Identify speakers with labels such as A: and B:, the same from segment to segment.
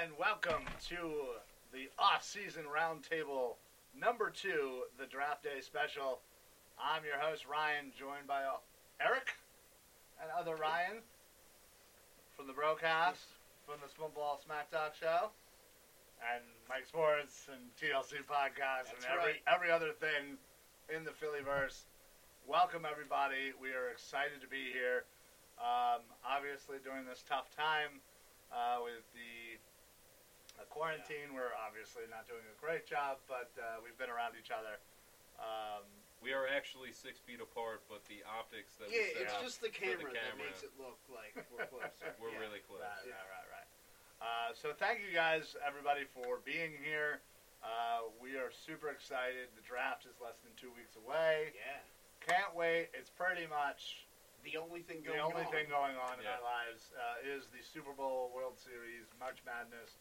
A: and welcome to the off-season roundtable number two, the draft day special. I'm your host Ryan, joined by Eric and other Ryan from the broadcast from the Smootball Smack Talk Show, and Mike Sports and TLC Podcast and
B: That's
A: every
B: right.
A: every other thing in the Phillyverse. Welcome everybody. We are excited to be here. Um, obviously, during this tough time uh, with the uh, quarantine, we're obviously not doing a great job, but uh, we've been around each other. Um,
C: We are actually six feet apart, but the optics that we
B: Yeah,
C: set
B: it's
C: up,
B: just the
C: camera
B: camera, that
C: camera.
B: makes it look like we're closer.
C: we're
B: yeah.
C: really close.
A: Right, right, right, right. Uh, so thank you guys, everybody, for being here. Uh, we are super excited. The draft is less than two weeks away.
B: Yeah.
A: Can't wait. It's pretty much
B: The only thing
A: the
B: going
A: only
B: on.
A: thing going on in
C: Yeah.
A: our lives uh, is the Super Bowl, World Series, March Madness,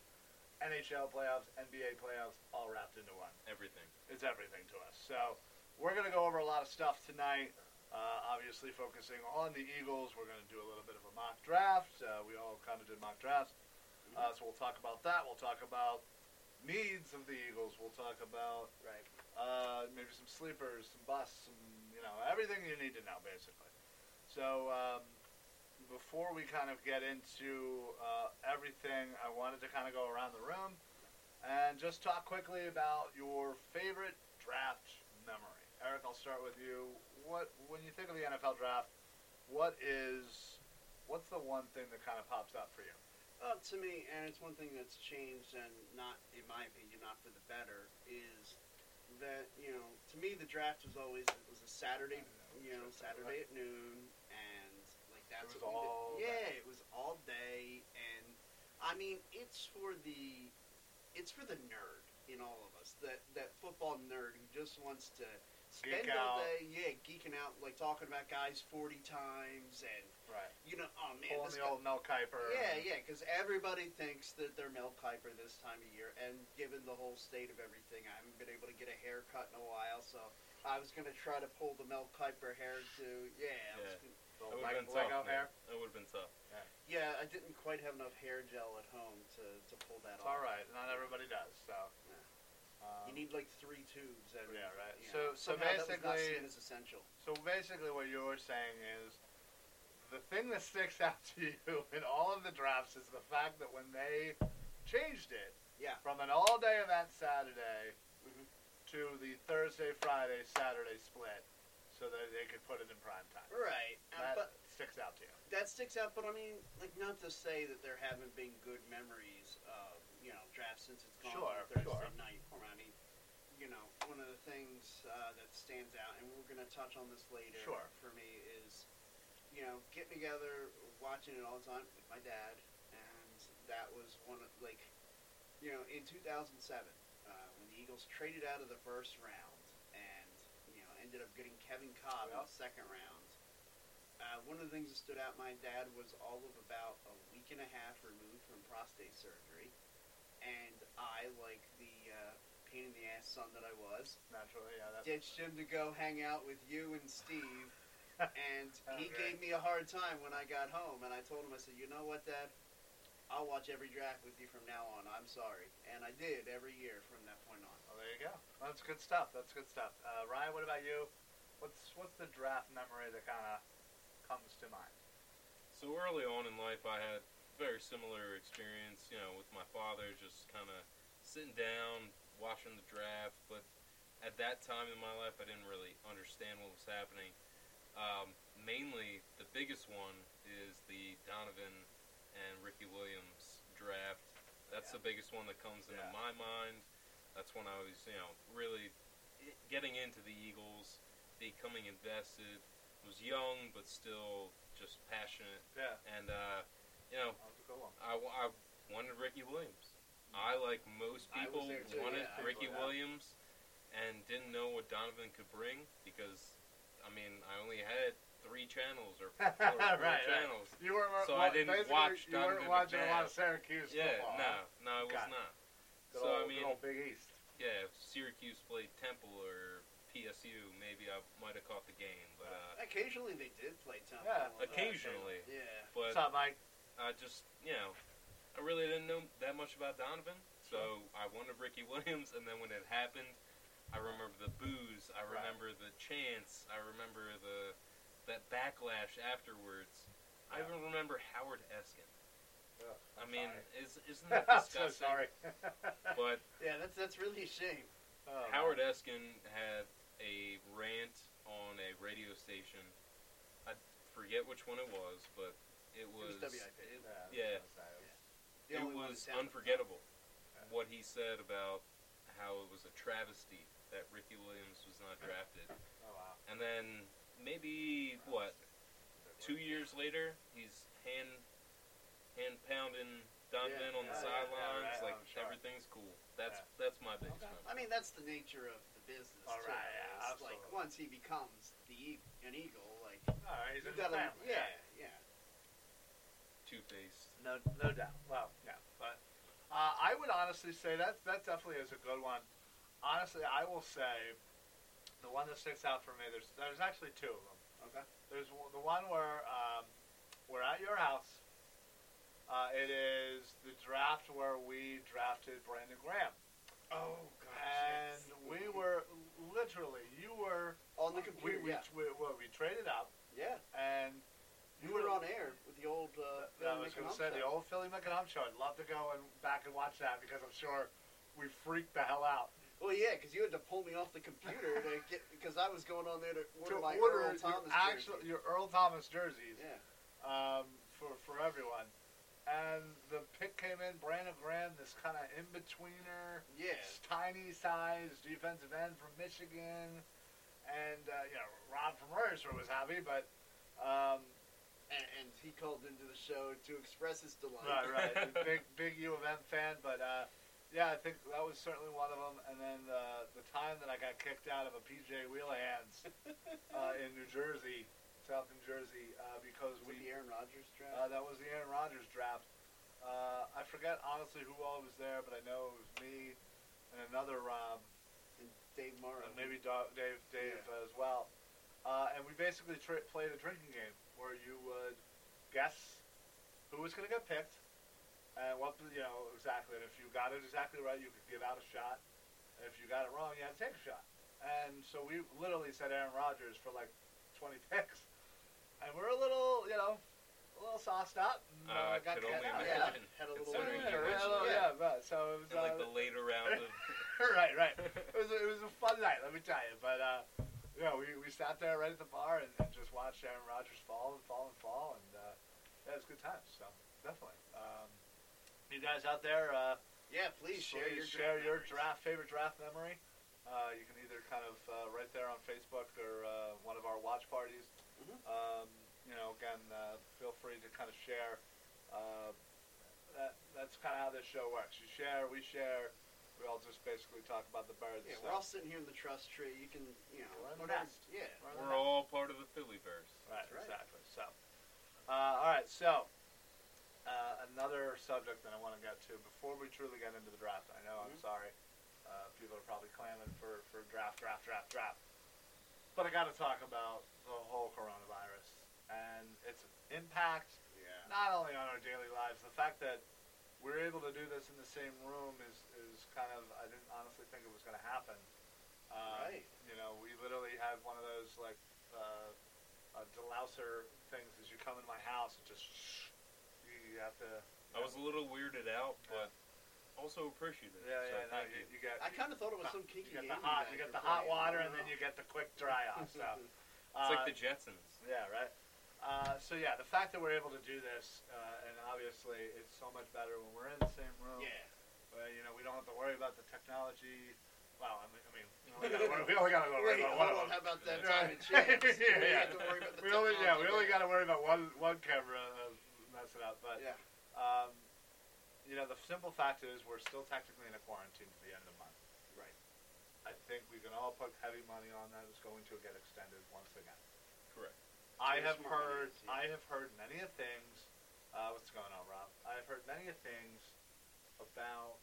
A: NHL playoffs, NBA playoffs, all wrapped into one.
C: Everything.
A: It's everything to us. So we're going to go over a lot of stuff tonight. Uh, obviously, focusing on the Eagles. We're going to do a little bit of a mock draft. Uh, we all kind of did mock drafts. Uh, so we'll talk about that. We'll talk about needs of the Eagles. We'll talk about
B: Right.
A: uh, maybe some sleepers, some busts, some, you know, everything you need to know, basically. So um, before we kind of get into uh, everything, I wanted to kind of go around the room and just talk quickly about your favorite draft memory. Eric, I'll start with you. What when you think of the NFL draft, what is what's the one thing that kind of pops up for you?
B: Well, to me, and it's one thing that's changed, and not, in my opinion, not for the better, is that you know, to me, the draft was always it was a Saturday, you know, Saturday at noon, and like that's
A: was
B: what we did.
A: all day.
B: Yeah, it was all day, and I mean, it's for the, it's for the nerd in all of us, that that football nerd who just wants to spend
A: Geek out.
B: all day, yeah, geeking out, like talking about guys forty times, and
A: Right.
B: you know, oh
A: Pulling
B: man, this
A: the
B: guy-
A: old Mel Kiper.
B: yeah, yeah, because everybody thinks that they're Mel Kiper this time of year, and given the whole state of everything, I haven't been able to get a haircut in a while, so I was gonna try to pull the Mel Kiper hairdo. Yeah, I was
C: Yeah.
B: gonna-
A: The
C: That
A: old
C: would have
A: Leg-
C: been tough.
A: Lego
C: man.
A: hair.
C: That would have been tough.
B: yeah, I didn't quite have enough hair gel at home to, to pull that
A: It's
B: off.
A: all right. Not everybody does. So. Um,
B: You need like three tubes. And,
A: Yeah, right.
B: you
A: So-
B: know,
A: so
B: somehow that was not
A: basically-
B: seen as essential.
A: so basically, what you're saying is, the thing that sticks out to you in all of the drafts is the fact that when they changed it
B: Yeah.
A: from an all-day event Saturday
B: Mhm.
A: to the Thursday, Friday, Saturday split, so that they could put it in prime time.
B: Right. uh,
A: That
B: but
A: sticks out to you.
B: that sticks out. But I mean, like, not to say that there haven't been good memories of you know drafts since it's gone
A: Sure,
B: on Thursday
A: sure.
B: night. Or, I mean, you know, one of the things uh, that stands out, and we're gonna touch on this later.
A: Sure.
B: For me, is you know getting together, watching it all the time with my dad, and that was one of like, you know, in 2007 uh, when the Eagles traded out of the first round and you know ended up getting Kevin Cobb in
A: Yep.
B: the second round. Uh, one of the things that stood out, my dad was all of about a week and a half removed from prostate surgery, and I, like the uh, pain in the ass son that I was,
A: Naturally, yeah. That's,
B: ditched him to go hang out with you and Steve, and he
A: Okay.
B: gave me a hard time when I got home, and I told him, I said, you know what, Dad, I'll watch every draft with you from now on. I'm sorry, and I did every year from that point on.
A: well, there you go. That's good stuff. That's good stuff. Uh, Ryan, what about you? What's what's the draft memory that kind of comes to mind?
C: So early on in life, I had very similar experience, you know, with my father, just kind of sitting down, watching the draft. But at that time in my life, I didn't really understand what was happening. Um, mainly, the biggest one is the Donovan and Ricky Williams draft. That's the biggest one that comes into
A: Yeah.
C: my mind. That's when I was, you know, really i- getting into the Eagles, becoming invested. Was young, but still just passionate
A: Yeah,
C: and uh, you know,
A: that was a good one.
C: I, wa- I wanted Ricky Williams. I like most
B: I was
C: people
B: there too,
C: wanted
B: yeah, I
C: Ricky
A: enjoyed that.
C: Williams, and didn't know what Donovan could bring because, I mean, I only had three channels or four, four
A: Right, right.
C: channels.
A: You weren't.
C: So
A: well,
C: I didn't
A: basically,
C: watch
A: You weren't
C: Donovan
A: watching a lot of
C: McNabb.
A: Syracuse
C: Yeah,
A: football.
C: no, no, I was
A: Got it.
C: not.
A: Good
C: so
A: old,
C: I
A: good
C: mean,
A: old Big East.
C: yeah, if Syracuse played Temple or PSU, maybe I might have caught the game, but uh,
B: Occasionally they did play Temple.
A: Yeah.
B: and all that.
C: Occasionally.
B: Yeah.
C: but
A: What's up, Mike?
C: I just you know, I really didn't know that much about Donovan, so I wanted Ricky Williams, and then when it happened, I remember the booze, I
A: Right.
C: remember the chants, I remember the that backlash afterwards. I
A: Yeah.
C: even remember Howard Eskin.
A: Ugh,
C: I
A: I'm
C: mean,
A: sorry.
C: is, isn't that
A: I'm
C: disgusting?
A: so sorry.
C: But
B: Yeah, that's that's really a shame.
A: Oh,
C: Howard Eskin had a rant on a radio station. I forget which one it was, but it was
B: WIP.
C: it-
A: that's
C: yeah,
A: what I was-
B: The
C: it
B: only one
C: was
B: in town.
C: unforgettable
A: Yeah.
C: what he said about how it was a travesty that Ricky Williams was not drafted.
A: Oh, wow.
C: And then maybe what two years later, he's hand hand pounding Donovan
A: Yeah,
C: on the
A: yeah, yeah,
C: sidelines
A: right,
C: like
A: I'm sure.
C: everything's cool. That's that's my biggest
A: Okay.
C: memory.
B: I mean, that's the nature of the business.
A: All
B: too.
A: right, yeah,
B: It's like
A: absolutely.
B: once he becomes the e- an eagle, like
A: All right, he's
B: you
A: in the
B: gotta,
A: family.
B: yeah, yeah.
C: Two faced.
A: No, no doubt. Well, yeah, but uh, I would honestly say that that definitely is a good one. Honestly, I will say the one that sticks out for me. There's there's actually two of them.
B: Okay.
A: There's w- the one where um, we're at your house. Uh, it is the draft where we drafted Brandon Graham,
B: Oh
A: and we were literally you were
B: on the computer.
A: We, we,
B: yeah,
A: we, well, we traded up,
B: yeah.
A: and
B: You were on air with the old. Uh,
A: Yeah, I
B: Phil
A: was going to
B: Mickelham
A: say the
B: show.
A: old Philly McCollum show. I'd love to go and back and watch that because I'm sure we freaked the hell out
B: Well, yeah, because you had to pull me off the computer to get because I was going on there to
A: to
B: order my
A: order
B: Earl
A: your
B: Thomas
A: actual
B: jersey.
A: your Earl Thomas jerseys
B: Yeah.
A: um, for for everyone. And the pick came in Brandon Graham, this kind of in betweener,
B: Yeah.
A: tiny size defensive end from Michigan, and uh, you know Rob from Mercer was happy, but. Um,
B: And, and he called into the show to express his delight.
A: Right, right. big, big U of M fan, but uh, yeah, I think that was certainly one of them. And then uh, the time that I got kicked out of a PJ Wheelhands uh, in New Jersey, South New Jersey, uh, because
B: Was it the
A: we
B: Aaron Rodgers draft?
A: uh, that was the Aaron Rodgers draft. Uh, I forget honestly who all was there, but I know it was me and another Rob,
B: and Dave Morrow.
A: Uh, and maybe Do- Dave, Dave
B: Yeah.
A: as well. Uh, and we basically tri- played a drinking game where you would guess who was going to get picked, and what you know exactly. And if you got it exactly right, you could give out a shot. And if you got it wrong, you had to take a shot. And so we literally said Aaron Rodgers for like 20 picks, and we're a little, you know, a little sauced up. And,
C: Uh, I
A: got
C: could
A: kicked
C: only
A: out.
B: Yeah,
A: Yeah.
C: imagine.
B: had a little
A: Yeah,
C: considering
B: win.
C: you
A: yeah,
C: mentioned
A: yeah,
C: that.
A: yeah, but- so it was
C: in
A: uh,
C: like the later round of
A: right, right. It was, a, it was a fun night, let me tell you. But uh, yeah, we, we sat there right at the bar and, and just watched Aaron Rodgers fall and fall and fall, and uh, yeah, it was good times. So definitely, um, you guys out there, uh,
B: Yeah, please share your
A: share
B: draft
A: your
B: memories.
A: draft favorite draft memory. Uh, you can either kind of uh, right there on Facebook or uh, one of our watch parties.
B: Mhm.
A: Um, you know, again, uh, feel free to kind of share. Uh, that, that's kind of how this show works. You share, we share. We all just basically talk about the birds.
B: Yeah,
A: so-
B: we're all sitting here in the trust tree. You can, you know,
A: We're in the
B: whatever.
A: nest.
B: Yeah.
A: We're on the
C: We're all part of the Phillyverse.
A: Right,
B: That's right.
A: exactly. So, uh, all right. So, uh, another subject that I want to get to before we truly get into the draft. I know. I'm
B: Mhm.
A: sorry. Uh, people are probably clamoring for, for draft, draft, draft, draft. But I got to talk about the whole coronavirus and its impact,
B: Yeah.
A: not only on our daily lives. The fact that we're able to do this in the same room is, is kind of. I didn't honestly think it was going to happen. Um,
B: Right.
A: You know, we literally had one of those like uh, uh, delouser things as you come into my house and just shh, you, you have to.
C: I was a little weirded out, but also appreciative.
A: Yeah,
C: so
A: yeah, no,
C: thank
A: you, you
C: you.
A: got.
B: I kind of thought it was
A: you
B: some kinky
A: got
B: game.
A: the hot, you
B: guys
A: got the
B: were
A: hot
B: playing.
A: water,
B: I
A: and then
B: don't know.
A: you get the quick dry off. So, uh,
C: It's like the Jetsons.
A: Yeah, right. Uh, so yeah, the fact that we're able to do this, uh, and obviously it's so much better when we're in the same room.
B: Yeah.
A: Well, you know, we don't have to worry about the technology. Well, I mean, I mean we only gotta- we only got to worry
B: Wait,
A: about one of them.
B: hold on. How about that
C: Yeah.
B: time and chance?
A: Yeah,
B: We
A: yeah.
B: had to worry about the
A: We only, yeah, we
B: technology.
A: only got to worry about one one camera uh, messing up. But
B: Yeah.
A: um, you know, the simple fact is we're still technically in a quarantine to the end of the month.
B: Right.
A: I think we can all put heavy money on that it's going to get extended once again.
C: Correct.
A: I
B: Yes,
A: have
B: more than
A: heard.
B: yes, yeah.
A: I have heard many of things. Uh, what's going on, Rob? I've heard many of things about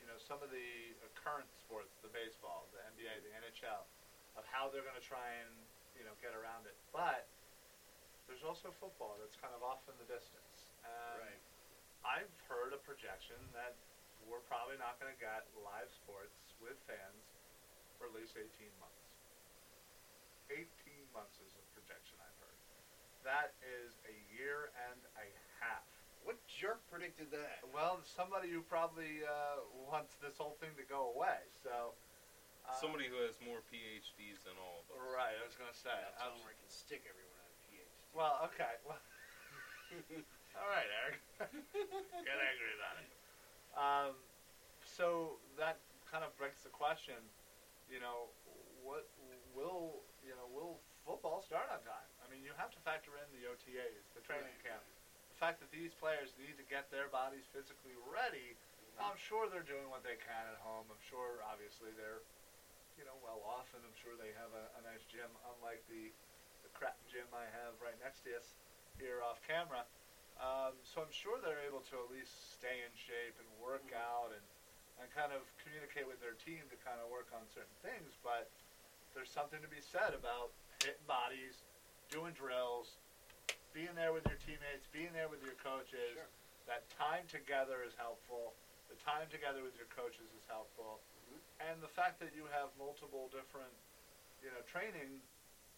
A: you know some of the uh, current sports, the baseball, the NBA, the NHL, of how they're going to try and you know get around it. But there's also football that's kind of off in the distance. And
B: Right.
A: I've heard a projection that we're probably not going to get live sports with fans for at least 18 months. 18 months is a projection I've heard. That is a year and a half.
B: What jerk predicted that?
A: Well, somebody who probably uh, wants this whole thing to go away. So uh,
C: Somebody who has more PhDs than all of us.
A: Right, I was going to say.
B: That's
A: I
B: how
A: was-
B: I can stick everyone on PhD.
A: well, okay. Well, all right, Eric. Get angry about it. Um, so that kind of breaks the question. You know, what will you know? Will football start on time? I mean, you have to factor in the OTAs, the training
B: Right.
A: camp, the fact that these players need to get their bodies physically ready. I'm sure they're doing what they can at home. I'm sure, obviously, they're you know well off, and I'm sure they have a, a nice gym, unlike the the crap gym I have right next to us here off camera. Um, so I'm sure they're able to at least stay in shape and work
B: Mhm.
A: out and and kind of communicate with their team to kind of work on certain things. But there's something to be said about hitting bodies, doing drills, being there with your teammates, being there with your coaches.
B: Sure.
A: That time together is helpful. The time together with your coaches is helpful,
B: Mhm.
A: and the fact that you have multiple different, you know, training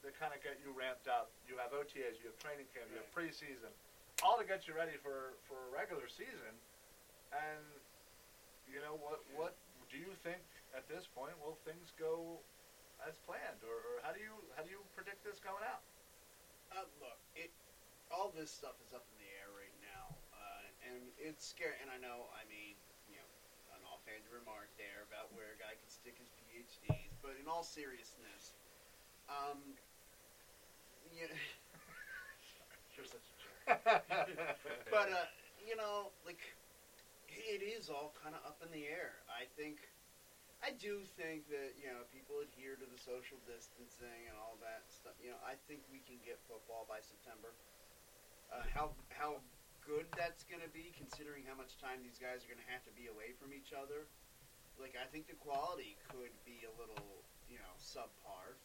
A: that kind of get you ramped up. You have OTAs, you have training camp, you have preseason, all to get you ready for for a regular season. And you know what? What do you think at this point? Will things go as planned, or, or how do you how do you predict this going out?
B: Uh, look, it all this stuff is up in the air right now, uh, and it's scary. And I know I made you know an offhand remark there about where a guy can stick his PhDs, but in all seriousness, um, you know, you're such a jerk. But uh, you know, like it is all kind of up in the air. I think, I do think that you know people adhere to the social distancing and all that stuff. You know, I think we can get football by September. Uh, how how good that's going to be, considering how much time these guys are going to have to be away from each other. Like, I think the quality could be a little, you know, subpar.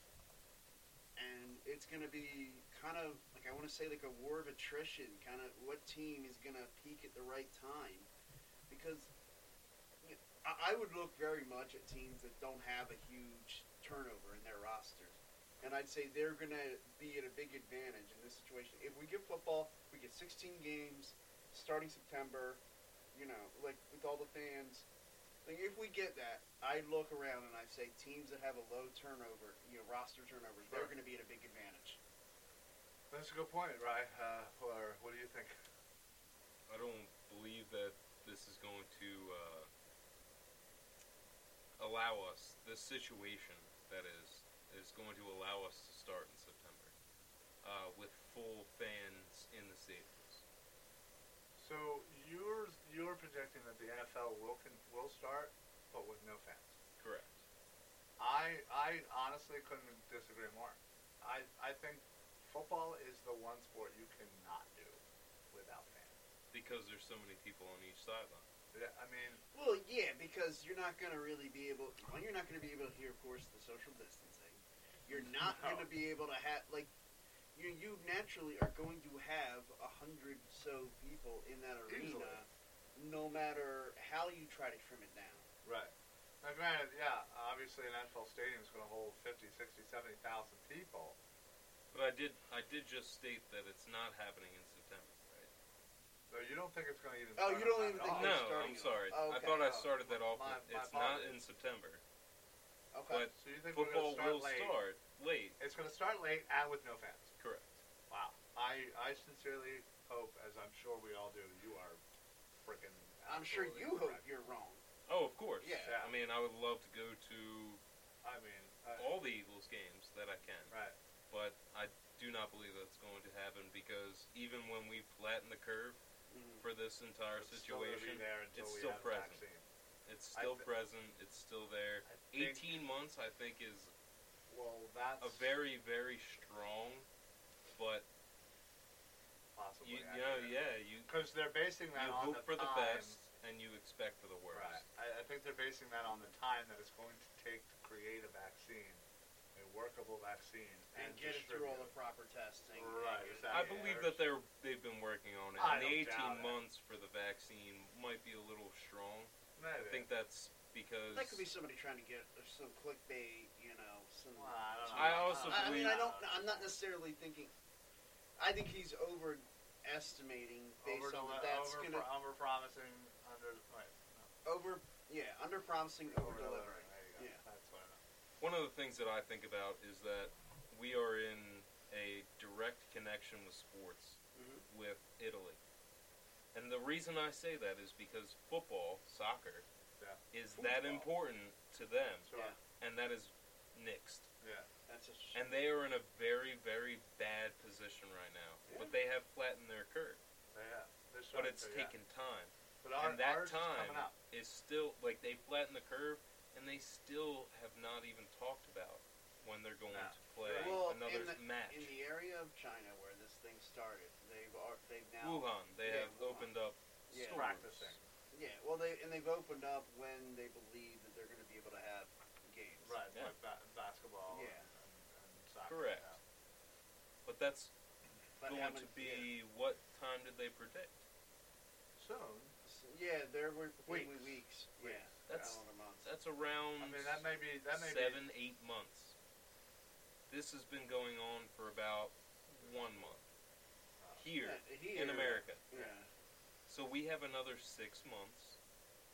B: And it's going to be kind of like I want to say like a war of attrition, kind of what team is going to peak at the right time, because you know, I I would look very much at teams that don't have a huge turnover in their rosters, and I'd say they're going to be at a big advantage in this situation. If we get football, we get 16 games starting September, you know, like with all the fans. Like if we get that, I look around and I say teams that have a low turnover, you know, roster turnover, they're
A: Right.
B: going to be at a big advantage.
A: That's a good point, Rye. Uh, or what do you think?
C: I don't believe that this is going to uh, allow us. This situation that is is going to allow us to start in September uh, with full fans in the stadiums.
A: So you're you're projecting that the NFL will con- will start, but with no fans.
C: Correct.
A: I I honestly couldn't disagree more. I I think football is the one sport you cannot do without fans.
C: Because there's so many people on each sideline.
A: Yeah, I mean,
B: Well, yeah, because you're not going to really be able. Well, you're not going to be able to hear, of course, the social distancing. You're not
A: Mm, No.
B: going to be able to have like you. You naturally are going to have a hundred so people in that arena, no matter how you try to trim it down.
A: right. Now, granted, yeah, obviously an NFL stadium is going to hold 50, 60, 70,000 people.
C: But I did I did just state that it's not happening in September, right?
A: So you don't think it's going to even?
B: Oh,
A: start
B: you
A: on
B: don't
A: time
B: even
A: at
B: think
A: all?
C: no,
B: they're starting
C: I'm
B: it.
C: sorry. I
B: Okay.
C: thought I
A: Oh,
C: started that off.
A: my-
C: with,
A: my
C: it's not
A: apologies.
C: in September.
B: Okay.
C: But
A: So you think we're
C: football
A: gonna start
C: will
A: late.
C: start late.
A: It's going to start late and with no fans.
C: Correct.
A: Wow. I I sincerely hope, as I'm sure we all do, you are freaking.
B: I'm sure you hope you're wrong.
C: Oh, of course.
B: Yeah.
A: Yeah.
C: I mean, I would love to go to
A: I mean, I,
C: all the Eagles games that I can,
A: right.
C: but I do not believe that's going to happen because even when we flatten the curve
A: Mm-hmm.
C: for this entire
A: It's still gonna be
C: situation,
A: there until
C: it's
A: we
C: still
A: have a
C: present.
A: vaccine.
C: it's
A: I
C: still
A: th-
C: present. It's still there.
A: I think-
C: 18 months, I think, is
A: Well, that's
C: a very, very strong, but
A: possibly.
C: you, you know, yeah, you
A: Because they're basing that
C: you
A: on
C: hope
A: the
C: for the
A: time.
C: best and you expect for the worst.
A: Right. I, I think they're basing that on the time that it's going to take to create a vaccine. It workable vaccine
B: and get it through all
A: distribute
B: the proper testing.
A: Right,
B: and-
A: exactly.
C: I
A: Yeah,
C: believe
A: there's-
C: that they're they've been working on it.
A: I
C: and the
A: don't doubt
C: 18
A: it.
C: months for the vaccine might be a little strong. I
A: Maybe.
C: think that's because
B: That could be somebody trying to get uh, some clickbait, you know. Some.
A: Well, I, don't know.
C: I also
B: I, I mean,
C: believe-
B: I don't. I'm not necessarily thinking. I think he's overestimating based
A: Over,
B: on that. That's
A: over,
B: gonna
A: over promising under. Wait, no,
B: over. Yeah, under promising, over delivering.
A: There you go.
B: Yeah.
A: That's what I know.
C: one of the things that I think about is that we are in a direct connection with sports
B: Mhm.
C: with Italy. And the reason I say that is because football, soccer,
A: Yeah.
C: is that
B: Football.
C: important to them,
A: Sure.
B: Yeah.
C: and that is nixed.
A: Yeah.
B: That's a. Sh-
C: And they are in a very, very bad position right now. But they have flattened their curve.
A: They have. They're starting
C: But it's
A: to, yeah.
C: taken time.
A: But our,
C: and that
A: ours is
C: time
A: coming up.
C: is still, like, they flattened the curve, and they still have not even talked about when they're going
A: No.
C: to play
A: Right.
B: Well, in
C: another
B: the-
C: match.
B: in the area of China where this thing started, they've ar- they've now.
C: Wuhan, they
B: Yeah,
C: have
B: Wuhan.
C: opened up
B: Yeah.
C: stores.
A: Practicing.
B: Yeah, well, they and they've opened up when they believe that they're going to be able to have games.
A: Right.
C: Yeah.
A: Like ba- basketball.
B: Yeah.
A: And, and, and soccer.
C: Correct.
A: yeah.
C: But that's
B: But how
C: going to
B: many-
C: be what time did they predict?
A: Soon.
B: Yeah, there were weeks.
A: Weeks.
B: weeks.
A: Weeks.
B: Yeah,
C: That's-
B: calendar months.
C: That's around
A: I mean, that may be. That may be.
C: seven, eight months. This has been going on for about one month
A: uh,
C: here
B: Yeah, here,
C: in America.
B: Yeah.
C: So we have another six months,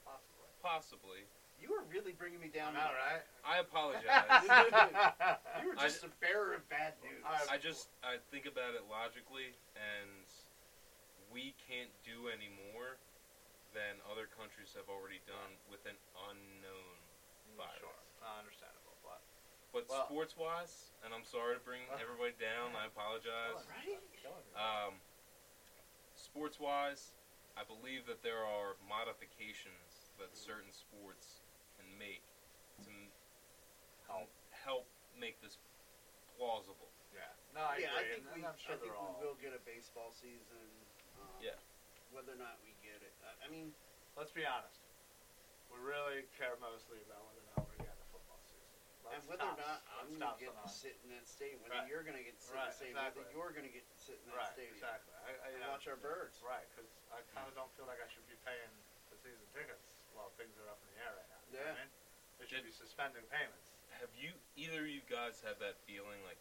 A: Possibly.
C: possibly.
B: You were really bringing me
A: I
B: down.
A: know, right?
C: I apologize.
A: I
B: You were
C: I-
B: just a bearer of bad news.
A: I-
C: I just I think about it logically, and we can't do any more than other countries have already done with an unknown virus.
A: Sure. Uh, understandable, but
C: But
A: Well- uh,
C: sports wise, and I'm sorry to bring everybody down. I apologize.
B: Right?
C: Um, sports wise, I believe that there are modifications that certain sports can make to m-
A: Help.
C: help make this plausible.
A: yeah. No, I
B: yeah, I
A: agree.
B: think
A: and-
B: we.
A: and I'm sure
B: I think
A: they're
B: we
A: all.
B: will get a baseball season. Um,
C: Yeah.
B: Whether or not we get it, I, I mean,
A: Let's be honest. We really care mostly about whether or not we're getting a football season.
B: and
A: Let's
B: whether or
A: stop-
B: not
A: let's
B: I'm
A: stop
B: gonna get to
A: someone.
B: sit in that stadium, whether
A: Right.
B: you're gonna get to sit in
A: Right,
B: that stadium, whether
A: exactly.
B: you're gonna get to sit in that
A: Right,
B: stadium,
A: exactly. I, I,
B: and
A: you know,
B: watch our birds.
A: Right, because I kind of don't feel like I should be paying the season tickets while things are up in the air right now. You know what I mean? They should
C: Did-
A: be suspending payments.
C: Have you either of you guys had that feeling like,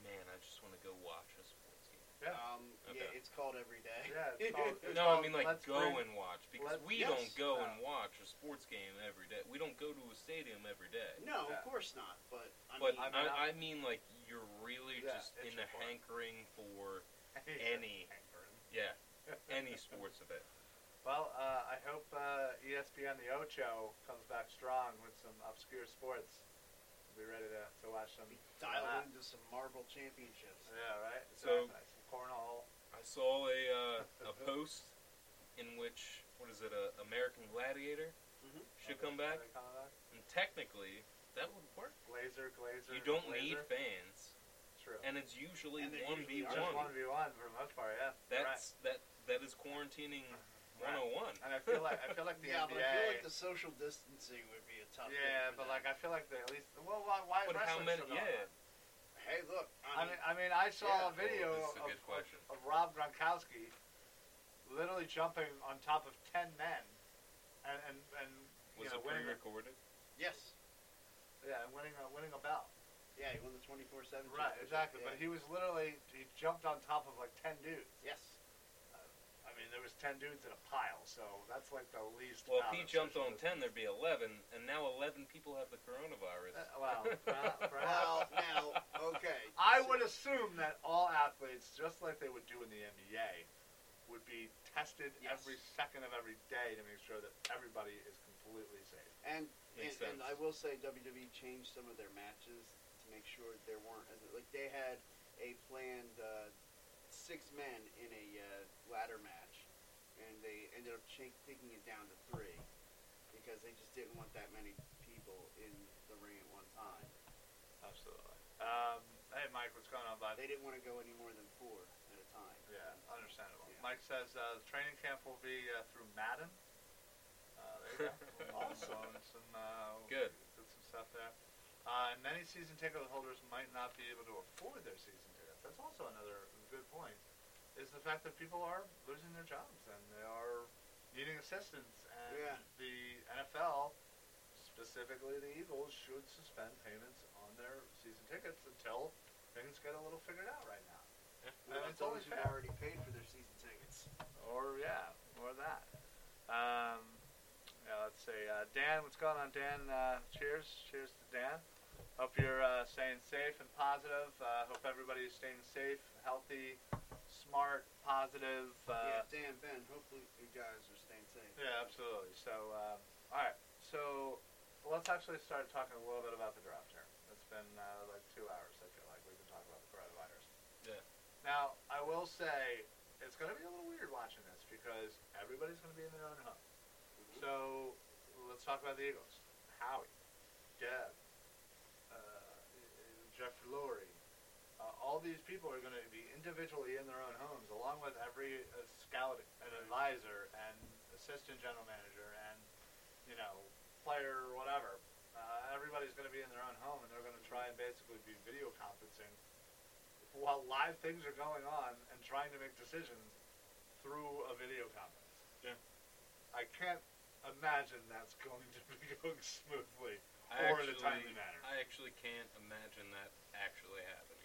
C: man, I just want to go watch a sports game?
A: Yeah.
B: Um,
C: Okay.
B: yeah, it's called every day.
A: Yeah, it's called- it's
C: No,
A: called
C: I mean like
A: let's
C: go
A: bring-
C: and watch because
A: let's-
C: we
B: yes,
C: don't go
A: no.
C: and watch a sports game every day. We don't go to a stadium every day.
B: no, of
A: Yeah.
B: course not. But I
C: But
B: mean,
A: I'm-
C: I, I mean, like you're really
A: Yeah,
C: just in
A: itching
C: a
A: for it.
C: hankering for Any.
A: Hankering.
C: yeah any sports event.
A: Well, uh, I hope uh, ESPN the Ocho comes back strong with some obscure sports. We'll be ready to, to watch some.
B: we
A: some
B: dial
A: of that.
B: into some marble championships.
A: Yeah, right.
C: So-
A: Exactly. Some cornhole.
C: I saw a uh, a post in which what is it? A American Gladiator
B: Mhm.
A: Okay,
C: should come back,
A: they coming back?
C: and technically that would work.
A: Glazer, Glazer.
C: You don't
A: Glazer.
C: need fans,
A: True.
C: and it's usually
B: And they're
C: one v
B: usually
A: Just one
C: one.
A: v one for the most part. Yeah.
C: That's that that is quarantining
A: Right.
C: one hundred one.
A: And I feel like I feel like the
B: Yeah,
A: NBA.
B: but I feel like the social distancing would be a tough. thing
A: yeah,
B: for
A: but
B: them.
A: like I feel like they at least. Well, why? why
C: But how
A: wrestling's
C: many?
A: still going
C: Yeah,
A: on?
B: hey, look,
A: I mean, I mean, I
B: Yeah.
A: saw a
C: Oh,
A: video
C: this is a
A: of,
C: good question.
A: of Rob Gronkowski literally jumping on top of ten men, and and, and you
C: was
A: know
C: it
A: winning a,
C: pre-recorded?
B: yes,
A: yeah winning a, winning a belt.
B: yeah, he won the twenty four seven.
A: Right, exactly. But he was literally he jumped on top of like ten dudes.
B: yes,
A: I mean, there was ten dudes in a pile, so that's like the least.
C: Well, if
A: amount
C: he
A: of
C: jumped
A: social
C: on ten, there'd be eleven, and now eleven people have the coronavirus.
A: distancing. Uh, well, per- perhaps.
B: well, now, okay,
A: I
B: so-
A: would assume that all athletes, just like they would do in the NBA, would be tested
B: Yes.
A: every second of every day to make sure that everybody is completely safe.
B: and and,
C: Makes
B: and
C: sense.
B: I will say WWE changed some of their matches to make sure there weren't as like they had a planned uh, six men in a uh, ladder match, and they ended up cha- taking it down to three because they just didn't want that many people in the ring at one time.
A: Absolutely. Um, hey, Mike, what's going on, bud?
B: They didn't want to go any more than four at a time.
A: Yeah, understandable.
B: Yeah.
A: Mike says uh, the training camp will be uh, through Madden. Uh, there you go. awesome. Some, uh,
C: Good.
A: Did some stuff there. Uh, and many season ticket holders might not be able to afford their season tickets. That's also another good point. Is the fact that people are losing their jobs and they are needing assistance, and
B: Yeah.
A: the NFL, specifically the Eagles, should suspend payments on their season tickets until things get a little figured out right now.
B: Well,
A: And
B: that's
A: it's always
B: always who've
A: fair.
B: already paid for their season tickets.
A: Or yeah, or that. Um, yeah, let's see. Uh, Dan, what's going on, Dan? Uh, cheers, cheers to Dan. Hope you're uh, staying safe and positive. Uh, hope everybody's staying safe, healthy, smart, positive. Uh,
B: yeah, Dan, Ben, hopefully you guys are staying safe.
A: yeah, absolutely. So, um, all right. So, let's actually start talking a little bit about the draft here. It's been uh, like two hours. I feel like we've been talking about the coronavirus.
C: Yeah.
A: Now, I will say it's going to be a little weird watching this because everybody's going to be in their own home.
B: Mhm.
A: So, let's talk about the Eagles. Howie, Deb, uh, Jeff Lurie. Uh, all these people are going to be individually in their own homes, along with every uh, scout and advisor and assistant general manager and you know player or whatever. Uh, everybody's going to be in their own home, and they're going to try and basically be video conferencing while live things are going on and trying to make decisions through a video conference.
C: Yeah.
A: I can't imagine that's going to be going smoothly
C: I
A: or in a
C: actually,
A: timely manner.
C: I actually can't imagine that actually happening.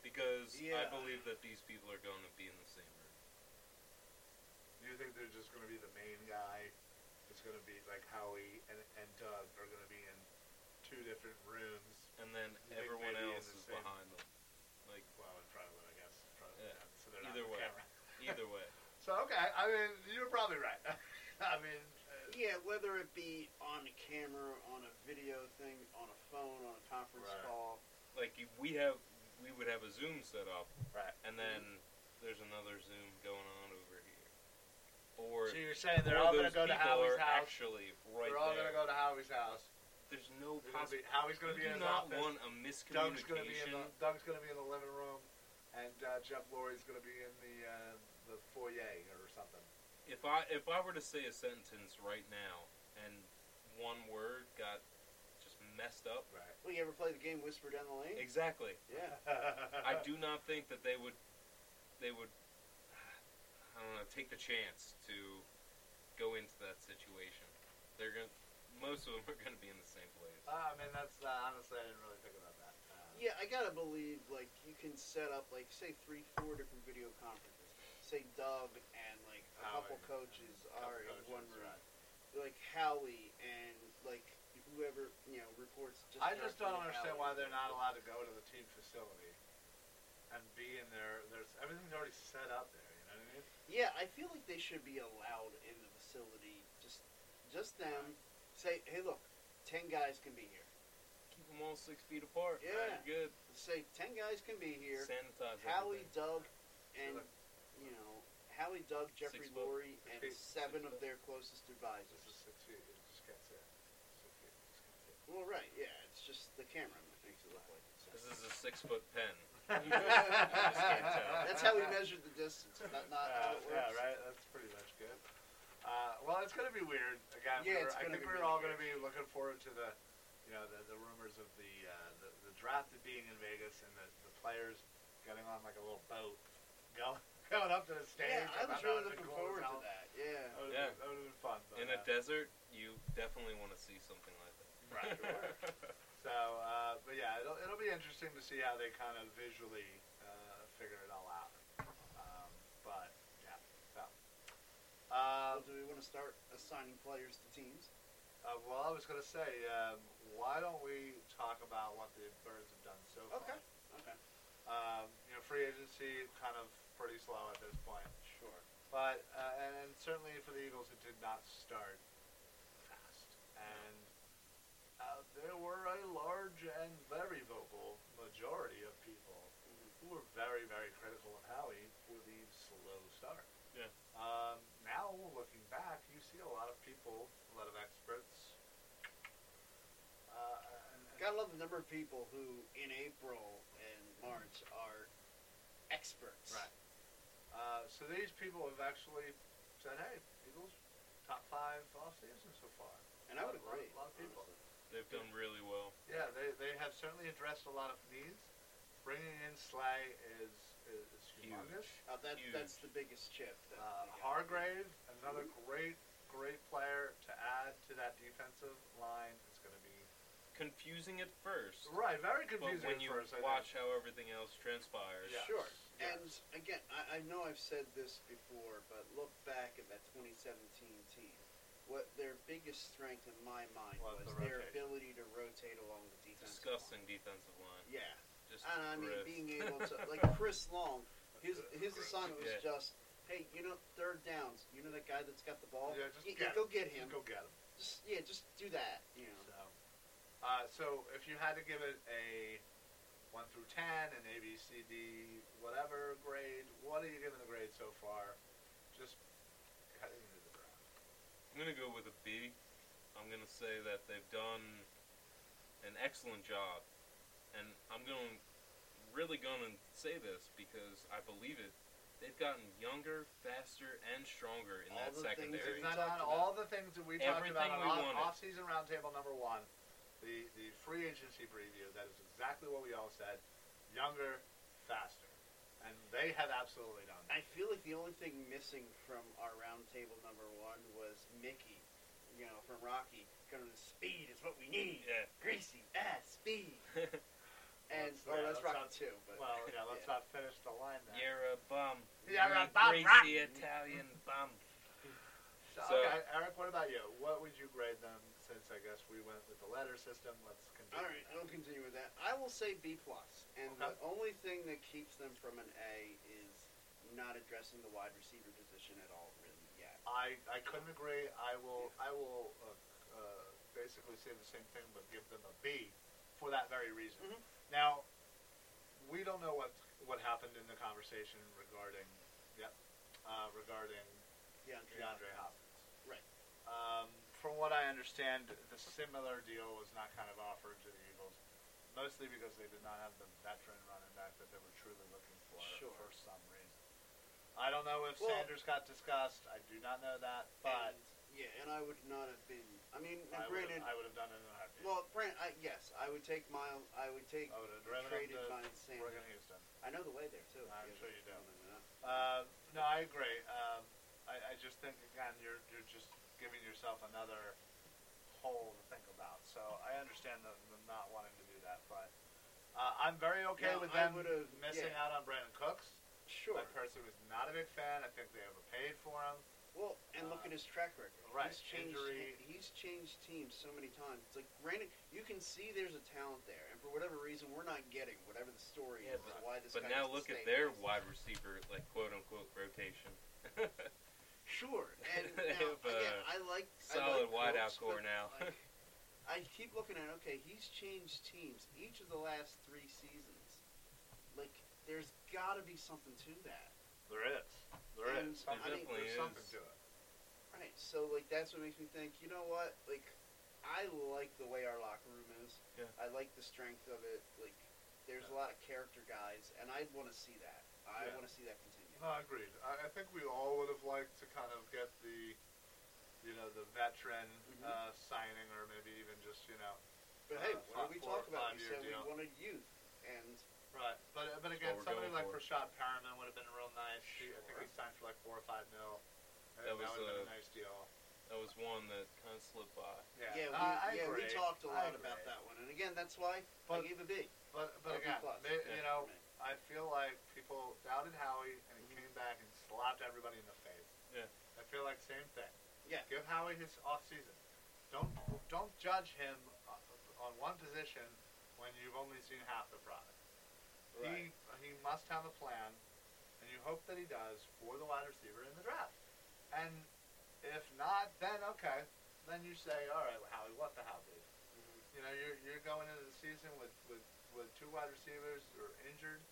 C: Because I
B: Yeah.
C: believe that these people are going to be in the same room.
A: Do you think they're just going to be the main guy? It's going to be like Howie and, and Doug are going to be in two different rooms.
C: And then
A: You think
C: everyone
A: maybe in
C: else
A: the
C: is
A: same-
C: behind them. Like,
A: Well, it probably would, I guess. Probably,
C: Yeah.
A: yeah. So they're not
C: Either
A: on
C: way.
A: camera.
C: either way.
A: So okay, I mean, you're probably right. I mean, uh,
B: Yeah, whether it be on the camera, on a video thing, on a phone, on a conference
A: Right.
B: call.
C: Like, if we have, we would have a Zoom set up,
A: right.
C: and then there's another Zoom going on over here. Or,
A: So you're saying they're all
C: or
A: going
C: those
A: to go to
C: people
A: Howie's
C: are
A: house?
C: actually right
A: they're all
C: there.
A: going to go to Howie's house.
C: There's no
A: They're gonna
C: possibility.
A: be, Howie's going to be
C: You
A: in his
C: do not
A: office.
C: want a
A: Doug's going to be in
C: miscommunication.
A: the Doug's going to be in the living room, and uh, Jeff Lurie's going to be in the uh, the foyer or something.
C: If I if I were to say a sentence right now and one word got just messed up,
A: Right.
B: Well, you ever play the game Whisper Down the Lane?
C: exactly.
B: yeah.
A: Uh-huh.
C: I do not think that they would they would I don't know take the chance to go into that situation. They're going most of them are going to be in the same place.
A: Uh, I mean, that's uh, honestly, I didn't really think about that. Uh,
B: Yeah, I gotta believe like you can set up like say three, four different video conferences. Say Dub and like a
A: Howard.
B: couple coaches
A: Couple
B: are in
A: coaches,
B: one room.
A: right.
B: Like Howie and like whoever you know reports. Just
A: I just don't
B: directly to
A: understand
B: Howie.
A: why they're not allowed to go to the team facility and be in there. There's everything's already set up there. You know what I mean?
B: Yeah, I feel like they should be allowed in the facility. Just, just them. Say, hey, look, ten guys can be here.
C: Keep them all six feet apart.
B: Yeah.
C: Alright, good.
B: Say, ten guys can be here.
C: Sanitize
B: Howie,
C: everything.
B: Doug, and you know, Howie, Doug, Jeffrey
C: Six foot.
B: Lurie, and
A: Six
B: seven
C: foot.
B: of their closest
A: This
B: advisors.
A: is six feet. You just can't see it. Six feet. you just can't see it.
B: Well, right, yeah, it's just the camera that makes it look like.
C: This is a six foot pen.
B: That's how we measured the distance. Not, not how
A: Uh,
B: it
A: yeah,
B: works.
A: right. That's pretty much good. Uh, well, it's gonna be weird. Again, we
B: Yeah,
A: were-
B: it's
A: I
B: gonna
A: think
B: be
A: we're
B: really
A: all
B: weird.
A: gonna be looking forward to the, you know, the, the rumors of the, uh, the the draft of being in Vegas and the, the players getting on like a little boat, going going up to the stage.
B: Yeah, I
A: and about
B: was really
A: to
B: looking
A: go
B: forward to
A: out.
B: that. Yeah.
A: That would
C: Yeah.
A: have been fun. But,
C: In
A: uh,
C: a desert, you definitely want to see something like that.
A: Right. So, uh, but yeah, it'll, it'll be interesting to see how they kind of visually uh, figure it all out. Um, but yeah, so. Um,
B: Uh, do we want to start assigning players to teams?
A: uh, well, I was gonna say, um, why don't we talk about what the birds have done so far?
B: Okay. Okay.
A: Um, you know, free agency kind of pretty slow at this point,
B: Sure.
A: but uh, and, and certainly for the Eagles, it did not start fast, and uh, there were a large and very vocal majority of people
B: Mm-hmm.
A: who were very, very critical of Howie for the slow start.
C: Yeah.
A: Um, now, looking back, you see a lot of people, a lot of experts. Uh, and, and
B: Gotta love the number of people who in April and March are experts.
A: Right. Uh, so these people have actually said, hey, Eagles top five off season so far.
B: And I would
A: A lot-
B: agree.
A: lot of people.
B: honestly.
C: They've done really well.
A: Yeah, they, they have certainly addressed a lot of needs. Bringing in Slay is, is, is humongous.
B: Uh, that,
C: Huge.
B: that's the biggest chip. That
A: Uh,
B: they got.
A: Hargrave, another great, great player to add to that defensive line. It's going to be
C: Confusing at first,
A: right, very
C: but
A: confusing
C: when you
A: at first. I
C: watch
A: think.
C: how everything else transpires,
A: Yeah.
B: Sure.
A: Yeah.
B: And again, I, I know I've said this before, but look back at that 2017 team. What their biggest strength in my mind
A: Was
B: was,
A: the
B: their
A: rotation.
B: ability to rotate along the defense.
C: disgusting defensive line.
B: Yeah.
C: Just
B: And I mean,
C: riffs.
B: being able to, like Chris Long, his, his assignment was
C: Yeah.
B: just, hey, you know, third downs, you know that guy that's got the ball?
A: Yeah, just
B: Y-
A: get
B: go get him.
A: Just go get him.
B: Just, yeah, just do that. You know.
A: So, uh, so if you had to give it a one through ten, an A, B, C, D, whatever grade, what are you giving the grade so far? Just cutting into the ground.
C: I'm gonna go with a B. I'm gonna say that they've done an excellent job, and I'm going really gonna say this because I believe it. They've gotten younger, faster, and stronger in
B: All
C: that
B: the things that we-
C: secondary.
A: Not on
B: talked about-
A: all the things that we talked about
C: Everything
A: on
C: we
A: off,
C: wanted.
A: off-season roundtable number one, the the free agency preview. That is exactly what we all said: younger, faster, and they have absolutely done. That.
B: I feel like the only thing missing from our roundtable number one was Mickey, you know, from Rocky. Kind of speed is what we need.
C: Yeah.
B: Greasy ass speed. And
A: Let's-
B: oh,
A: yeah,
B: that's
A: let's not-
B: Rocky too. But
A: Well, yeah, let's not finish the line there.
C: You're a bum.
A: You're a
C: you
A: bum, right?
C: Crazy Italian bum.
A: So,
C: So-
A: okay, Eric, what about you? What would you grade them? Since I guess we went with the letter system, let's continue.
B: all right, I'll continue with that. I will say B plus, and the only thing that keeps them from an A is not addressing the wide receiver position at all, really yet.
A: I, I couldn't agree. I will I will uh, uh, basically say the same thing, but give them a B for that very reason.
B: Mhm.
A: Now, we don't know what what happened in the conversation regarding yep uh, regarding
B: DeAndre.
A: DeAndre Hopkins.
B: Right.
A: Um, from what I understand, the similar deal was not kind of offered to the Eagles, mostly because they did not have the veteran running back that they were truly looking for
B: Sure.
A: for some reason. I don't know if
B: Well-
A: Sanders got discussed. I do not know that, but
B: And- yeah, and I would not have been. I mean,
A: I would
B: granted,
A: I would have done it in a heartbeat.
B: well, Brent, I, yes, I would take Miles. I would take
A: I would have driven him
B: traded
A: to
B: Miles Sanders.
A: Oregon Houston.
B: I know the way there too.
A: I'm
B: Yeah,
A: sure you do.
B: no, no, no.
A: Uh, no, I agree. Um, I, I just think again, you're you're just giving yourself another hole to think about. So I understand the, the not wanting to do that, but uh, I'm very okay
B: No,
A: with
B: I
A: them
B: would've-
A: missing
B: yeah.
A: out on Brandon Cooks.
B: Sure.
A: I personally was not a big fan. I think they overpaid for him.
B: Well, and look
C: Uh,
B: at his track record.
A: right,
B: He's changed.
A: injury.
B: He's changed teams so many times. It's like granted, you can see there's a talent there, and for whatever reason, we're not getting whatever the story
C: Yeah,
B: is. why this?
C: But
B: guy
C: now
B: is
C: look at
B: staying.
C: their wide receiver, like quote unquote rotation.
B: Sure. And
C: They
B: now,
C: have,
B: again,
C: uh,
B: I like I like
C: Solid wideout
B: Cooks,
C: core
B: but,
C: now.
B: like, I keep looking at okay, he's changed teams each of the last three seasons. Like, there's got to be something to that.
A: There is. There
B: And
A: is. Something,
B: I think
A: there's
C: there's
A: something
C: is.
A: to it.
B: Right. So like that's what makes me think. You know what? Like, I like the way our locker room is.
C: Yeah.
B: I like the strength of it. Like, there's a lot of character guys, and I want to see that. I
A: Yeah.
B: want to see that continue.
A: No, agreed. I, I think we all would have liked to kind of get the, you know, the veteran
B: Mhm.
A: uh, signing, or maybe even just you know,
B: But hey,
A: Uh,
B: what did we
A: four or
B: talk about? We
A: five-year
B: said we
A: deal.
B: wanted youth, and
A: Right, but uh, but again,
C: what we're
A: somebody
C: going
A: like
C: for.
A: Rashad Perriman would have been real nice. He, I think he signed for like four or five mil. I
C: That
A: think that
C: was,
A: would have been a
C: uh,
A: nice deal.
C: That was one that kind of slipped by.
A: Yeah,
B: yeah,
A: I-
B: we,
A: I
B: yeah, we
A: agree.
B: talked a
A: I
B: lot about
A: agree.
B: that one. And again, that's why
A: But-
B: I gave a B.
A: But
B: or
A: but
B: B
A: again,
B: plus.
A: they, you
C: Yeah.
A: know, I feel like people doubted Howie, and he came back and slapped everybody in the face.
C: Yeah.
A: I feel like same thing.
B: Yeah.
A: give Howie his off season. Don't don't judge him on- on one position when you've only seen half the product. He
B: Right.
A: he must have a plan, and you hope that he does for the wide receiver in the draft. And if not, then okay, then you say, all right, Howie, what the hell, dude?
B: Mhm.
A: You know, you're you're going into the season with with with two wide receivers who are injured,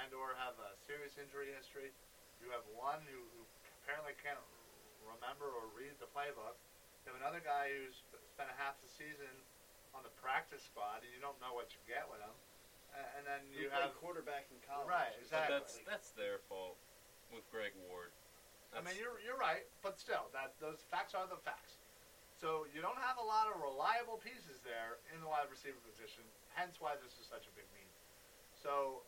A: and or have a serious injury history. You have one who, who apparently can't remember or read the playbook. You have another guy who's spent half the season on the practice squad, and you don't know what you get with him. A- And then
B: Who
A: you
B: played
A: have
B: quarterback in college.
A: Right, exactly.
B: It's like-
C: But that's that's their fault with Greg Ward.
A: I mean, you're, you're right, but still, that those facts are the facts. So you don't have a lot of reliable pieces there in the wide receiver position. Hence why this is such a big need. So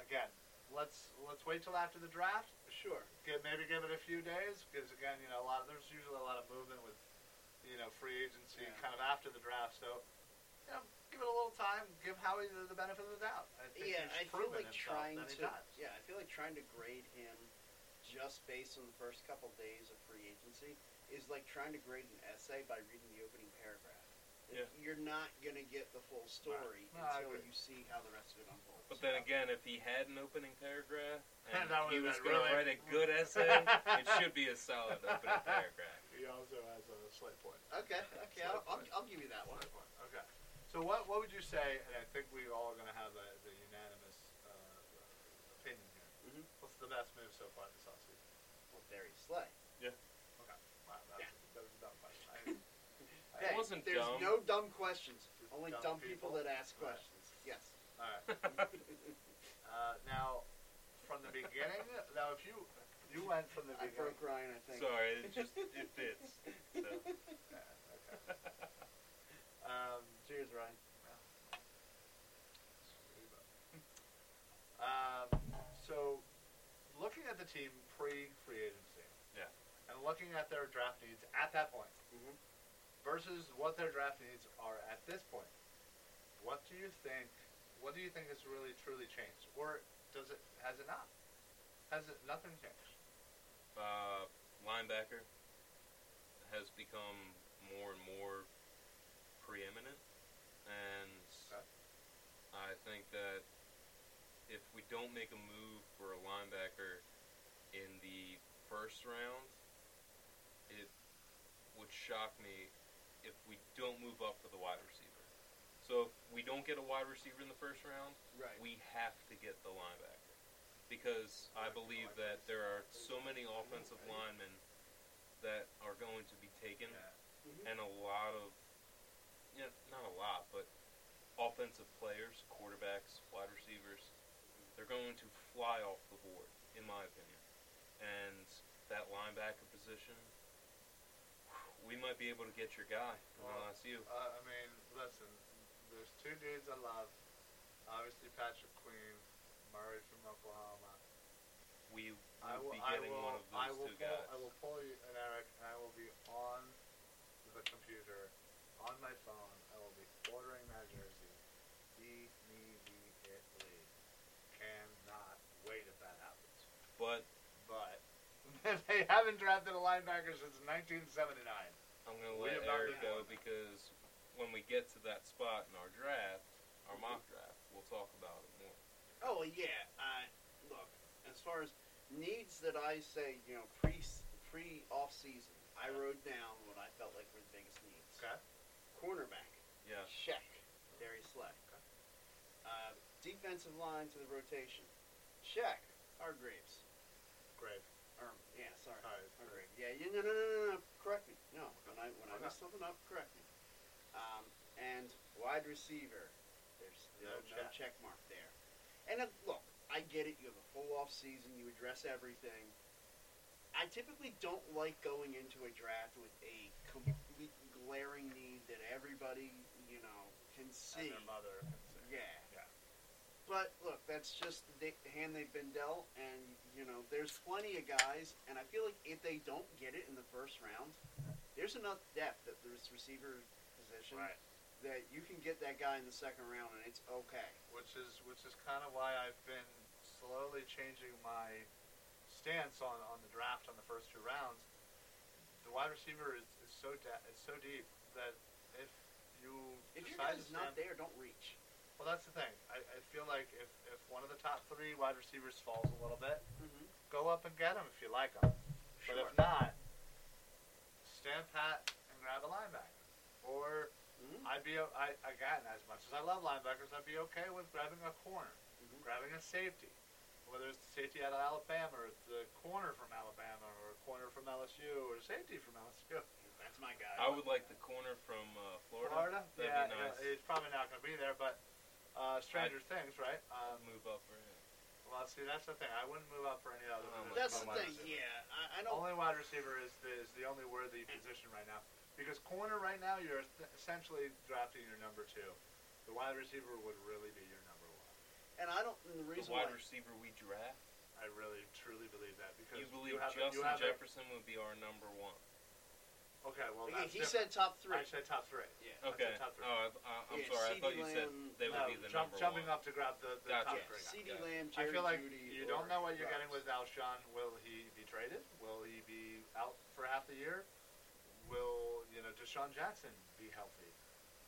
A: again, let's let's wait till after the draft.
B: Sure.
A: Get, maybe give it a few days because again, you know, a lot there's usually a lot of movement with you know free agency
B: Yeah.
A: kind of after the draft. So you know, give it a little time. Give Howie the, the benefit of the doubt. I think
B: Yeah, I
A: he's
B: feel
A: proven
B: like
A: himself
B: trying
A: that he
B: to.
A: does.
B: Yeah, I feel like trying to grade him just based on the first couple days of free agency is like trying to grade an essay by reading the opening paragraph.
C: Yeah.
B: You're not gonna get the full story
A: No, I
B: until
A: agree.
B: you see how the rest of it unfolds.
C: But then again, if he had an opening paragraph and
A: That
C: he
A: would've
C: was
A: been
C: going
A: really-
C: to write a good essay, it should be a solid opening paragraph.
A: He also has a slight point.
B: okay, okay, I'll, I'll, I'll give you that one.
A: Slight point. Okay. So what what would you say? And I think we all are going to have a, the unanimous uh, opinion here.
B: Mhm.
A: What's the best move so far this offseason?
B: Well, Darius Slay.
A: Wow, that was, that was a dumb question. I, I-
B: Hey,
C: wasn't
B: there's
C: dumb.
B: no dumb questions. Only
A: Dumb
B: dumb, people.
A: people.
B: that ask
A: Right.
B: questions. Yes.
A: all right. Uh, now, from the beginning, now if you you went from the
B: I
A: beginning.
B: broke Ryan, I think.
C: Sorry, it just it fits. So,
A: Yeah, okay. um,
B: Cheers, Ryan.
A: um, so, looking at the team pre free agency,
C: Yeah.
A: and looking at their draft needs at that point
B: Mhm.
A: versus what their draft needs are at this point, what do you think? What do you think has really truly changed, or does it has it not? Has it nothing changed?
C: uh, linebacker has become more and more preeminent, and
A: Okay.
C: I think that if we don't make a move for a linebacker in the first round, it would shock me if we don't move up for the wide receiver. So if we don't get a wide receiver in the first round,
B: Right.
C: we have to get the linebacker because I believe that there are so many offensive linemen that are going to be taken, and a lot of, you know, not a lot, but offensive players, quarterbacks, wide receivers, they're going to fly off the board, in my opinion. And that linebacker position, we might be able to get your guy from
A: Well,
C: LSU.
A: Uh, I mean, listen, there's two dudes I love. Obviously, Patrick Queen, Murray from Oklahoma.
C: We
A: I
C: would
A: will,
C: be
A: I
C: getting
A: will,
C: one of
A: I
C: those
A: will
C: two
A: pull,
C: guys.
A: I will pull you an Eric, and I will be on the computer, on my phone. I will be ordering that jersey. Immediately. Cannot wait if that happens.
C: But
A: But they haven't drafted a linebacker since 1979.
C: I'm gonna
A: We
C: let
A: about
C: Eric
A: to
C: go
A: have-
C: because when we get to that spot in our draft, our mock
A: Mm-hmm.
C: draft, we'll talk about it more.
B: Oh well, yeah. Uh, look, as far as needs that I say, you know, pre pre off season, I wrote down what I felt like were the biggest needs.
A: Okay.
B: Cornerback,
C: Yeah,
B: check. Darius Slay. Uh, defensive line to the rotation, check. Hargraves.
A: Great.
B: Or yeah, sorry.
A: All right.
B: Hargrave. Yeah. You, no, no, no, no, no. Correct me. No. When I when I mess something up, correct me. Um, and wide receiver, there's still
A: No
B: no,
A: check.
B: check mark there. And uh, look, I get it. You have a full off season. You address everything. I typically don't like going into a draft with a complete glaring need that everybody you know can
A: And
B: see.
A: their mother.
B: Yeah.
A: Yeah.
B: But look, that's just the the hand they've been dealt, and you know, there's plenty of guys, and I feel like if they don't get it in the first round, there's enough depth at the receiver position
A: Right.
B: that you can get that guy in the second round, and it's okay.
A: which is which is kind of why I've been slowly changing my stance on, on the draft on the first two rounds. The wide receiver is, is so de- is so deep that if you
B: If your
A: decide to
B: guy's not
A: stand-
B: there, don't reach.
A: well, that's the thing. I, I feel like if, if one of the top three wide receivers falls a little bit,
B: Mm-hmm.
A: go up and get him if you like him. But if not, stand pat and grab a linebacker. Or
B: Mm-hmm.
A: I'd be o- I again as much as I love linebackers, I'd be okay with grabbing a corner,
B: Mhm.
C: Mm-hmm.
A: grabbing a safety, whether it's the safety out of Alabama, or the corner from Alabama, or a corner from LSU, or a safety from LSU.
B: That's my guy.
C: I would like the corner from uh, Florida.
A: Florida,
C: That'd
A: yeah,
C: be nice.
A: yeah, it's probably not going to be there, but uh, Stranger Things, right? Um,
C: move up for him.
A: well, see, that's the thing. I wouldn't move up for any other.
C: Oh
A: position.
C: my
B: That's
C: I'm
B: the
C: wide
B: thing.
C: receiver.
B: Yeah, I, I don't.
A: Only wide receiver is the, is the only worthy position right now. Because corner right now, you're th- essentially drafting your number two. The wide receiver would really be your number one.
B: And I don't. And the
C: The
B: reason why
C: wide receiver we draft.
A: I really truly believe that because
C: You believe
A: have a- you
C: Justin
A: have a-
C: Jefferson would be our number one?
A: okay, well
B: Again,
A: that's
B: he
A: different.
B: said top three.
A: I said top three.
B: yeah.
A: That's
C: Okay.
A: a top three.
C: Oh, I, I, I'm
B: Yeah,
C: sorry. I
B: CD
C: thought you said
B: Lamb,
C: they would
A: No,
C: be the
A: jump,
C: number
A: jumping
C: one.
A: up to grab the, the top
C: Gotcha.
B: yeah.
A: three. guy.
B: CD
C: guy.
B: Lamb,
A: I
B: Jerry
A: feel like
B: Judy.
A: you
B: or
A: don't know what you're getting
B: Ruggs.
A: with Alshon. Will he be traded? Will he be out for half the year? Will you know Deshaun Jackson be healthy?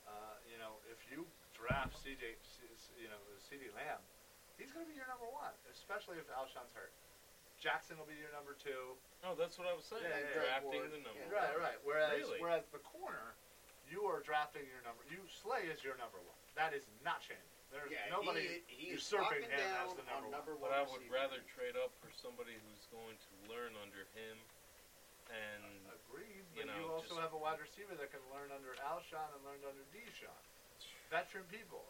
A: Uh, you know, if you draft CJ, C- you know CD Lamb, he's going to be your number one, especially if Alshon's hurt. Jackson will be your number two.
C: Oh, that's what I was saying.
A: Yeah, yeah, yeah.
C: drafting
B: Ward.
C: the number.
B: Yeah.
C: one.
A: Right, right. Whereas,
C: Really?
A: whereas the corner, you are drafting your number. You Slay is your number one. That is not changing. There's
B: Yeah,
A: nobody.
B: he, he is
A: usurping
B: locking
A: him
B: down
A: as the number
B: on
A: one.
B: number one.
C: But I would
B: receiver.
C: rather trade up for somebody who's going to learn under him, and
A: Agreed, but you,
C: You know,
A: also
C: just-
A: have a wide receiver that can learn under Alshon and learn under Deshaun. Veteran people.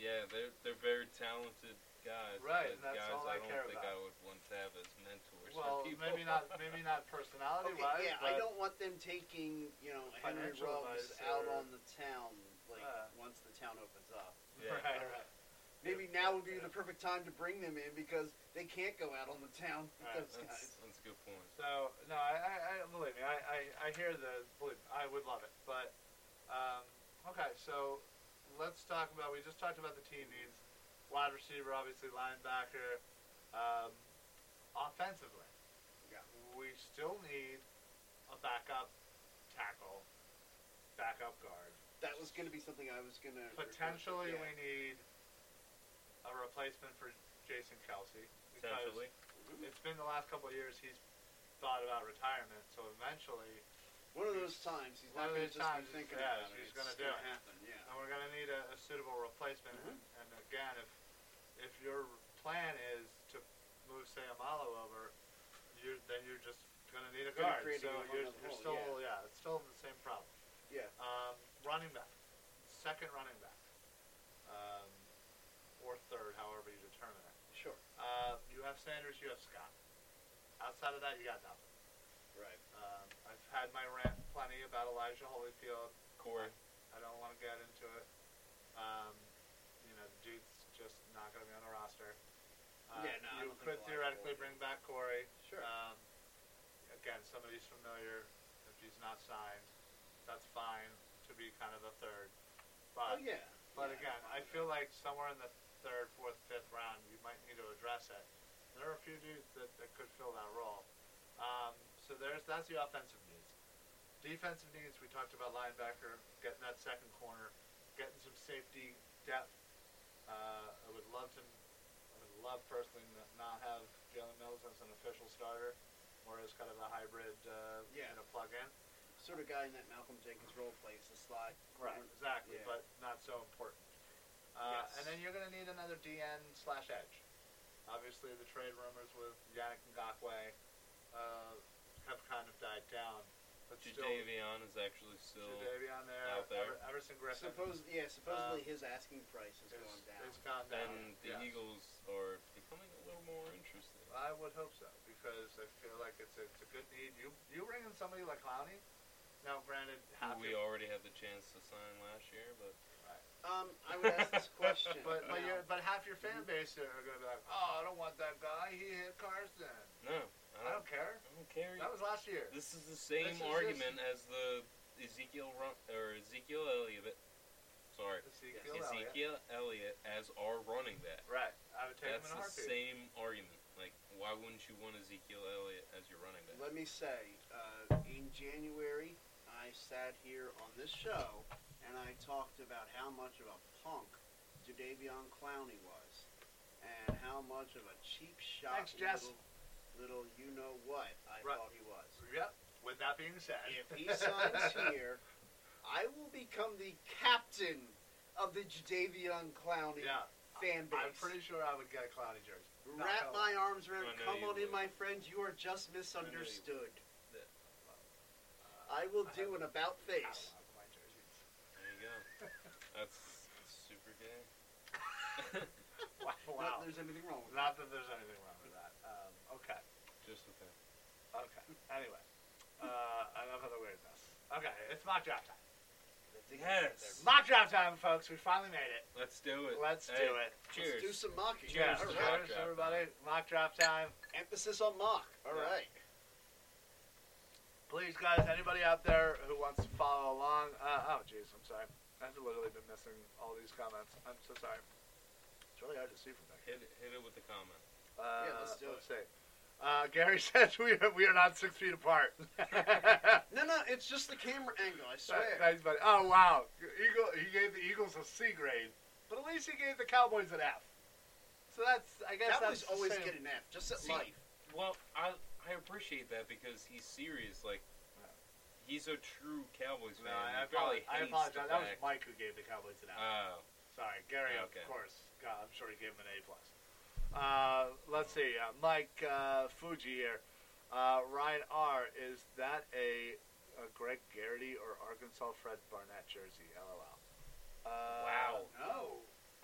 C: yeah, they're they're very talented guys.
A: Right,
C: but
A: and that's
C: guys
A: all I
C: don't
A: care
C: think
A: about.
C: I would want to have as mentors. for
A: Well,
C: people.
A: maybe not, maybe not personality
B: Okay,
A: wise,
B: yeah,
A: but
B: I don't want them taking you know Henry
A: Financial
B: Ruggs
A: advisor.
B: out on the town like
A: Uh,
B: once the town opens up.
C: Yeah.
A: right, right.
B: Maybe now would be the perfect time to bring them in because they can't go out on the town with
A: Right,
B: those guys.
C: That's, that's a good point.
A: So no, I, I, I believe me, I, I, I hear the believe me, I would love it, but um, okay, so let's talk about we just talked about the team needs, wide receiver, obviously linebacker, um, offensively.
B: Yeah.
A: we still need a backup tackle, backup guard.
B: That was going to be something I was going to
A: Potentially,
B: yeah.
A: we need a replacement for Jason Kelsey.
C: Potentially,
A: It's been the last couple of years he's thought about retirement, so eventually,
B: one of those times he's
A: One of
B: not going to
A: those
B: just
A: times,
B: be thinking
A: yeah,
B: about it.
A: he's
B: It's
A: gonna do it.
B: gonna
A: Uh.
B: happen. Yeah.
A: and we're going to need a, a suitable replacement.
B: Mhm.
A: And, and again, if if your plan is to move Sayamalo over, you're then you're just going to need a
B: Gonna
A: guard.
B: create
A: So
B: a whole
A: you're,
B: nother
A: you're
B: hole,
A: still yeah, it's still the same problem.
B: Yeah.
A: Um, running back, second running back, um, or third, however you determine it.
B: Sure.
A: Uh, you have Sanders, you have Scott. Outside of that, you got nothing.
B: Right.
A: Um, I've had my rant plenty about Elijah Holyfield.
C: Corey.
A: I don't want to get into it. Um, you know, the dude's just not going to be on the roster. Uh,
B: Yeah, no, I
A: you
B: don't think
A: could
B: Elijah
A: theoretically
B: will.
A: bring back Corey.
B: Sure.
A: Um, again, somebody's familiar. If he's not signed, that's fine to be kind of the third.
B: oh
A: But
B: yeah.
A: but
B: Yeah,
A: again, I
B: fine.
A: feel like somewhere in the third, fourth, fifth round, you might need to address it. There are a few dudes that, that could fill that role. Um, so there's that's the offensive needs. Defensive needs, we talked about linebacker, getting that second corner, getting some safety depth. Uh, I would love to, I would love personally to not have Jalen Mills as an official starter, or as kind of a hybrid, uh,
B: Yeah.
A: you know, plug-in.
B: sort of guy in that Malcolm Jenkins role plays the slot.
A: Right, exactly,
B: Yeah.
A: but not so important. Uh,
B: Yes.
A: And then you're going to need another DN slash edge. Obviously, the trade rumors with Yannick Ngakwe uh, have kind of died down, but still
C: Jadavion is actually still.
A: Jadavion there,
C: out there.
A: Ever- Everson Griffin
B: Suppose yeah, supposedly
A: Um,
B: his asking price has
A: is,
B: gone down.
A: is gone down.
C: And the
A: yes.
C: Eagles are becoming a little more interesting.
A: I would hope so because I feel like it's a, it's a good need. You you bring in somebody like Clowney. Now, granted, half
C: We
A: your-
C: already had the chance to sign last year, but
B: Um, I would ask this question.
A: but but,
B: now.
A: you're, but half your fan base are going to be like, oh, I don't want that guy. He hit Carson.
C: no,
A: I don't care.
C: I don't care.
A: That was last year.
C: This is the
A: This
C: same
A: is
C: argument as the Ezekiel run, or Ezekiel Elliott. Sorry,
A: Ezekiel Elliott.
C: Ezekiel Elliott as our running back.
A: Right. I would take
C: That's
A: him in a
C: the
A: heartbeat.
C: same argument. Like, why wouldn't you want Ezekiel Elliott as your running back?
B: Let me say, uh, in January, I sat here on this show and I talked about how much of a punk Jadavion Clowney was, and how much of a cheap shot
A: Thanks, Jess.
B: little, little you know what I
A: Right.
B: thought he was.
A: Yep. With that being said,
B: If he signs here, I will become the captain of the Jadavion Clowney
A: yeah,
B: fan base.
A: I'm pretty sure I would get a cloudy jersey.
B: Wrap my arms around.
C: I know
B: Come
C: you
B: on in,
C: would.
B: my friend. You are just misunderstood.
C: Yeah.
B: I will
A: I
B: do an about face.
A: I love my jerseys.
C: There you go. That's super gay.
A: Wow.
B: Not
A: wow.
B: that there's anything wrong with that.
A: Not that there's anything wrong with that. Um, okay.
C: Just with that.
A: Okay. Anyway, uh, enough of the weirdness. Okay, it's mock draft time.
B: That's it. Right
C: Yes.
B: there.
A: Mock draft time, folks. We finally made it.
C: Let's do it.
A: Let's
C: Hey,
A: do it.
C: Cheers.
B: Let's do some mocking.
A: Yeah,
C: Cheers
B: All
C: to mock
B: right.
A: cheers,
C: draft
A: everybody. Mock draft time.
B: Emphasis on mock. All
A: Yeah.
B: right.
A: Please, guys, anybody out there who wants to follow along. Uh, oh, jeez, I'm sorry. I've literally been missing all these comments. I'm so sorry. It's really hard to see from there.
C: Hit it, hit it with the comment.
A: Uh,
B: Yeah, let's do
A: see. Uh, Gary says we are, we are not six feet apart. Thanks,
B: No, no, it's just the camera angle. I swear.
A: buddy. Oh wow, Eagle. He gave the Eagles a C grade, but at least he gave the Cowboys an F. So that's I guess
B: that
A: that's the
B: was always
A: same.
B: get an F. Just at
C: See,
B: life.
C: Well, I I appreciate that because he's serious. Like, he's a true Cowboys
A: No,
C: fan.
A: I,
C: He
A: apologize.
C: probably
A: I
C: hates
A: apologize.
C: the
A: That was
C: fact-
A: Mike who gave the Cowboys an F.
C: Oh,
A: Sorry, Gary,
C: Okay.
A: of course. God, I'm sure he gave him an A plus. Uh, let's see, uh, Mike uh, Fuji here. Uh, Ryan R. Is that a, a Greg Garrity or Arkansas Fred Barnett jersey? LOL. Uh,
C: wow.
B: No.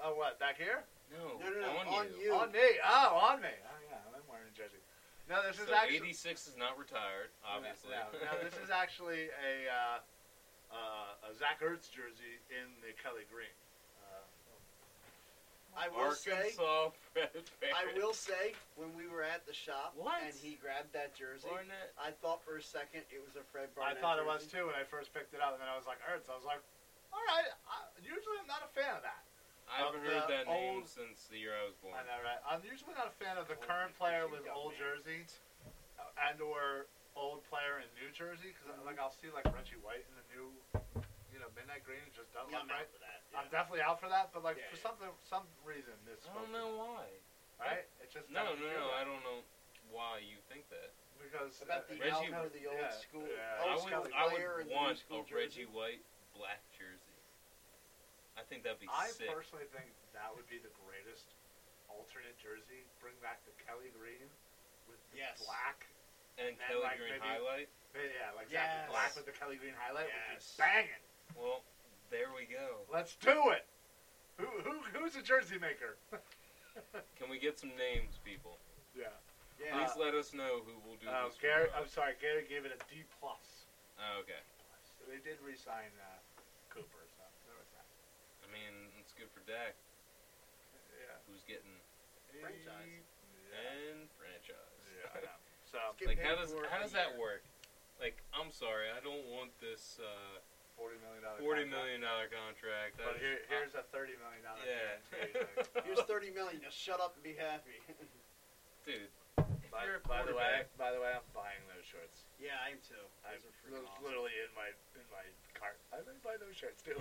A: Oh, what back here?
C: No,
B: No, no, no,
C: on,
B: on you. Ew.
C: you.
A: Oh, On me? Oh, on me. Oh, yeah, I'm wearing a jersey. No, this
C: So
A: is actually.
C: 86 is not retired, obviously.
A: No, no, this is actually a uh, uh, a Zach Ertz jersey in the Kelly green. Uh,
B: I will say.
C: Arkansas Fred
B: I
C: Barrett.
B: will say when we were at the shop
C: What?
B: and he grabbed that jersey,
C: Barnett.
B: I thought for a second it was a Fred
A: I
B: Barnett.
A: thought it was too
B: jersey.
A: when I first picked it up, and then I was like, Ertz. I was like, all right. I, usually I'm not a fan of that.
C: I haven't
A: of
C: heard
A: the
C: that name
A: old-
C: since the year I was born.
A: I know, right? I'm usually not a fan of the
B: Old
A: current
B: Jersey,
A: player
B: you
A: with
B: dumb
A: old
B: man.
A: jersey and or old player in New Jersey, because like
B: Mm-hmm.
A: I'll see like Reggie White in the new, you know, midnight green. It just doesn't
B: Yeah,
A: look
B: I'm out
A: right.
B: for that.
A: I'm definitely out for that, but like
B: Yeah,
A: for
B: yeah.
A: something, some reason this.
C: I
A: spoke to
C: don't know
A: me,
C: why.
A: Right? It's just
C: No, no,
A: doesn't feel
C: no.
A: right.
C: I don't know why you think that.
A: because
B: About the
A: uh,
C: Reggie-
B: out for the old
A: yeah,
B: school.
A: yeah.
B: Old
C: I
A: Always
C: would,
B: school
A: got
C: I
B: player and
C: would
B: the new
C: want a
B: school jersey.
C: Reggie White black jersey. I think that'd be
A: I
C: sick.
A: personally think that would be the greatest alternate jersey. Bring back the Kelly green with the
B: Yes.
A: black. and
C: and Kelly
A: like
C: Green
A: maybe-
C: highlight.
A: Yeah, like
B: Yes.
A: exactly. Black with the Kelly green highlight would be
B: Yes.
A: banging.
C: Well, there we go.
A: Let's do it. Who, who who's a jersey maker?
C: Can we get some names, people?
A: Yeah.
B: Yeah.
C: Please let us know who will do
A: Uh,
C: this. for
A: Gary,
C: us.
A: I'm sorry. Gary gave it a D plus.
C: Oh, okay.
A: So they did resign uh, Cooper. So there was that.
C: I mean, it's good for Dak,
A: Yeah.
C: who's getting
B: Franchise.
A: Yeah.
C: and franchise.
A: yeah I know. So
B: Let's get
C: like,
B: paid
C: how does
B: for it
C: how
B: a
C: does that
B: year.
C: work? Like, I'm sorry, I don't want this uh,
A: forty million dollars.
C: forty million dollar contract.
A: But
C: That's-
A: here, here's a thirty million dollar.
C: yeah,
B: Here's 30 million. Now shut up and be happy.
C: dude. If
A: By,
C: you're a
A: by the way,
C: quarterback-
A: by the way, I'm buying those shorts.
B: yeah, I am too.
A: I'm
B: Those are
A: li-
B: freaking awesome.
A: literally in my in my cart. I may buy those shirts too.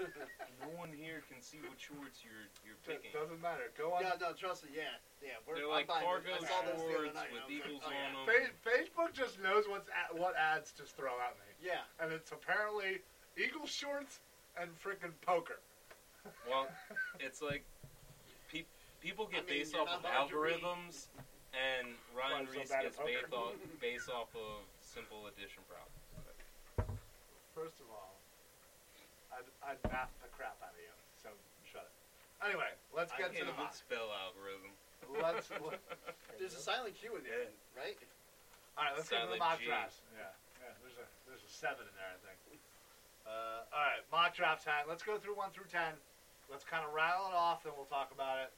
C: no one here can see what shorts you're you're
A: It
C: picking.
A: doesn't matter. Go on.
B: Yeah, no, trust me. Yeah, yeah. We're,
C: They're
B: I'm
C: like
B: buying
C: cargo
B: those. I saw those the other
C: shorts
B: night. and I was
C: with
B: like,
C: eagles
B: oh, yeah.
C: on them.
A: Fa- Facebook just knows what's at, what ads to throw at me,
B: Yeah.
A: and it's apparently eagle shorts and frickin' poker.
C: Well, it's like pe- people
B: I
C: get
B: mean,
C: based
B: you're
C: off of
B: not allowed to read.
C: algorithms, and
A: Why I'm
C: Ryan
A: so
C: Reese
A: bad at
C: gets
A: poker.
C: based off, based off of simple addition problems.
A: First of all, I'd, I'd map the crap out of you, so shut it. Anyway, let's
B: I
C: I
A: get to
C: can't
A: the
C: even
A: box.
C: spell algorithm.
A: Let's. let-
B: There's a silent Q in there, right?
A: All right, let's go to the
C: Silent
A: mock
C: G.
A: drafts. Yeah, yeah. There's a there's a seven in there, I think. Uh, all right, mock draft time. Let's go through one through ten. Let's kind of rattle it off, and we'll talk about it.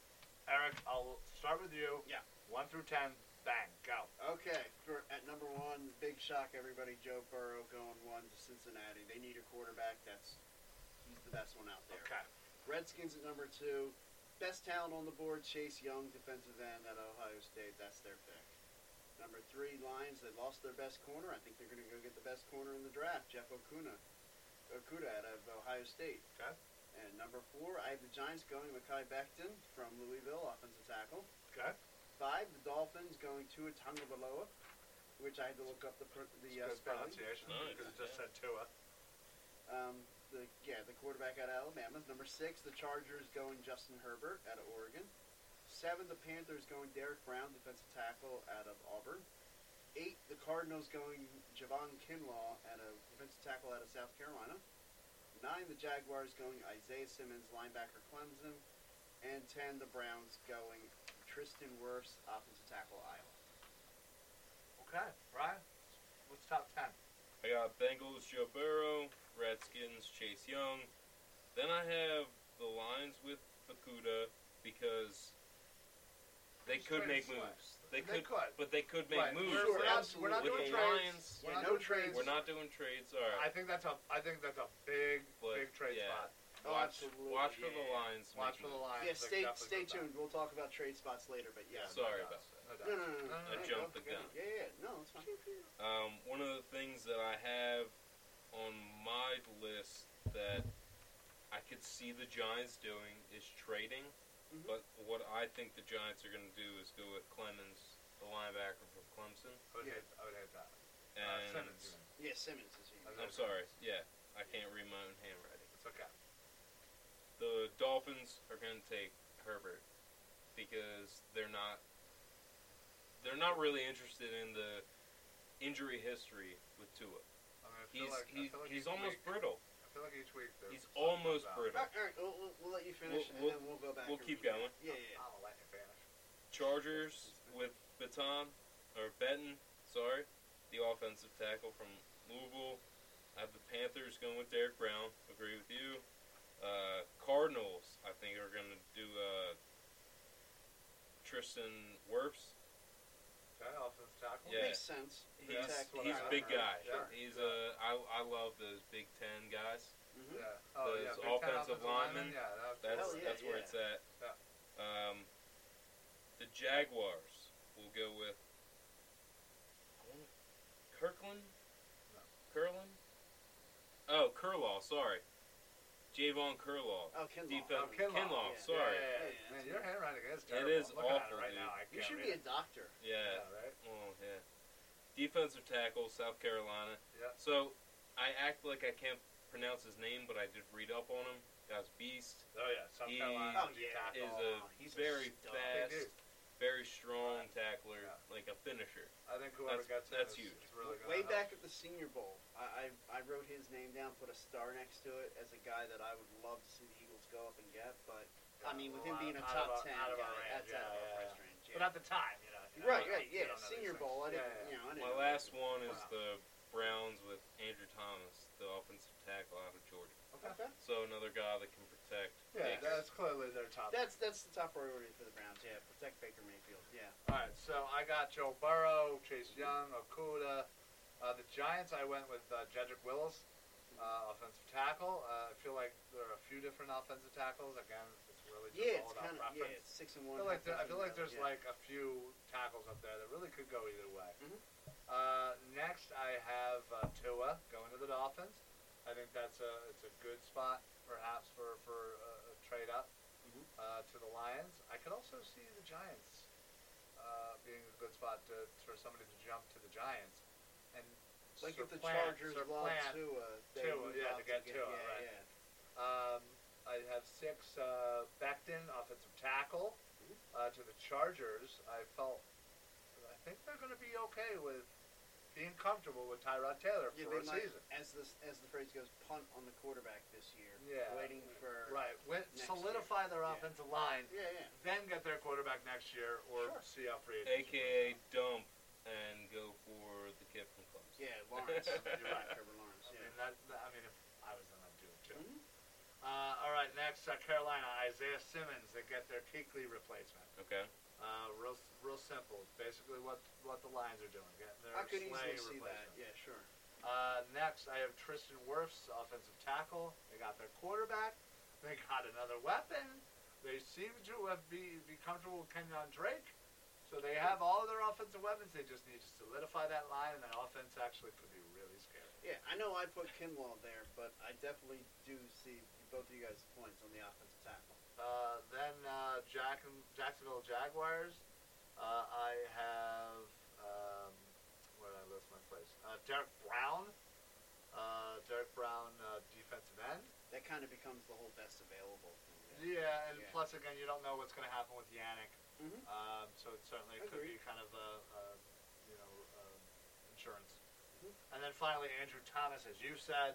A: Eric, I'll start with you.
B: Yeah.
A: One through ten. Bang. Go.
B: Okay, for, at number one, big shock, everybody. Joe Burrow going one to Cincinnati. They need a quarterback. That's he's the best one out there.
A: Okay.
B: Redskins at number two, best talent on the board. Chase Young, defensive end at Ohio State. That's their pick. Number three, Lions. They lost their best corner. I think they're going to go get the best corner in the draft. Jeff Okuda, Okuda out of Ohio State.
A: Okay.
B: And number four, I have the Giants going with Kai Becton from Louisville, offensive tackle.
A: Okay.
B: Five, the Dolphins going to Tagovailoa, which I had to look up the pr- the uh,
A: Good
B: spelling.
A: pronunciation.
C: Nice,
A: Because it just said
C: yeah.
A: Tua.
B: Um, the yeah, the quarterback out of Alabama. Number six, the Chargers going Justin Herbert out of Oregon. Seven, the Panthers going Derek Brown, defensive tackle out of Auburn. Eight, the Cardinals going Javon Kinlaw out of defensive tackle out of South Carolina. Nine, the Jaguars going Isaiah Simmons, linebacker Clemson. And ten, the Browns going Tristan Wirfs, offensive tackle Iowa.
A: Okay. Ryan, what's top ten?
C: I got Bengals Joe Burrow, Redskins Chase Young. Then I have the Lions with Okuda because they
A: Who's
C: could
A: trading
C: make
A: Slay?
C: moves. They could,
A: could.
C: but they could make
A: Right.
C: moves.
A: We're, we're
C: though.
A: not, we're not
C: with
A: doing
C: the
A: trades.
C: Lions,
A: We're
B: Yeah,
A: not
B: no
A: doing
B: trades.
A: trades.
C: we're not doing trades. All
A: I
C: right,
A: think that's a. I think that's a big,
C: But,
A: big trade
C: yeah.
A: spot.
B: Oh,
C: watch,
B: absolutely,
C: watch for
B: yeah,
C: the
B: yeah.
C: Lions.
A: Watch
C: make
A: for the
C: moves.
A: Lions.
B: Yeah,
A: They
B: stay
A: definitely
B: stay
A: go back.
B: tuned. We'll talk about trade spots later, but yeah.
A: no
C: Sorry
A: doubts.
C: about
A: No
B: No,
A: doubts.
B: no, no, no.
A: I
B: no, no,
C: jumped
B: no,
C: the gun.
B: Yeah, yeah, yeah. No, it's fine.
C: Um, one of the things that I have on my list that I could see the Giants doing is trading.
A: Mm-hmm.
B: Mhm.
C: But what I think the Giants are going to do is go with Clemens, the linebacker from Clemson,
A: I would hate. I would hate that.
C: and
A: uh, Simmons. you mean.
B: Yeah, Simmons is here.
A: Okay.
C: I'm sorry, yeah, I can't read my own handwriting.
A: It's okay.
C: The Dolphins are going to take Herbert because they're not they're not really interested in the injury history with Tua.
A: I, mean, I feel
C: He's
A: like, I
C: he's,
A: feel like each
C: he's almost
A: Week,
C: brittle.
A: I feel like each week. there's
C: he's
A: something
C: almost
A: about-
C: brittle.
B: All right, all right, we'll, we'll, we'll let you finish,
C: We'll-
B: and then we'll go back.
C: we'll
B: and
C: keep
B: read
C: going.
B: it. Yeah, yeah.
A: I'll let it vanish.
C: Chargers with Baton or Benton, sorry, the offensive tackle from Louisville. I have the Panthers going with Derek Brown. Agree with you. Uh, Cardinals, I think are going to do uh, Tristan Wirfs.
A: Okay, offensive tackle.
C: Yeah.
B: Makes sense.
C: He's
B: Tackle
C: he's
B: guy.
C: a big guy.
B: Sure.
C: He's uh, I I love those Big Ten guys.
B: Mhm.
A: Yeah. Oh, yeah.
C: Those
A: Big Ten
C: offensive linemen,
A: Yeah, that,
C: That's
B: Hell yeah,
C: that's where
B: yeah.
C: it's at.
A: Yeah.
C: Um, the Jaguars will go with I wanna- Kirkland.
A: No.
C: Curlin. Oh, Curlaw. Sorry, Javon Curlaw.
B: Oh, Kinlaw.
A: Oh,
C: Defense.
A: Kinlaw.
C: Kinlaw,
B: Yeah.
C: sorry.
A: Yeah, yeah, yeah.
B: Yeah, yeah,
A: Man,
B: that's
A: your
B: good.
A: handwriting is
C: It
A: terrible.
C: is
A: I'm looking at
C: awful,
A: it right
C: dude.
A: Now. I
B: You
A: can't
B: should be
A: read
B: a doctor.
A: it.
C: Yeah.
A: Yeah, right?
C: Oh yeah. Defensive tackle, South Carolina.
A: Yeah.
C: So I act like I can't pronounce his name, but I did read up on him. Guy's beast.
A: Oh, yeah. South
C: He
A: Carolina.
B: Oh,
A: D
B: yeah.
A: tackle.
C: Is a
B: Aw, he's a
C: very
B: stud.
A: Big
C: fast,
A: dude.
C: very strong tackler,
A: Yeah.
C: like a finisher.
A: I think whoever
C: That's-
A: gets him
C: that's
A: is,
C: huge.
A: is really going
B: Way
A: to
B: back at the Senior Bowl, I, I I wrote his name down, put a star next to it as a guy that I would love to see the Eagles go up and get. But I mean, with him being a top ten guy, that's out of our price range.
A: But
B: Yeah.
A: at the time, you know. you
B: Right,
A: don't-
B: right,
A: you
B: yeah.
A: don't know these
B: Senior
A: things.
B: Bowl,
A: Yeah,
B: I didn't,
A: yeah,
B: you know, I didn't.
C: My
B: know.
C: last one is
A: Wow.
C: the Browns with Andrew Thomas, the offensive tackle out of Georgia.
A: Okay.
B: Okay.
C: So another guy that can protect.
A: Yeah,
C: Baker.
A: that's clearly their top.
B: That's that's the top priority for the Browns. Yeah, protect Baker Mayfield. Yeah.
A: All right, so I got Joe Burrow, Chase Young, Okuda. Uh, the Giants, I went with uh, Jedrick Willis, uh, offensive tackle. Uh, I feel like there are a few different offensive tackles. Again, it's really just
B: Yeah,
A: all
B: it's
A: about
B: kind of
A: preference.
B: yeah, it's six and
A: I
B: one.
A: feel like there, I feel like
B: half dozen
A: there's
B: the other,
A: like a few tackles up there that really could go either way.
B: Mhm.
A: Uh, next, I have uh, Tua going to the Dolphins. I think that's a it's a good spot perhaps for for uh, a trade up
B: Mhm.
A: uh, to the Lions. I could also see the Giants uh, being a good spot to, for somebody to jump to the Giants and
B: yeah. like if the
A: supplant-
B: Chargers lost
A: supplant
B: Tua, they
A: Tua,
B: would
A: yeah,
B: love
A: to get Tua,
B: yeah,
A: right.
B: yeah.
A: um, I have six uh, Becton, offensive tackle,
B: Mhm.
A: uh, to the Chargers. I felt, I think they're going to be okay with being comfortable with Tyrod Taylor
B: Yeah,
A: for
B: they
A: a
B: might,
A: season.
B: as this as the phrase goes, punt on the quarterback this year.
A: Yeah.
B: waiting for
A: Right, win,
B: Next
A: solidify their
B: year.
A: offensive line,
B: Yeah, yeah.
A: then get their quarterback next year, or
B: Sure.
A: see how free agents
C: AKA dump and go for the kid from Clemson.
B: Yeah, Lawrence. You're right, Trevor Lawrence.
A: I mean,
B: Yeah.
A: that, that- I mean, if I was them, I'd do it too.
B: Mhm.
A: Uh, all right, next uh, Carolina, Isaiah Simmons. They get their Keekly replacement.
C: Okay.
A: Uh, real, real simple. It's basically what what the Lions are doing. Getting their
B: I could
A: Slay
B: easily see that.
A: replacement.
B: Yeah, sure.
A: Uh, next, I have Tristan Wirfs, offensive tackle. They got their quarterback. They got another weapon. They seem to have be, be comfortable with Kenyon Drake. So they have all of their offensive weapons. They just need to solidify that line, and that offense actually could be really scary.
B: Yeah, I know I put Kinlaw there, but I definitely do see both of you guys' points on the offensive tackle.
A: Uh, then uh, Jack Jacksonville Jaguars. Uh, I have um, where did I list my place? Uh, Derek Brown. Uh, Derek Brown, uh, defensive end.
B: That kind of becomes the whole best available thing. yeah.
A: Yeah, and
B: Yeah.
A: plus again, you don't know what's going to happen with Yannick,
B: Mhm.
A: um, so it certainly could be
B: Agreed.
A: kind of a, a you know um, insurance.
B: Mhm.
A: And then finally, Andrew Thomas, as you said,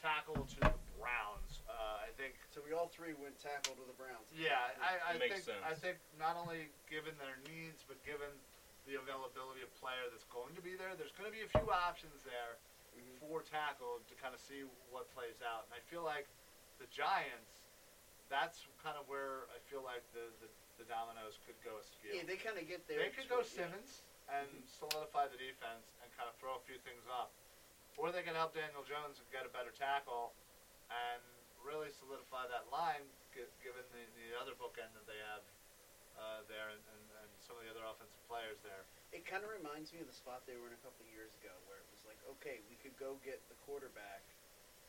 A: tackle to the Browns. Uh, I think
B: So we all three went tackle to the Browns.
A: Yeah, I, I
C: It makes
A: think I
C: sense.
A: think not only given their needs, but given the availability of player that's going to be there, there's going to be a few options there
B: Mhm.
A: for tackle to kind of see what plays out. And I feel like the Giants, that's kind of where I feel like the, the, the dominoes could go askew.
B: Yeah, they kind of get there.
A: They could go
B: between-
A: Simmons and solidify the defense and kind of throw a few things up. Or they can help Daniel Jones and get a better tackle and really solidify that line, gi- given the, the other bookend that they have uh, there and, and, and some of the other offensive players there.
B: It kind of reminds me of the spot they were in a couple of years ago, where it was like, okay, we could go get the quarterback,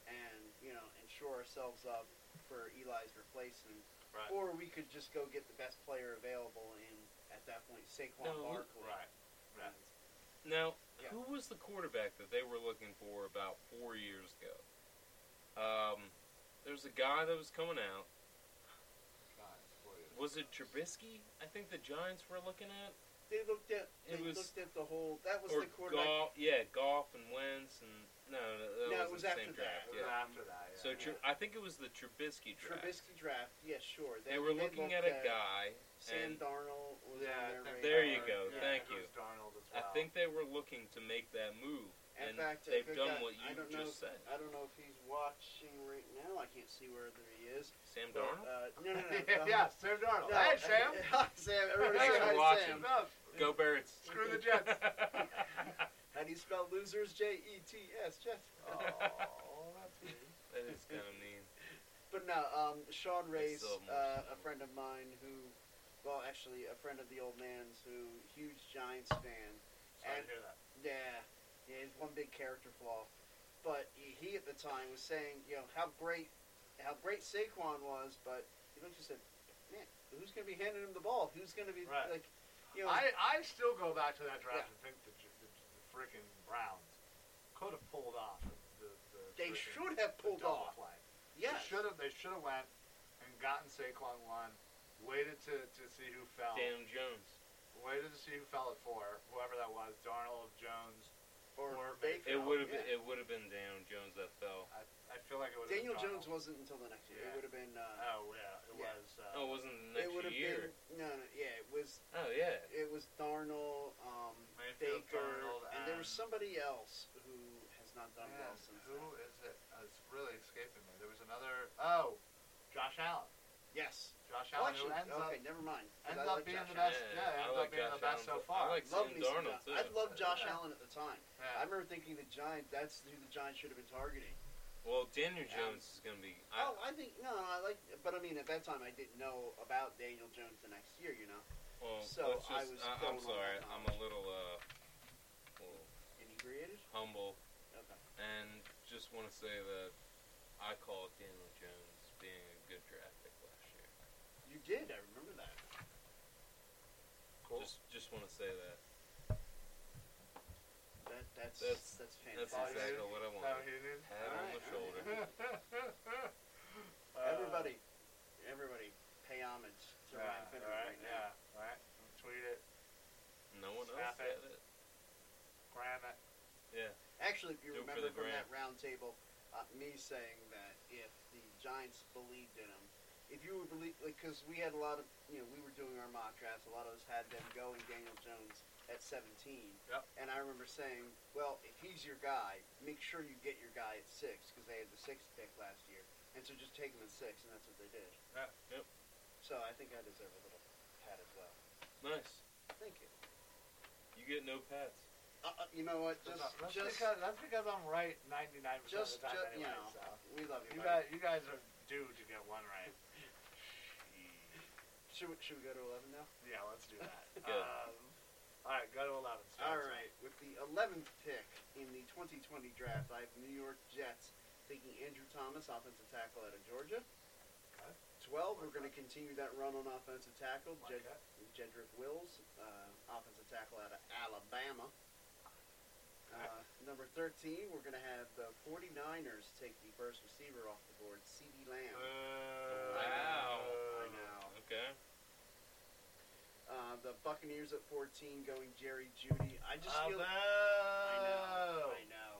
B: and you know, and shore ourselves up for Eli's replacement,
A: Right.
B: or we could just go get the best player available in at that point, Saquon
C: No,
B: Barkley.
A: Right. Right.
C: Now,
B: Yeah.
C: who was the quarterback that they were looking for about four years ago? Um, there was a guy that was coming out. Was it Trubisky? I think the Giants were looking at,
B: They looked at. They
C: It was-
B: looked at the whole. That was
C: or
B: the quarterback.
C: golf? Yeah, golf and Wentz and no, no, that
B: No, it
C: wasn't
B: was
C: the
B: after
C: same
B: that.
C: draft.
A: It was
C: Yeah.
A: after that, yeah.
C: So Tru- I think it was the Trubisky draft.
B: Trubisky draft. Yeah, sure.
C: They were looking
B: looked
C: at a guy.
B: Sam
C: and-
B: Darnold was
A: yeah,
B: on
A: I think
B: their
C: There
B: radar.
C: you go,
A: Yeah,
C: thank
A: there
C: you.
A: goes Darnold as
C: I
A: well.
C: think they were looking to make that move,
B: In
C: and
B: fact,
C: they've
B: they've
C: done
B: got-
C: what
B: I
C: you
B: don't know
C: just said.
B: I don't know if he's watching right now. I can't see whether he is.
C: Sam
B: But,
C: Darnold,
B: uh, no, no, no.
A: yeah,
B: Darnold.
A: yeah, Sam Darnold.
B: No,
A: hey,
B: I-
A: Sam.
B: Sam. Everybody
C: Thanks
B: say
C: for
B: hi to
C: watching.
B: Sam.
A: Enough.
C: go Birds!
A: Screw the Jets.
B: How do you spell losers? J E T S. Jeff.
A: Oh, that's mean.
C: that is kind of mean.
B: But no, um, Sean Ray's
C: still more
B: uh, a
C: simple.
B: friend of mine who, well, actually a friend of the old man's who huge Giants fan.
A: Sorry
B: And-
A: to hear that.
B: Yeah, yeah, it's one big character flaw. But he, he at the time was saying, you know, how great, how great Saquon was, but he looked and said, man, who's going to be handing him the ball? Who's going to be
A: Right.
B: like, you know,
A: I, I still go back to that draft
B: Yeah.
A: and think the, J- the, the freaking Browns could have pulled off the, the frickin'
B: they should
A: the
B: have pulled
A: double
B: off.
A: play.
B: Yeah,
A: They should have they should have went and gotten Saquon one, waited to, to see who
B: Oh.
A: fell.
C: Dan Jones.
A: Waited to see who fell at four, whoever that was, Darnold, Jones.
B: or
A: Or
B: Baker.
C: It would have
B: Yeah.
C: been. It would have been Daniel Jones that fell.
A: I, I feel like it would
B: Daniel
A: have been
B: Jones
A: Darnold.
B: wasn't until the next year.
A: Yeah.
B: It would have been. Uh,
A: Oh yeah, it
B: Yeah.
A: was. Uh,
C: Oh, it wasn't the
B: it would
C: next
B: have
C: year.
B: been. No, no, yeah, it was.
C: Oh yeah.
B: It was Darnold, um,
A: Mayfield,
B: Baker,
A: Darnold,
B: and there
A: and-
B: was somebody else who has not done
A: Man,
B: well since.
A: who
B: then.
A: is it? Uh, it's really escaping me. There was another. Oh, Josh Allen.
B: Yes.
A: Josh
B: Oh,
A: Allen
B: actually,
A: who ends
B: okay,
A: up
B: never mind. 'cause
A: ends
B: I
A: up
B: like
A: being
B: Josh
A: the best.
B: Allen.
A: yeah, it
C: I
A: ends
C: like
A: up being
C: Josh
A: the best
C: Allen,
A: so
C: but
A: far.
C: I like
B: Love
C: Sam
B: me some
C: Darnold
B: Josh-
C: too.
B: I love Josh
A: Yeah.
B: Allen at the time. I
A: Yeah.
B: remember thinking the Giants. That's who the Giants should have been targeting.
C: Well, Daniel
B: Yeah.
C: Jones is gonna be. I,
B: oh, I think no, I like, but I mean, at that time, I didn't know about Daniel Jones the next year. You know,
C: well,
B: so
C: let's
B: I
C: just.
B: was
C: I,
B: going
C: am
B: on
C: sorry.
B: that
C: I'm
B: knowledge.
C: a little. Uh, well,
B: inebriated.
C: humble
B: Okay.
C: and just want to say that I called Daniel Jones being a good draft pick last year.
B: You did. I remember that.
A: Cool.
C: Just just want to say that.
B: That that's that's,
C: That's- That's
B: fantastic.
A: Thought you
C: exactly what I
A: Is that what
C: wanted.
A: you did?
C: Pat on the
B: Alright,
C: shoulder.
A: Uh,
B: everybody, everybody, pay homage to
A: Yeah,
B: Ryan Finnegan
A: right,
B: right, now.
A: yeah, right. Tweet it,
C: No one
A: Snap
C: else
A: it.
C: had it.
A: gram it.
C: Yeah.
B: Actually, if you
C: Do it for
B: remember
C: the
B: from
C: gram.
B: that round table, uh, me saying that if the Giants believed in him, if you would believe, like, because we had a lot of, you know, we were doing our mock drafts, a lot of us had them going Daniel Jones at 17.
A: Yep.
B: And I remember saying, well, if he's your guy, make sure you get your guy at six, because they had the sixth pick last year. And so just take him at six, and that's what they did.
A: Yeah.
C: Yep.
B: So I think I deserve a little pat as well.
C: Nice.
B: Thank you.
C: You get no pats.
B: Uh, uh, you know what? Just,
A: That's, that's
B: just,
A: because, that's because I'm right 99%
B: just,
A: of the time
B: ju- you
A: anyway.
B: know,
A: so.
B: we love you.
A: You
B: buddy.
A: guys, you guys are due to get one right.
B: Should we, should we go to 11 now?
A: Yeah, let's do that.
C: Good.
A: um, all right, go to 11. Spence.
B: All right. With the 11th pick in the 2020 draft, I have New York Jets taking Andrew Thomas, offensive tackle out of Georgia.
A: Okay.
B: 12, we're going to continue that run on offensive tackle.
A: Like
B: Jed,
A: that.
B: Jedrick Wills, uh, offensive tackle out of Alabama. Uh, number 13, we're going to have the 49ers take the first receiver off the board, CeeDee Lamb.
A: Uh,
C: Wow.
B: I know.
C: Okay.
B: Uh, the Buccaneers at 14 going Jerry Judy. I just feel I
A: Oh.
B: know. I know.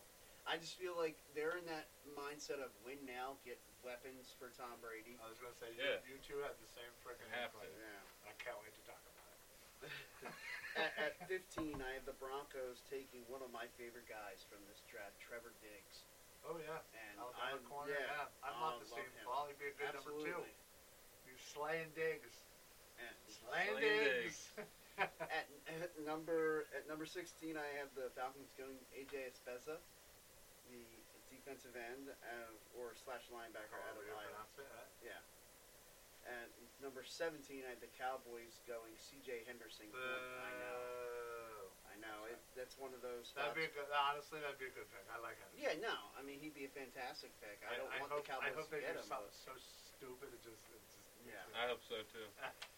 B: I just feel like they're in that mindset of win now, get weapons for Tom Brady.
A: Oh, I was gonna say,
C: Yeah.
A: you, you two had the same freaking
C: Have to.
A: input. I can't wait to talk about it.
B: at, at 15, I have the Broncos taking one of my favorite guys from this draft, Trevor Diggs.
A: Oh yeah,
B: And
A: Alabama
B: I'm,
A: corner.
B: Yeah,
A: Yeah, I'd love
B: I
A: to see
B: love
A: him
B: him.
A: fall. He'd be a good
B: absolutely.
A: number two. He's slaying digs.
B: And
A: Slaying
C: Slaying
A: digs.
B: at, at number at number 16, I have the Falcons going AJ Espeza, the defensive end of, or slash linebacker
A: Oh,
B: out of Iowa. Yeah. At number 17, I had the Cowboys going CJ Henderson.
A: Uh,
B: I know. I know. It, that's one of those.
A: That'd
B: spots-
A: be a good. Honestly, that'd be a good pick. I like him.
B: yeah, no. I mean, he'd be a fantastic pick. I don't want
A: hope,
B: the
A: I
B: Cowboys
A: hope
B: to
A: they
B: get
A: do
B: him.
A: something
B: but-
A: so stupid. It just, it just
B: Yeah.
C: I hope so too.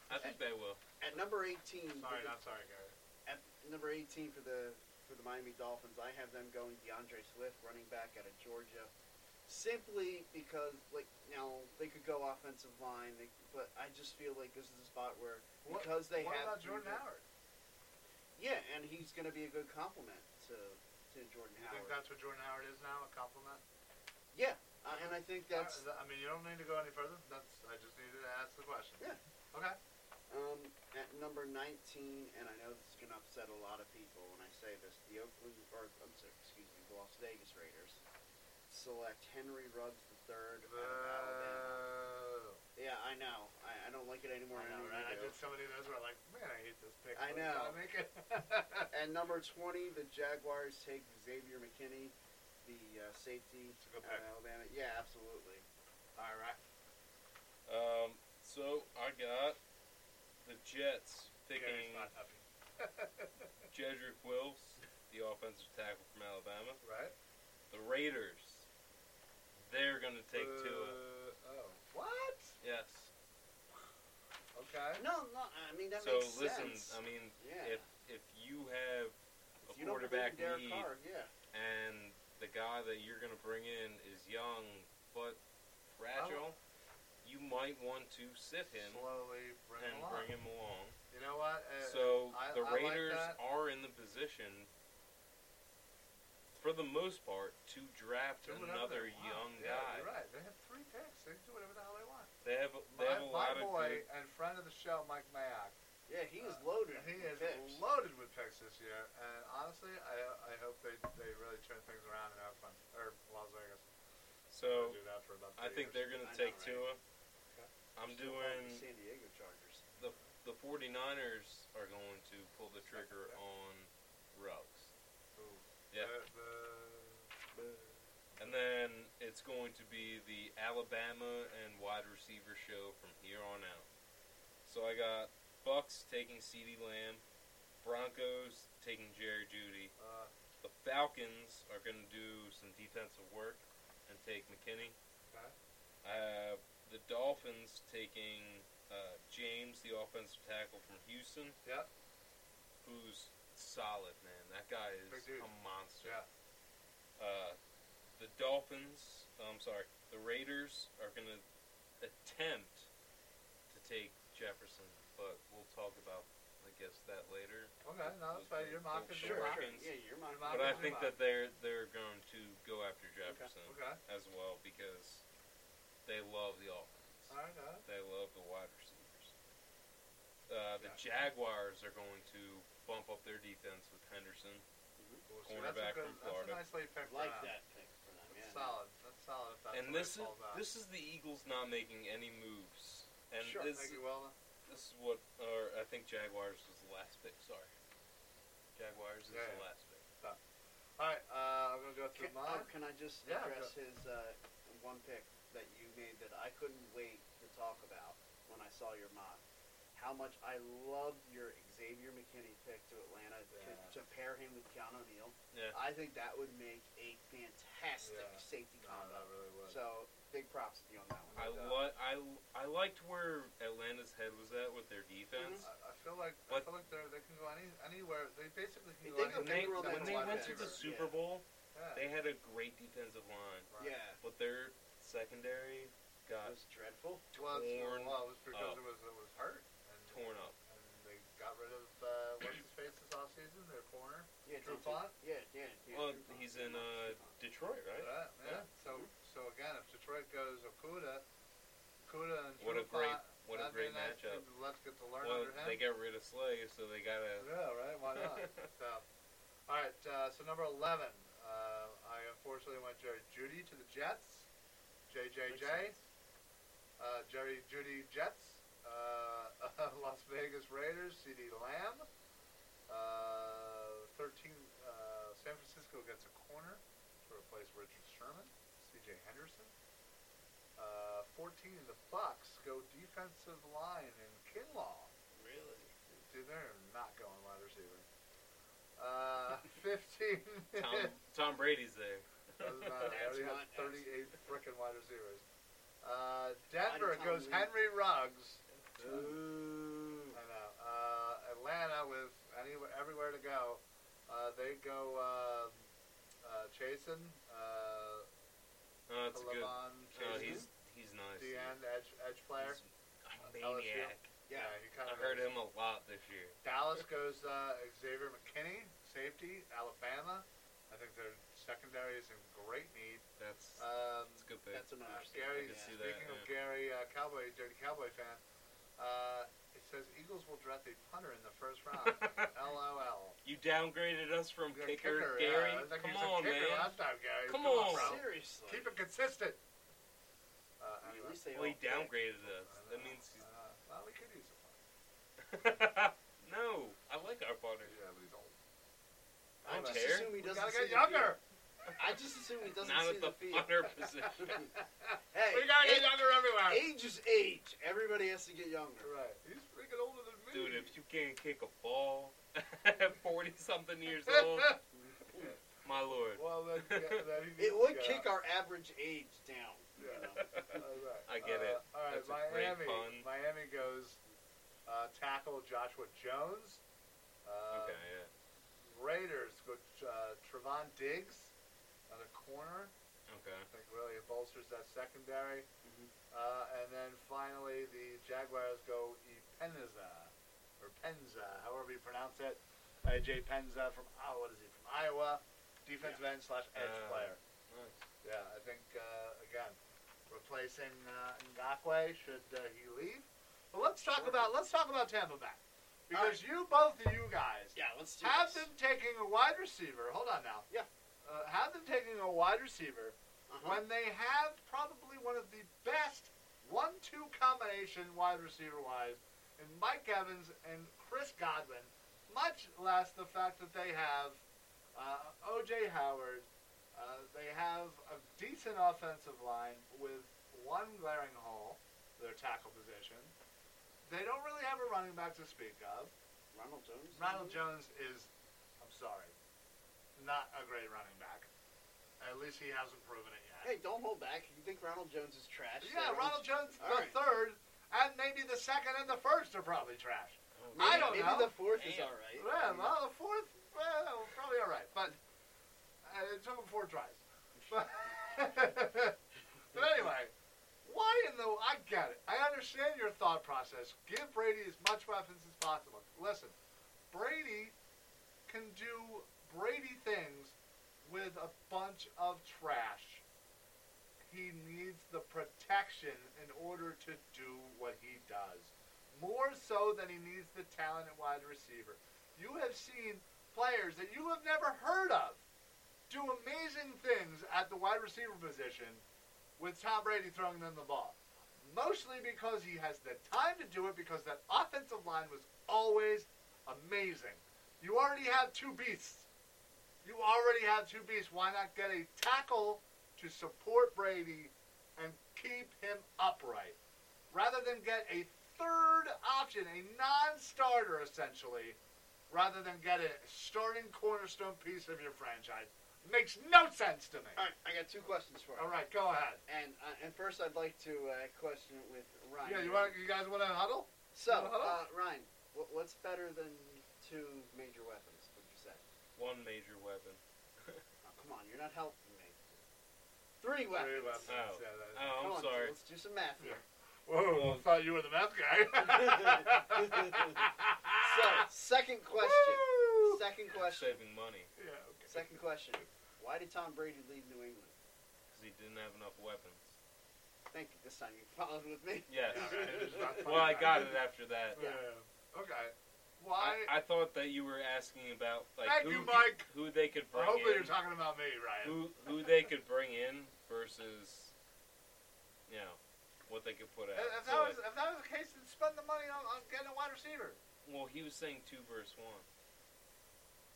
C: I think they will.
B: At number 18,
A: Sorry, not sorry, Gary.
B: at number 18 for the for the Miami Dolphins, I have them going DeAndre Swift, running back out of Georgia, simply because like now they could go offensive line, they, but I just feel like this is a spot where
A: What-
B: because they
A: what
B: have
A: about Jordan Howard?
B: yeah, and he's going to be a good complement to to Jordan
A: You think
B: Howard.
A: that's what Jordan Howard is now? A compliment?
B: Yeah, uh, and I think that's
A: I, I mean, you don't need to go any further. That's. I just needed to ask the question.
B: Yeah.
A: Okay.
B: Um, at number 19, and I know this is going to upset a lot of people when I say this, the Oakland, or I'm sorry, excuse me, the Las Vegas Raiders select Henry Ruggs III out of Alabama.
A: Uh,
B: Yeah, I know. I, I don't like it anymore.
A: I
B: than
A: know,
B: you
A: right? I did
B: do.
A: some of those where like, man, I hate this pick. but
B: I
A: gotta
B: know.
A: Make it.
B: At number 20, the Jaguars take Xavier McKinney, the uh, safety
A: It's a good
B: out of
A: pick.
B: Alabama. Yeah, absolutely.
A: All right.
C: Um, so I got the Jets
A: Gary's
C: picking
A: not happy.
C: Jedrick Wills, the offensive tackle from Alabama.
A: Right.
C: The Raiders, they're gonna take Tua.
A: Uh, oh. What?
C: Yes.
A: Okay.
B: No, no, I mean, that
C: so
B: makes
C: listen,
B: sense.
A: um,
C: I mean,
B: yeah.
C: if if you have a
B: If you don't believe in
C: quarterback
B: Derek
C: need
B: Carr, yeah.
C: and the guy that you're going to bring in is young but fragile, you might want to sit him
A: Slowly bring
C: and
A: him along.
C: bring him along.
A: You know what? Uh,
C: so
A: I-
C: the
A: I like
C: Raiders
A: that.
C: are in the position, for the most part, to draft
A: do whatever
C: another
A: they want.
C: young
A: yeah,
C: guy.
A: You're right. They have three picks. They can do whatever the hell they want.
C: They have they
A: my
C: have
A: my
C: a lot of
A: boy
C: good.
A: and friend of the show, Mike Mayock.
B: Yeah, he is
A: Uh,
B: loaded.
A: He is
B: with picks.
A: loaded with picks this year, and honestly, I I hope they, they really turn things around and have fun. Or Las Vegas.
C: So
A: They do that for about
C: I
A: three
C: think
A: years.
C: they're going
B: I
C: to
B: know,
C: take
B: right?
C: Tua. I'm
B: Still calling
C: doing
B: the San Diego Chargers.
C: the the 49ers are going to pull the trigger on Ruggs.
A: Ooh.
C: Yeah.
A: The- the-
C: And then it's going to be the Alabama and wide receiver show from here on out. So I got Bucks taking CeeDee Lamb, Broncos taking Jerry Judy.
A: uh,
C: The Falcons are going to do some defensive work and take McKinney.
A: okay.
C: I have the Dolphins taking uh, James, the offensive tackle from Houston,
A: Yep.
C: who's solid, man. That guy is
A: Big dude.
C: a monster.
A: Yeah.
C: Uh, the Dolphins, oh, I'm sorry, the Raiders are going to attempt to take Jefferson, but we'll talk about, I guess, that later.
A: Okay. No, that's fine. You're mocking. You're
C: Sure, sure.
A: mocking.
C: Hopkins.
B: Yeah, you're
A: You're
B: mocking.
C: But
A: Mocking
C: I
A: Jefferson.
C: think that they're they're going to go after Jefferson
A: Okay.
C: as well because they love the offense.
A: All right. Uh,
C: They love the wide receivers. Uh, the Jaguars are going to bump up their defense with Henderson.
A: cool. So that's a
C: Cornerback
A: good.
C: from
A: That's
C: Florida.
A: a nice late pick.
B: I
A: for
B: like
A: them.
B: that pick for them.
A: That's
B: Yeah.
A: solid. That's solid. If that's
C: and
A: what it
C: this is
A: falls out.
C: this is the Eagles not making any moves. And
B: Sure,
C: this
A: Thank you, Weldon.
C: this is what or I think Jaguars was the last pick, sorry. Jaguars is
A: Yeah.
C: the last pick.
A: All right. Uh, I'm gonna go
B: Can,
A: through
B: uh,
A: mine.
B: can I just
A: Yeah,
B: address his uh, one pick that you made that I couldn't wait to talk about when I saw your mock? How much I loved your Xavier McKinney pick to Atlanta to,
A: Yeah.
B: to pair him with John O'Neill.
C: Yeah.
B: I think that would make a fantastic
A: Yeah.
B: safety
A: No,
B: combo.
A: that really would.
B: so big props to you on that one.
C: I li- I I liked where Atlanta's head was at with their defense.
A: I, I feel like I
C: But-
A: feel like they're, they can go any, anywhere. They basically
B: They
A: can
B: think
A: go
B: of
C: When they,
A: anywhere.
B: Gabriel
C: when
B: as
C: they
B: wide
C: went to the
B: receiver.
C: Super Bowl,
A: yeah.
C: they had a great defensive line,
A: Right.
B: Yeah,
C: but their secondary
B: that
C: got
B: was dreadful.
A: Well, it's-
C: torn
A: well, it was because
C: up.
A: it was it was hurt and,
C: torn up.
A: and they got rid of uh, what's his face this offseason, their corner.
B: Yeah,
A: Drew
B: Drew-
A: Pont?
B: Yeah, yeah. yeah,
C: Well,
B: Drew Pont.
C: he's in uh, Detroit, right?
A: Right, yeah.
C: Yeah.
A: So so again, if Detroit goes Okuda, Okuda and
C: What a
A: Trufant,
C: What a
A: That'd be
C: great
A: nice
C: matchup.
A: to- Let's get to learn
C: Well,
A: under him.
C: they got rid of Slay, so they gotta.
A: Yeah, right. Why not? so, all right. Uh, so number eleven, uh, I unfortunately went Jerry Judy to the Jets.
D: Makes
A: JJJ,
D: sense.
A: uh, Jerry Judy Jets, uh, Las Vegas Raiders, CD Lamb, uh, thirteen. Uh, San Francisco gets a corner to replace Richard Sherman, CJ Henderson. Uh, 14 the Bucks go defensive line and Kinlaw.
D: Really?
A: Dude, they're not going wide receiver. Uh, 15.
C: Tom, Tom Brady's there.
A: Doesn't matter. They already
B: That's
A: have
B: not-
A: 38 frickin' wide receivers. Uh, Denver
B: Tom
A: goes
B: Lee.
A: Henry Ruggs.
C: Ooh.
A: I know. Uh, Atlanta with anywhere, everywhere to go. Uh, they go um uh, Chasen, uh,
C: Oh, that's a good.
A: Levon,
C: Oh,
A: Chasen,
C: he's he's nice.
A: the end edge, edge player.
C: He's a
A: Uh, LSU.
C: maniac.
A: Yeah,
B: Yeah.
A: he
C: I
A: kind of
C: heard
A: is.
C: him a lot this year.
A: Dallas goes uh, Xavier McKinney, safety, Alabama. I think their secondary is in great need.
C: That's
A: Um,
C: that's a good pick.
B: That's an
A: uh,
B: understatement.
A: Gary,
C: I can see that,
A: speaking of
C: yeah.
A: Gary, uh, Cowboy, dirty Cowboy fan, uh, it says Eagles will draft a punter in the first round. LOL.
C: You downgraded us from
A: Your
C: kicker,
A: yeah,
C: Gary.
A: I think he
C: Come
A: was a
C: on,
A: kicker
C: man.
A: Last time, Gary.
C: Come on.
A: bro.
B: Seriously.
A: Oh. Keep it consistent. Uh,
B: I mean,
A: anyway.
B: at least they
C: Well, he
B: all pick.
C: downgraded us.
A: I
C: That
A: know,
C: means
A: I know. well, we could use a punter.
C: he's. no, I like our partner.
A: Yeah, but he's old.
C: I don't
B: I just
C: care.
B: assume he
A: We
B: doesn't
A: gotta
B: see
A: get
B: the
A: younger.
B: field. I just assume he doesn't
C: Not
B: see
C: at the
B: field.
C: punter position.
B: Hey,
A: We gotta get
B: a-
A: younger everywhere.
B: age is age. Everybody has to get younger.
A: Right. He's freaking older than me.
C: Dude, if you can't kick a ball at 40 something years old, my lord.
A: well, then, yeah, then he needs
B: It would
A: to
B: kick
A: get
B: our average age down. you
A: Yeah. out.
B: know.
A: All right.
C: I get
A: Uh,
C: it.
A: All right,
C: That's a great
A: Miami.
C: pun.
A: Miami goes uh, tackle Joshua Jones. Uh,
C: Okay, yeah.
A: Raiders go uh, Trevon Diggs on the corner.
C: Okay.
A: I think really it bolsters that secondary.
B: Mhm.
A: Uh, and then finally, the Jaguars go Ipenza, or Penza, however you pronounce it. AJ Penza from oh, what is he from Iowa? Defensive end slash edge
C: Uh,
A: player.
C: Nice.
A: Yeah, I think uh, again, replacing uh, Ngakwe should uh, he leave. But let's talk
B: Sure.
A: about let's talk about Tampa Bay because you both of you guys
B: Yeah, let's do
A: have
B: this.
A: them taking a wide receiver. Hold on now.
B: Yeah.
A: Uh, have them taking a wide receiver
B: Uh-huh.
A: when they have probably one of the best one-two combination wide receiver-wise in Mike Evans and Chris Godwin, much less the fact that they have uh, O.J. Howard. Uh, they have a decent offensive line with one glaring hole, their tackle position. They don't really have a running back to speak of.
B: Ronald Jones.
A: Ronald Jones is, I'm sorry, not a great running back. At least he hasn't proven it yet.
B: Hey, don't hold back. You think Ronald Jones is trash?
A: Yeah,
B: Ronald-
A: Ronald Jones the
B: All right.
A: third, and maybe the second and the first are probably trash.
B: Maybe,
A: I don't
B: maybe
A: know.
B: the fourth is
C: Damn.
B: all right.
A: Well, well the fourth, well, probably all right, but uh, it took him four tries. But, but anyway, why in the? I get it. I understand your thought process. Give Brady as much weapons as possible. Listen, Brady can do Brady things with a bunch of trash. He needs the protection in order to do what he does. More so than he needs the talent at wide receiver. You have seen players that you have never heard of do amazing things at the wide receiver position with Tom Brady throwing them the ball. Mostly because he has the time to do it because that offensive line was always amazing. You already have two beasts. You already have two beasts. Why not get a tackle to support Brady and keep him upright? Rather than get a third option, a non starter essentially, rather than get a starting cornerstone piece of your franchise. Makes no sense to me.
B: All right, I got two questions for you.
A: All right, go ahead.
B: And uh, and first, I'd like to uh, question it with Ryan.
A: Yeah, you want you guys want to huddle?
B: So,
A: you wanna huddle?
B: uh, Ryan, what, what's better than two major weapons? Would you say?
C: One major weapon.
B: Oh, come on, you're not helping me. Three weapons.
A: Three weapons,
C: Oh.
A: yeah, that-
C: Oh,
B: Come
C: I'm
B: on,
C: sorry.
B: Let's do some math here.
A: Whoa, I thought you were the math guy.
B: So, second question.
A: Ah! Woo!
B: Second question.
C: Saving money
A: Yeah, okay.
B: Second question. Why did Tom Brady leave New England?
C: because he didn't have enough weapons.
B: Thank you. This time you followed with me.
C: Yes.
A: Alright.
C: Well, I got it after that.
A: Yeah. Okay. Why?
C: I, I thought that you were asking about like
A: Thank
C: who
A: you, Mike.
C: who they could bring
A: Hopefully,
C: in,
A: you're talking about me, Ryan.
C: who who they could bring in versus you know what they could put out.
A: If if
C: So,
A: that was
C: like,
A: if that was the case, then spend the money on, on getting a wide receiver.
C: well, he was saying two versus one.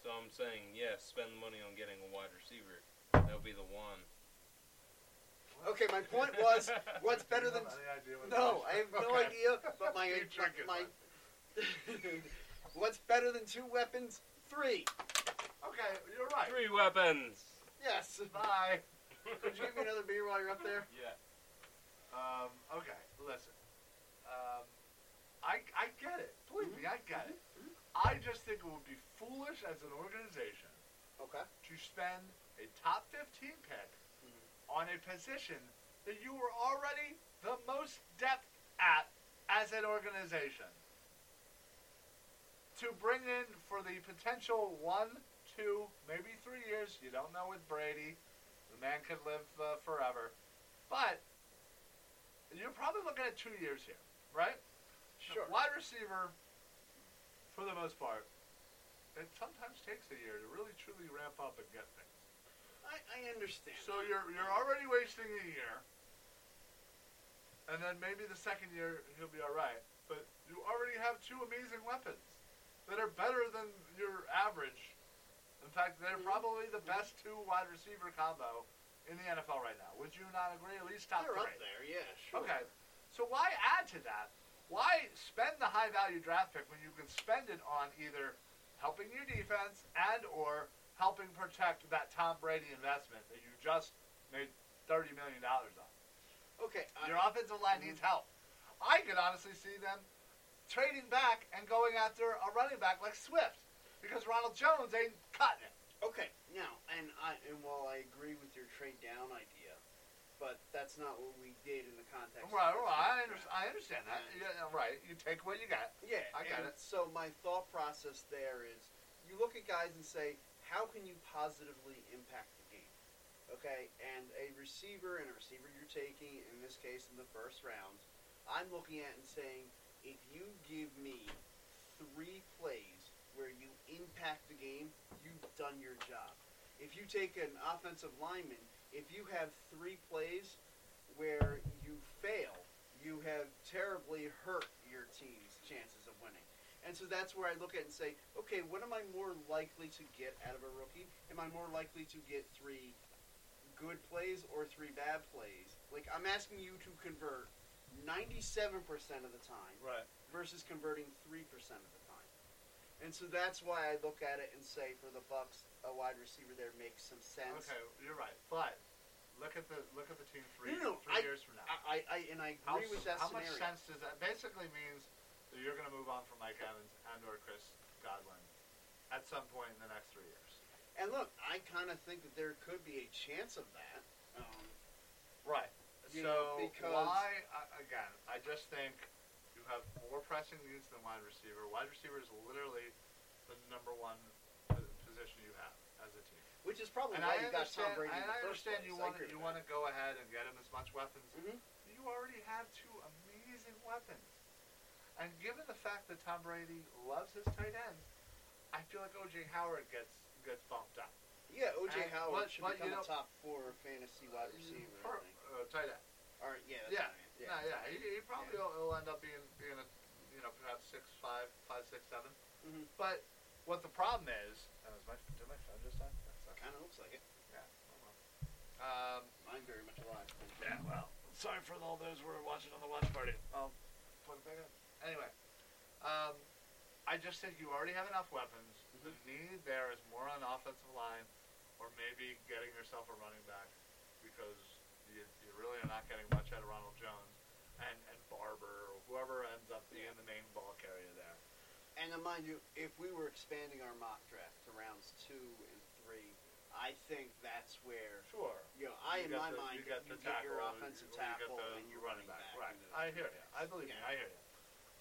C: So I'm saying yes, spend the money on getting a wide receiver. That'll be the one.
B: Okay, my point was what's better than.
A: I have any idea what
B: No,
A: it is.
B: I have no
A: Okay.
B: idea, but my.
A: You drink it,
B: my
A: man.
B: what's better than two weapons? Three.
A: Okay, you're right.
C: Three weapons.
B: Yes.
A: Bye.
B: Could you give me another beer while you're up there?
C: Yeah.
A: Um, okay, listen. Um, I, I get it. Believe me, I get it. I just think it would be foolish as an organization
B: Okay.
A: to spend a top 15 pick
B: Mhm.
A: on a position that you were already the most depth at as an organization. To bring in for the potential one, two, maybe three years, you don't know with Brady, the man could live uh, forever, but you're probably looking at two years here, right?
B: Sure.
A: Wide receiver, for the most part, it sometimes takes a year to really truly ramp up and get things.
B: I, I understand.
A: So you're you're already wasting a year, and then maybe the second year he'll be all right. But you already have two amazing weapons that are better than your average. In fact, they're
B: Mhm.
A: probably the best two wide receiver combo in the NFL right now. Would you not agree? At least top
B: They're
A: three.
B: up there, yeah, sure.
A: Okay. So why add to that? Why spend the high value draft pick when you can spend it on either helping your defense and or helping protect that Tom Brady investment that you just made thirty million dollars on?
B: Okay. I,
A: Your offensive line needs help. I could honestly see them trading back and going after a running back like Swift because Ronald Jones ain't cutting it.
B: Okay, now, and I and while I agree with your trade down idea, but that's not what we did in the context. of
A: Right,
B: the
A: right. I,
B: trade
A: under-
B: down.
A: I understand that. Yeah, right. You take what you got.
B: Yeah,
A: I got
B: and
A: it.
B: So my thought process there is, you look at guys and say, how can you positively impact the game? Okay, and a receiver and a receiver you're taking in this case in the first round, I'm looking at and saying, if you give me three plays where you impact the game, you've done your job. If you take an offensive lineman, if you have three plays where you fail, you have terribly hurt your team's chances of winning. And so that's where I look at it and say, okay, what am I more likely to get out of a rookie? Am I more likely to get three good plays or three bad plays? Like, I'm asking you to convert 97% of the time
A: Right.
B: versus converting 3% of the time. And so that's why I look at it and say, for the Bucks, a wide receiver there makes some sense.
A: Okay, you're right. But look at the look at the team three,
B: No, no,
A: three
B: I-
A: years from now.
B: I, I, I and I
A: how
B: agree with that
A: how much
B: scenario.
A: sense does that? Basically means that you're going to move on from Mike Evans and or Chris Godwin at some point in the next three years.
B: And look, I kind of think that there could be a chance of that. Um,
A: Right.
B: You
A: so
B: know, because-
A: why I- again? I just think you have more pressing needs than wide receiver. Wide receiver is literally the number one p- position you have as a team.
B: which is probably
A: And
B: why
A: I
B: Oh, you got Tom
A: understand.
B: Brady. in
A: and
B: the
A: I
B: first
A: understand
B: place.
A: you
B: I
A: want
B: agree
A: you
B: with
A: want
B: that.
A: to go ahead and get him as much weapons
B: Mhm.
A: You already have two amazing weapons. And given the fact that Tom Brady loves his tight ends, I feel like O.J. Howard gets gets bumped up.
B: Yeah, OJ
A: And-
B: Howard
A: but-
B: should
A: but,
B: become
A: you know- Mm,
B: a top four fantasy wide receiver.
A: Per-
B: I think.
A: uh, tight end.
B: All right, yeah, that's
A: Yeah.
B: what I meant.
A: Yeah, yeah. He, he probably will, will end up being being a you know perhaps six five five six seven.
B: Mhm.
A: But what the problem is, uh, is my, did my phone just die? That sucks.
B: Kind of looks like it.
A: Yeah. Oh, well. Um,
B: Mine very much alive.
A: Yeah, well, sorry for all those who were watching on the watch party. I'll put Oh, it back up. Anyway, um, I just think you already have enough weapons. The need there is more on the offensive line, or maybe getting yourself a running back, because you, you really are not getting much out of Ronald Jones and, and Barber or whoever ends up being the main ball carrier there.
B: And then mind you, if we were expanding our mock draft to rounds two and three, I think that's where.
A: Sure.
B: You know, I,
A: You
B: in
A: got
B: my
A: the-
B: mind,
A: you got the
B: get your
A: tackle,
B: offensive
A: you- you got
B: tackle
A: the
B: and your running back.
A: Right.
B: into
A: I
B: the
A: hear you. I believe you.
B: Yeah.
A: I hear you.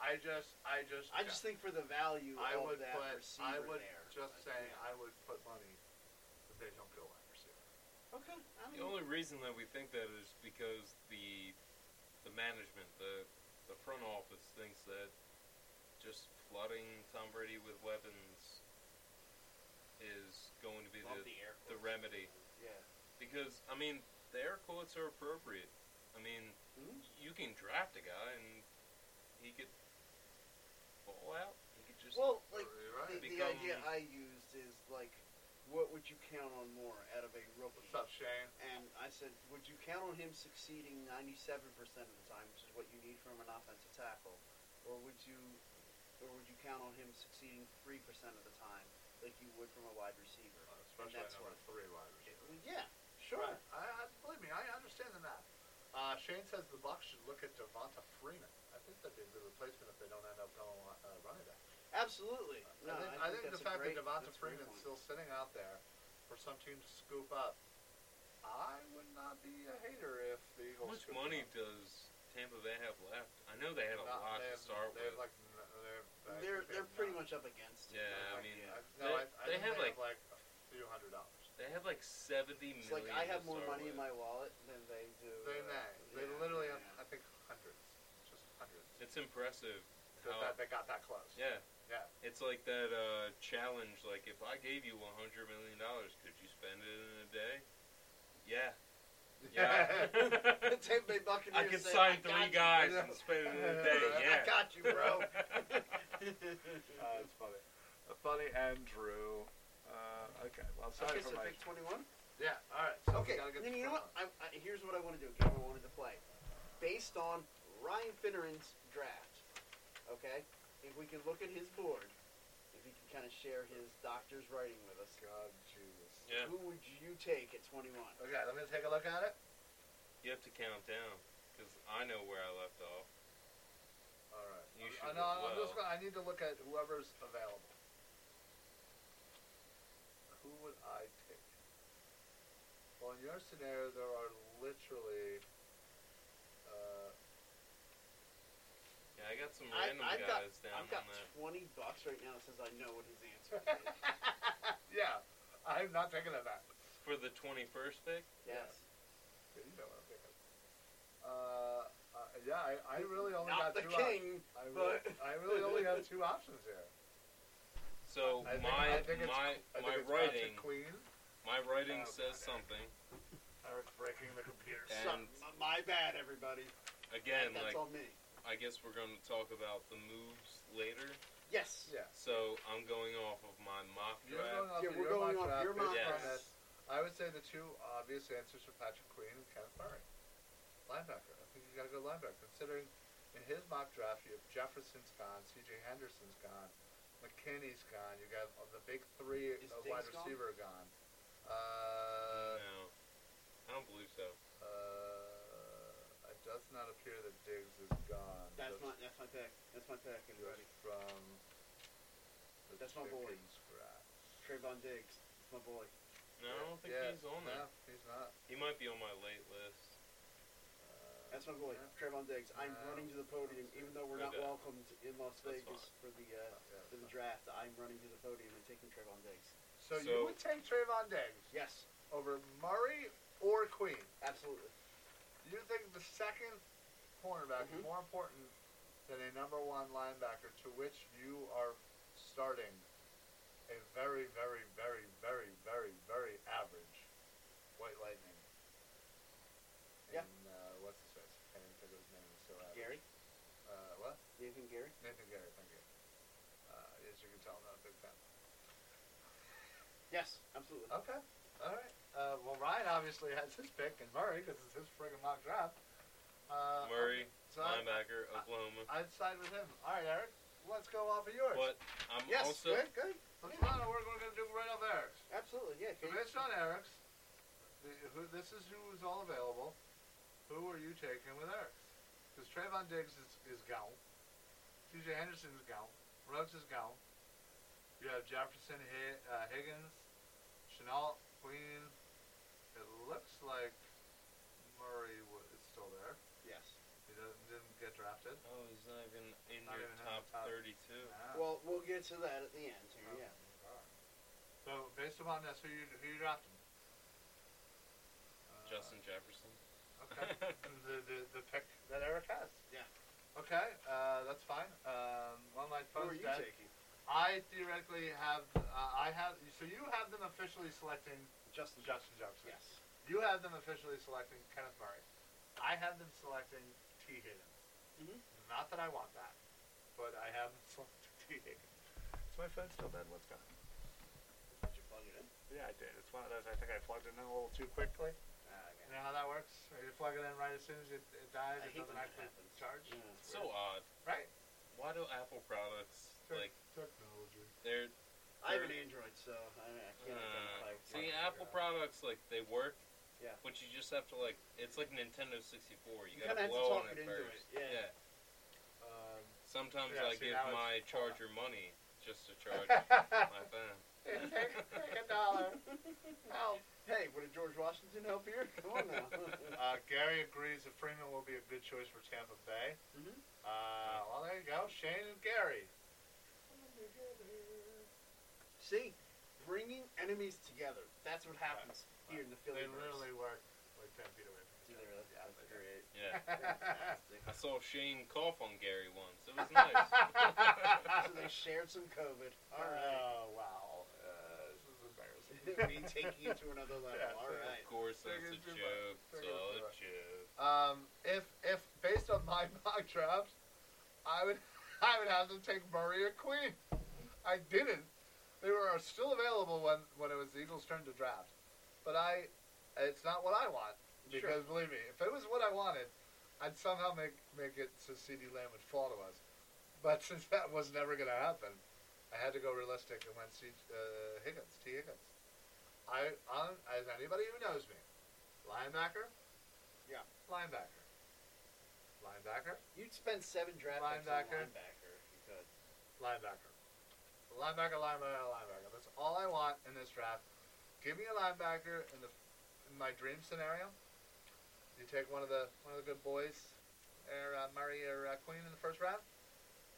A: I just, I just,
B: I just think for the value
A: I
B: of
A: would
B: that
A: put.
B: receiver
A: I would
B: there.
A: just
B: like,
A: say
B: yeah.
A: I would put money that they don't go wide receiver.
B: okay. I mean,
C: The only reason that we think that is because the the management, the the front office thinks that just flooding Tom Brady with weapons is going to be
B: Love
C: the
B: the air
C: the
B: quotes.
C: remedy
B: Yeah.
C: because I mean the air quotes are appropriate. I mean
A: Mm-hmm.
B: Mhm.
C: you can draft a guy and he could fall out. He could just
B: Well,
D: You're
B: like the,
D: right.
B: the
C: become-
B: idea I used is like, what would you count on more out of a rookie?
A: What's up, Shane?
B: And I said, would you count on him succeeding 97% of the time, which is what you need from an offensive tackle, or would you, or would you count on him succeeding 3% of the time, like you would from a wide receiver?
A: Uh, especially
B: that's
A: at number three wide
B: Yeah,
A: receiver.
B: well, Yeah, sure.
A: Right. I, I, believe me, I understand the math. Uh, Shane says the Bucks should look at Devonta Freeman. I think that'd be a good replacement if they don't end up going uh, running back.
B: Absolutely.
A: I
B: No,
A: think, I think
B: that's
A: the
B: a
A: fact
B: great,
A: that Devonta
B: that's a great
A: Freeman's
B: point.
A: still sitting out there for some team to scoop up, I would not be a hater if the
C: How
A: Eagles.
C: much
A: scooped him
C: money
A: up.
C: does Tampa Bay have left? I know they had a
A: Not-
C: lot
A: they
C: to
A: have-
C: start
A: they have
C: with.
A: like n- they're I think
B: They're
A: they
B: they're
A: have
B: pretty
A: none.
B: much up against. it.
C: yeah,
B: They're
C: I
B: like,
C: mean,
B: yeah.
A: I- no, I, I
C: They- they
A: think
C: have,
A: they
C: like-
A: have like a few hundred dollars.
C: they have like seventy
B: It's
C: million.
B: like I have
C: to
B: more
C: start
B: money in
C: with.
B: my wallet than they do.
A: They
B: uh,
A: may. They
B: yeah,
A: literally
B: yeah.
A: have, I think, hundreds. Just hundreds.
C: It's impressive.
A: That,
C: How,
A: that they got that close.
C: yeah,
A: Yeah.
C: it's like that uh, challenge. Like if I gave you one hundred million dollars, could you spend it in a day? Yeah, yeah.
B: The Tampa Bay Buccaneers.
C: I could
B: say,
C: sign
B: "I got you,
C: three guys
A: bro."
C: and spend it in a day.
B: bro.
C: Yeah.
B: I got you,
A: Uh,
B: bro.
A: it's funny. Uh, funny and Drew. Uh, okay, well,
B: I
A: sorry
B: guess
A: for
B: I
A: my.
B: picked 21.
A: Yeah, alright. So
B: Okay,
A: we gotta get
B: then
A: the
B: you know
A: front
B: what? I, I, here's what I want to do. A game I wanted to play, based on Ryan Finneran's draft. Okay, if we can look at his board, if he can kind of share his doctor's writing with us,
A: on. God, Jesus.
C: Yeah.
B: who would you take at 21?
A: Okay, let me take a look at it.
C: You have to count down because I know where I left off.
A: Alright.
C: You
A: I'm- I
C: should
A: know,
C: as
A: I'm just
C: well.
A: gonna, I need to look at whoever's available. Who would I take? Well, in your scenario, there are literally. Uh,
C: Yeah, I got some
B: I-
C: random
B: I've got-
C: guys down
B: I've got
C: on that.
B: 20 bucks right now that says I know what his answer is.
A: yeah, I'm not thinking of that.
C: For the 21st pick?
B: yes.
A: Yeah, you know what I'm thinking. Uh, uh, yeah, I, I really only
B: Not
A: got
B: the
A: two
B: king,
A: Op- I, really,
B: but-
A: I really only have two options here.
C: So
A: I think-
C: my
A: I think it's-
C: my
A: I think
C: my
A: it's Patrick
C: writing
A: Queen.
C: my writing
A: Oh,
C: says
A: God.
C: something.
A: Eric's breaking the computer.
C: And-
B: Son, m- my bad, everybody.
C: Again,
B: That's
C: like
B: all me.
C: I guess we're going to talk about the moves later.
B: Yes.
A: Yeah.
C: So I'm going off of my mock
A: You're going
C: draft.
A: off
B: Yeah,
A: of
B: we're
A: your
B: going
A: mock
B: off your
A: draft
B: mock
A: based on
C: draft.
A: this. I would say the two obvious answers are Patrick Queen and Kenneth Murray. Linebacker. I think you got to go linebacker. Considering in his mock draft, you have Jefferson's gone, C.J. Henderson's gone, McKinney's gone. You got the big three
B: Is
A: of wide
B: Diggs gone?
A: receiver gone. Uh,
C: no, I don't believe so.
A: uh, it does not appear that Diggs is gone.
B: That's
A: Just-
B: my that's my pick. That's my pick,
A: just
B: everybody.
A: from the
B: That's my boy.
A: chicken scratch.
B: Trayvon Diggs, that's my boy.
C: No, I don't think
A: Yeah,
C: he's on there.
A: No, he's not.
C: He might be on my late list.
A: Uh,
B: That's my boy, Trayvon Diggs. I'm
A: No.
B: running to the podium, even though we're
C: No
B: not
C: doubt.
B: welcomed in Las
C: That's
B: Vegas for the uh,
A: yeah,
B: for the draft. I'm running to the podium and taking Trayvon Diggs.
A: So, you
C: So-
A: would take Trayvon Diggs
B: Yes,
A: over Murray or Queen.
B: absolutely.
A: You think the second cornerback
B: Mhm.
A: is more important than a number one linebacker to which you are starting a very, very, very, very, very, very average White Lightning?
B: Yeah.
A: And, uh, what's his face? I can't even think of his name. He's so average.
B: Gary,
A: Uh, what?
B: Nathan Gary.
A: Nathan Gary, thank you. Uh, as you can tell, I'm not a big fan.
B: Yes, absolutely.
A: Okay. All right. Uh, well, Ryan obviously has his pick, and Murray because it's his friggin' mock draft. Uh,
C: Murray,
A: okay. Uh, So I,
C: linebacker, Oklahoma.
A: I'd side with him. All right, Eric. Let's go off of yours.
C: But I'm
B: yes,
C: also
B: good, good,
A: Let's find out what we're going to do right off Eric's.
B: absolutely. Yeah,
A: So
B: Kate.
A: based on Eric's, the, who, this is who is all available. Who are you taking with Eric's? Because Trayvon Diggs is, is gone. C.J. Henderson is gone. Ruggs is gone. You have Jefferson, Hi uh, Higgins, Chenault, Queen. It looks like Murray wa is still there.
B: yes.
A: He doesn't, didn't get drafted.
C: Oh, he's not even in
A: Not
C: your
A: even in the
C: top,
A: top.
C: 32.
A: Yeah.
B: Well, we'll get to that at the end here.
A: Oh,
B: Yeah.
A: my God. So based upon this, who you who you drafting?
C: Justin Jefferson.
A: Uh, Okay. the, the the pick that Eric has.
B: Yeah.
A: Okay, uh, that's fine. Um, one life
B: Who
A: phone's
B: are you
A: dead.
B: taking?
A: I theoretically have. Uh, I have. So you have them officially selecting
B: Justin.
A: Justin Jefferson.
B: Yes.
A: You have them officially selecting Kenneth Murray. I have them selecting T. Higgins.
B: Mhm.
A: Not that I want that, but I have them selecting T. Higgins. Is my phone still dead? What's going on?
B: Did you plug it in?
A: Yeah, I did. It's one of those. I think I plugged it in a little too quickly.
B: Ah,
A: You
B: yeah.
A: know how that works? You plug it in right as soon as it, it dies.
B: I
A: it
B: hate
A: doesn't
B: when that
A: actually
B: happens.
A: charge.
B: Yeah.
C: so odd.
A: Right?
C: Why do Apple products like
A: technology.
C: they're
B: I have an Android, so I, I can't identify.
C: Uh,
B: with
C: see,
B: one.
C: Apple products like they work.
B: Yeah.
C: But you just have to like it's like Nintendo 64. You,
B: You kinda have to
C: gotta blow
B: talk
C: on
B: it
C: it
B: into
C: first.
B: it, yeah.
A: Um,
C: Sometimes
A: Yeah,
C: I
A: see,
C: give
A: now it's
C: my
A: fine.
C: charger money just to charge my phone.
A: take, take a dollar. Help.
B: Hey, would a George Washington help here? Come on now.
A: Uh, Gary agrees that Freeman will be a good choice for Tampa Bay.
B: Mhm.
A: Uh, well, there you go. Shane and Gary.
B: See, bringing enemies together. That's what happens here in the Philly.
A: They literally work like 10 feet away from
B: Do
A: each
B: they
A: other.
B: really?
A: Yeah,
B: That's
A: they do.
B: great.
C: Yeah.
B: Fantastic.
C: I saw Shane cough on Gary once. It was nice.
B: so they shared some COVID. All right.
A: Oh, wow. Uh, this is embarrassing.
B: we taking it to another level.
A: Yeah,
B: All
A: so-
B: right.
C: of course,
A: Take
C: that's
A: it
C: a
A: too
C: joke.
A: far. Take
C: It's
A: it
C: all
A: too
C: a
A: far.
C: joke.
A: Um, if if based on my mock draft, I would I would have them take Murray or Queen. I didn't. They were still available when when it was the Eagles' turn to draft, but I it's not what I want
B: Sure.
A: because believe me, if it was what I wanted, I'd somehow make make it so C.D. Lamb would fall to us. But since that was never going to happen, I had to go realistic and went C, uh, Higgins, T. Higgins. I, on, as anybody who knows me, linebacker,
B: Yeah.
A: linebacker, linebacker,
B: You'd spend seven draft picks on
A: Linebacker.
B: linebacker. if You could.
A: linebacker, linebacker, linebacker, linebacker. That's all I want in this draft. Give me a linebacker in the in my dream scenario. You take one of the one of the good boys, or uh, Murray or uh, Queen in the first round.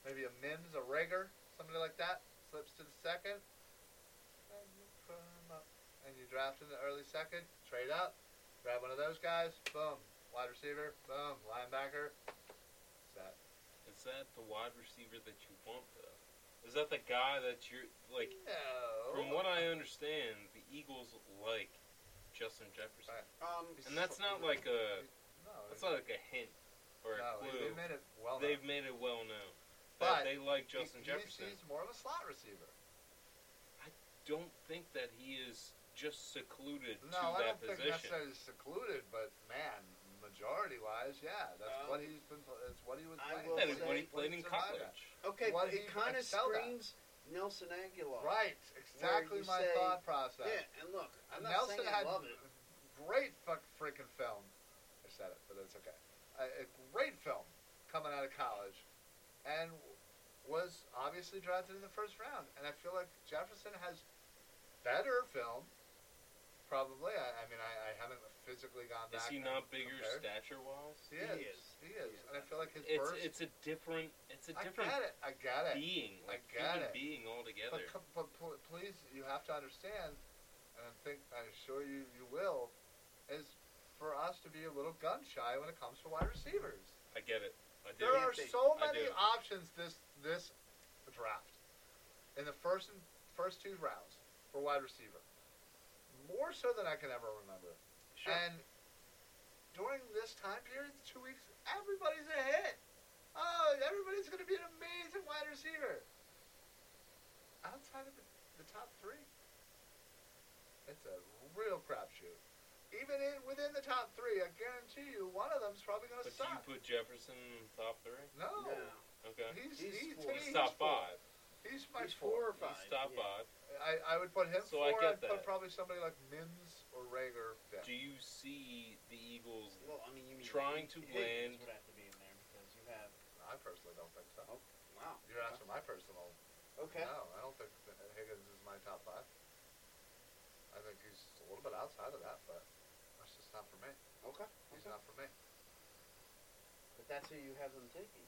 A: Maybe a Mims, a Rager, somebody like that. Slips to the second, and you put 'em up. And you draft in the early second. Trade up, grab one of those guys. Boom, wide receiver. Boom, linebacker. Set.
C: Is that the wide receiver that you want though? Is that the guy that you're like?
A: No.
C: From what I understand, the Eagles like Justin Jefferson,
A: Right.
B: Um,
C: and that's not like a
A: No,
C: that's not like a hint or a
A: no,
C: clue.
A: they made it well. known.
C: They've made it well known
A: But
C: that they like
A: He-
C: Justin
A: he's-
C: Jefferson.
A: He's more of a slot receiver.
C: Don't think that he is just secluded
A: No, I
C: to
A: don't
C: that
A: think
C: position.
A: necessarily secluded, but man, majority wise, yeah, that's
B: Well,
A: what he's been. pl- That's what he was
B: I
A: playing.
B: will
C: That
A: for
C: is what he
B: say-
C: played in
A: survived
C: college.
B: okay,
A: what
B: but it
A: he
B: kind of
A: excelled at.
B: screams Nelson Aguilar.
A: Right, exactly
B: you
A: my
B: say-
A: thought process.
B: Yeah, and look, I'm
A: And
B: not
A: Nelson
B: saying
A: had
B: I love it.
A: great fuck freaking film. I said it, but it's okay. A, a great film coming out of college, and was obviously drafted in the first round. And I feel like Jefferson has better film. Probably, I, I mean, I, I haven't physically gone
C: Is
A: back.
C: he
A: and
C: not bigger
A: compared.
C: stature wise?
A: He is.
B: He is.
A: He is.
B: He is.
A: And I feel like his
C: It's
A: burst.
C: it's a different it's a
A: I
C: different
A: get it. I get it.
C: being
A: I
C: like
A: get
C: human
A: it.
C: being
A: But,
C: altogether.
A: co- but pl- please, you have to understand, and I think I'm sure you, you will, is for us to be a little gun shy when it comes to wide receivers.
C: I get it. I do.
A: There are
B: think-
A: so
C: I
A: many
C: do.
A: options this this draft in the first and first two rounds for wide receiver, more so than I can ever remember.
B: Sure.
A: And during this time period, the two weeks, everybody's a hit. Oh, everybody's going to be an amazing wide receiver. Outside of the, the top three, it's a real crapshoot. Even in, within the top three, I guarantee you, one of them's probably going to
C: But do you
A: suck.
C: put Jefferson in the top three?
A: no.
B: no.
C: Okay.
A: He's, he's,
B: He's
A: to
B: four.
A: me,
C: He's top
A: four.
C: five.
A: He's my
B: He's
A: four.
B: four or five.
C: He's top
B: yeah.
C: five.
A: I, I would put him
C: So I
A: four. I'd
C: get
A: put
C: that.
A: probably somebody like Mims or Rager fifth.
C: Do you see the Eagles?
B: Well, I mean, you mean
C: Trying to
B: Higgins
C: land-
B: would have to be in there because you have
A: I personally don't think so.
B: Oh. wow.
A: You're asking my personal
B: Okay.
A: No, I don't think that Higgins is my top five. I think he's a little bit outside of that, but that's just not for me.
B: Okay.
A: He's
B: okay.
A: not for me.
B: But that's who you have them taking.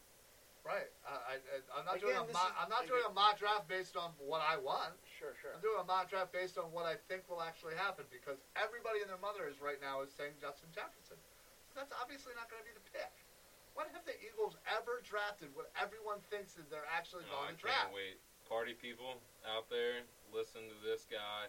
A: Right. I, I, I- I'm not doing
B: Again,
A: a
B: this
A: mock,
B: is-
A: I'm not doing a mock draft based on what I want.
B: Sure, sure.
A: I'm doing a mock draft based on what I think will actually happen because everybody and their mother is right now is saying Justin Jefferson. that's obviously not going to be the pick. When have the Eagles ever drafted what everyone thinks is they're actually
C: Oh,
A: going
C: I
A: to
C: can't
A: draft?
C: wait. Party people out there, listen to this
A: I
C: guy.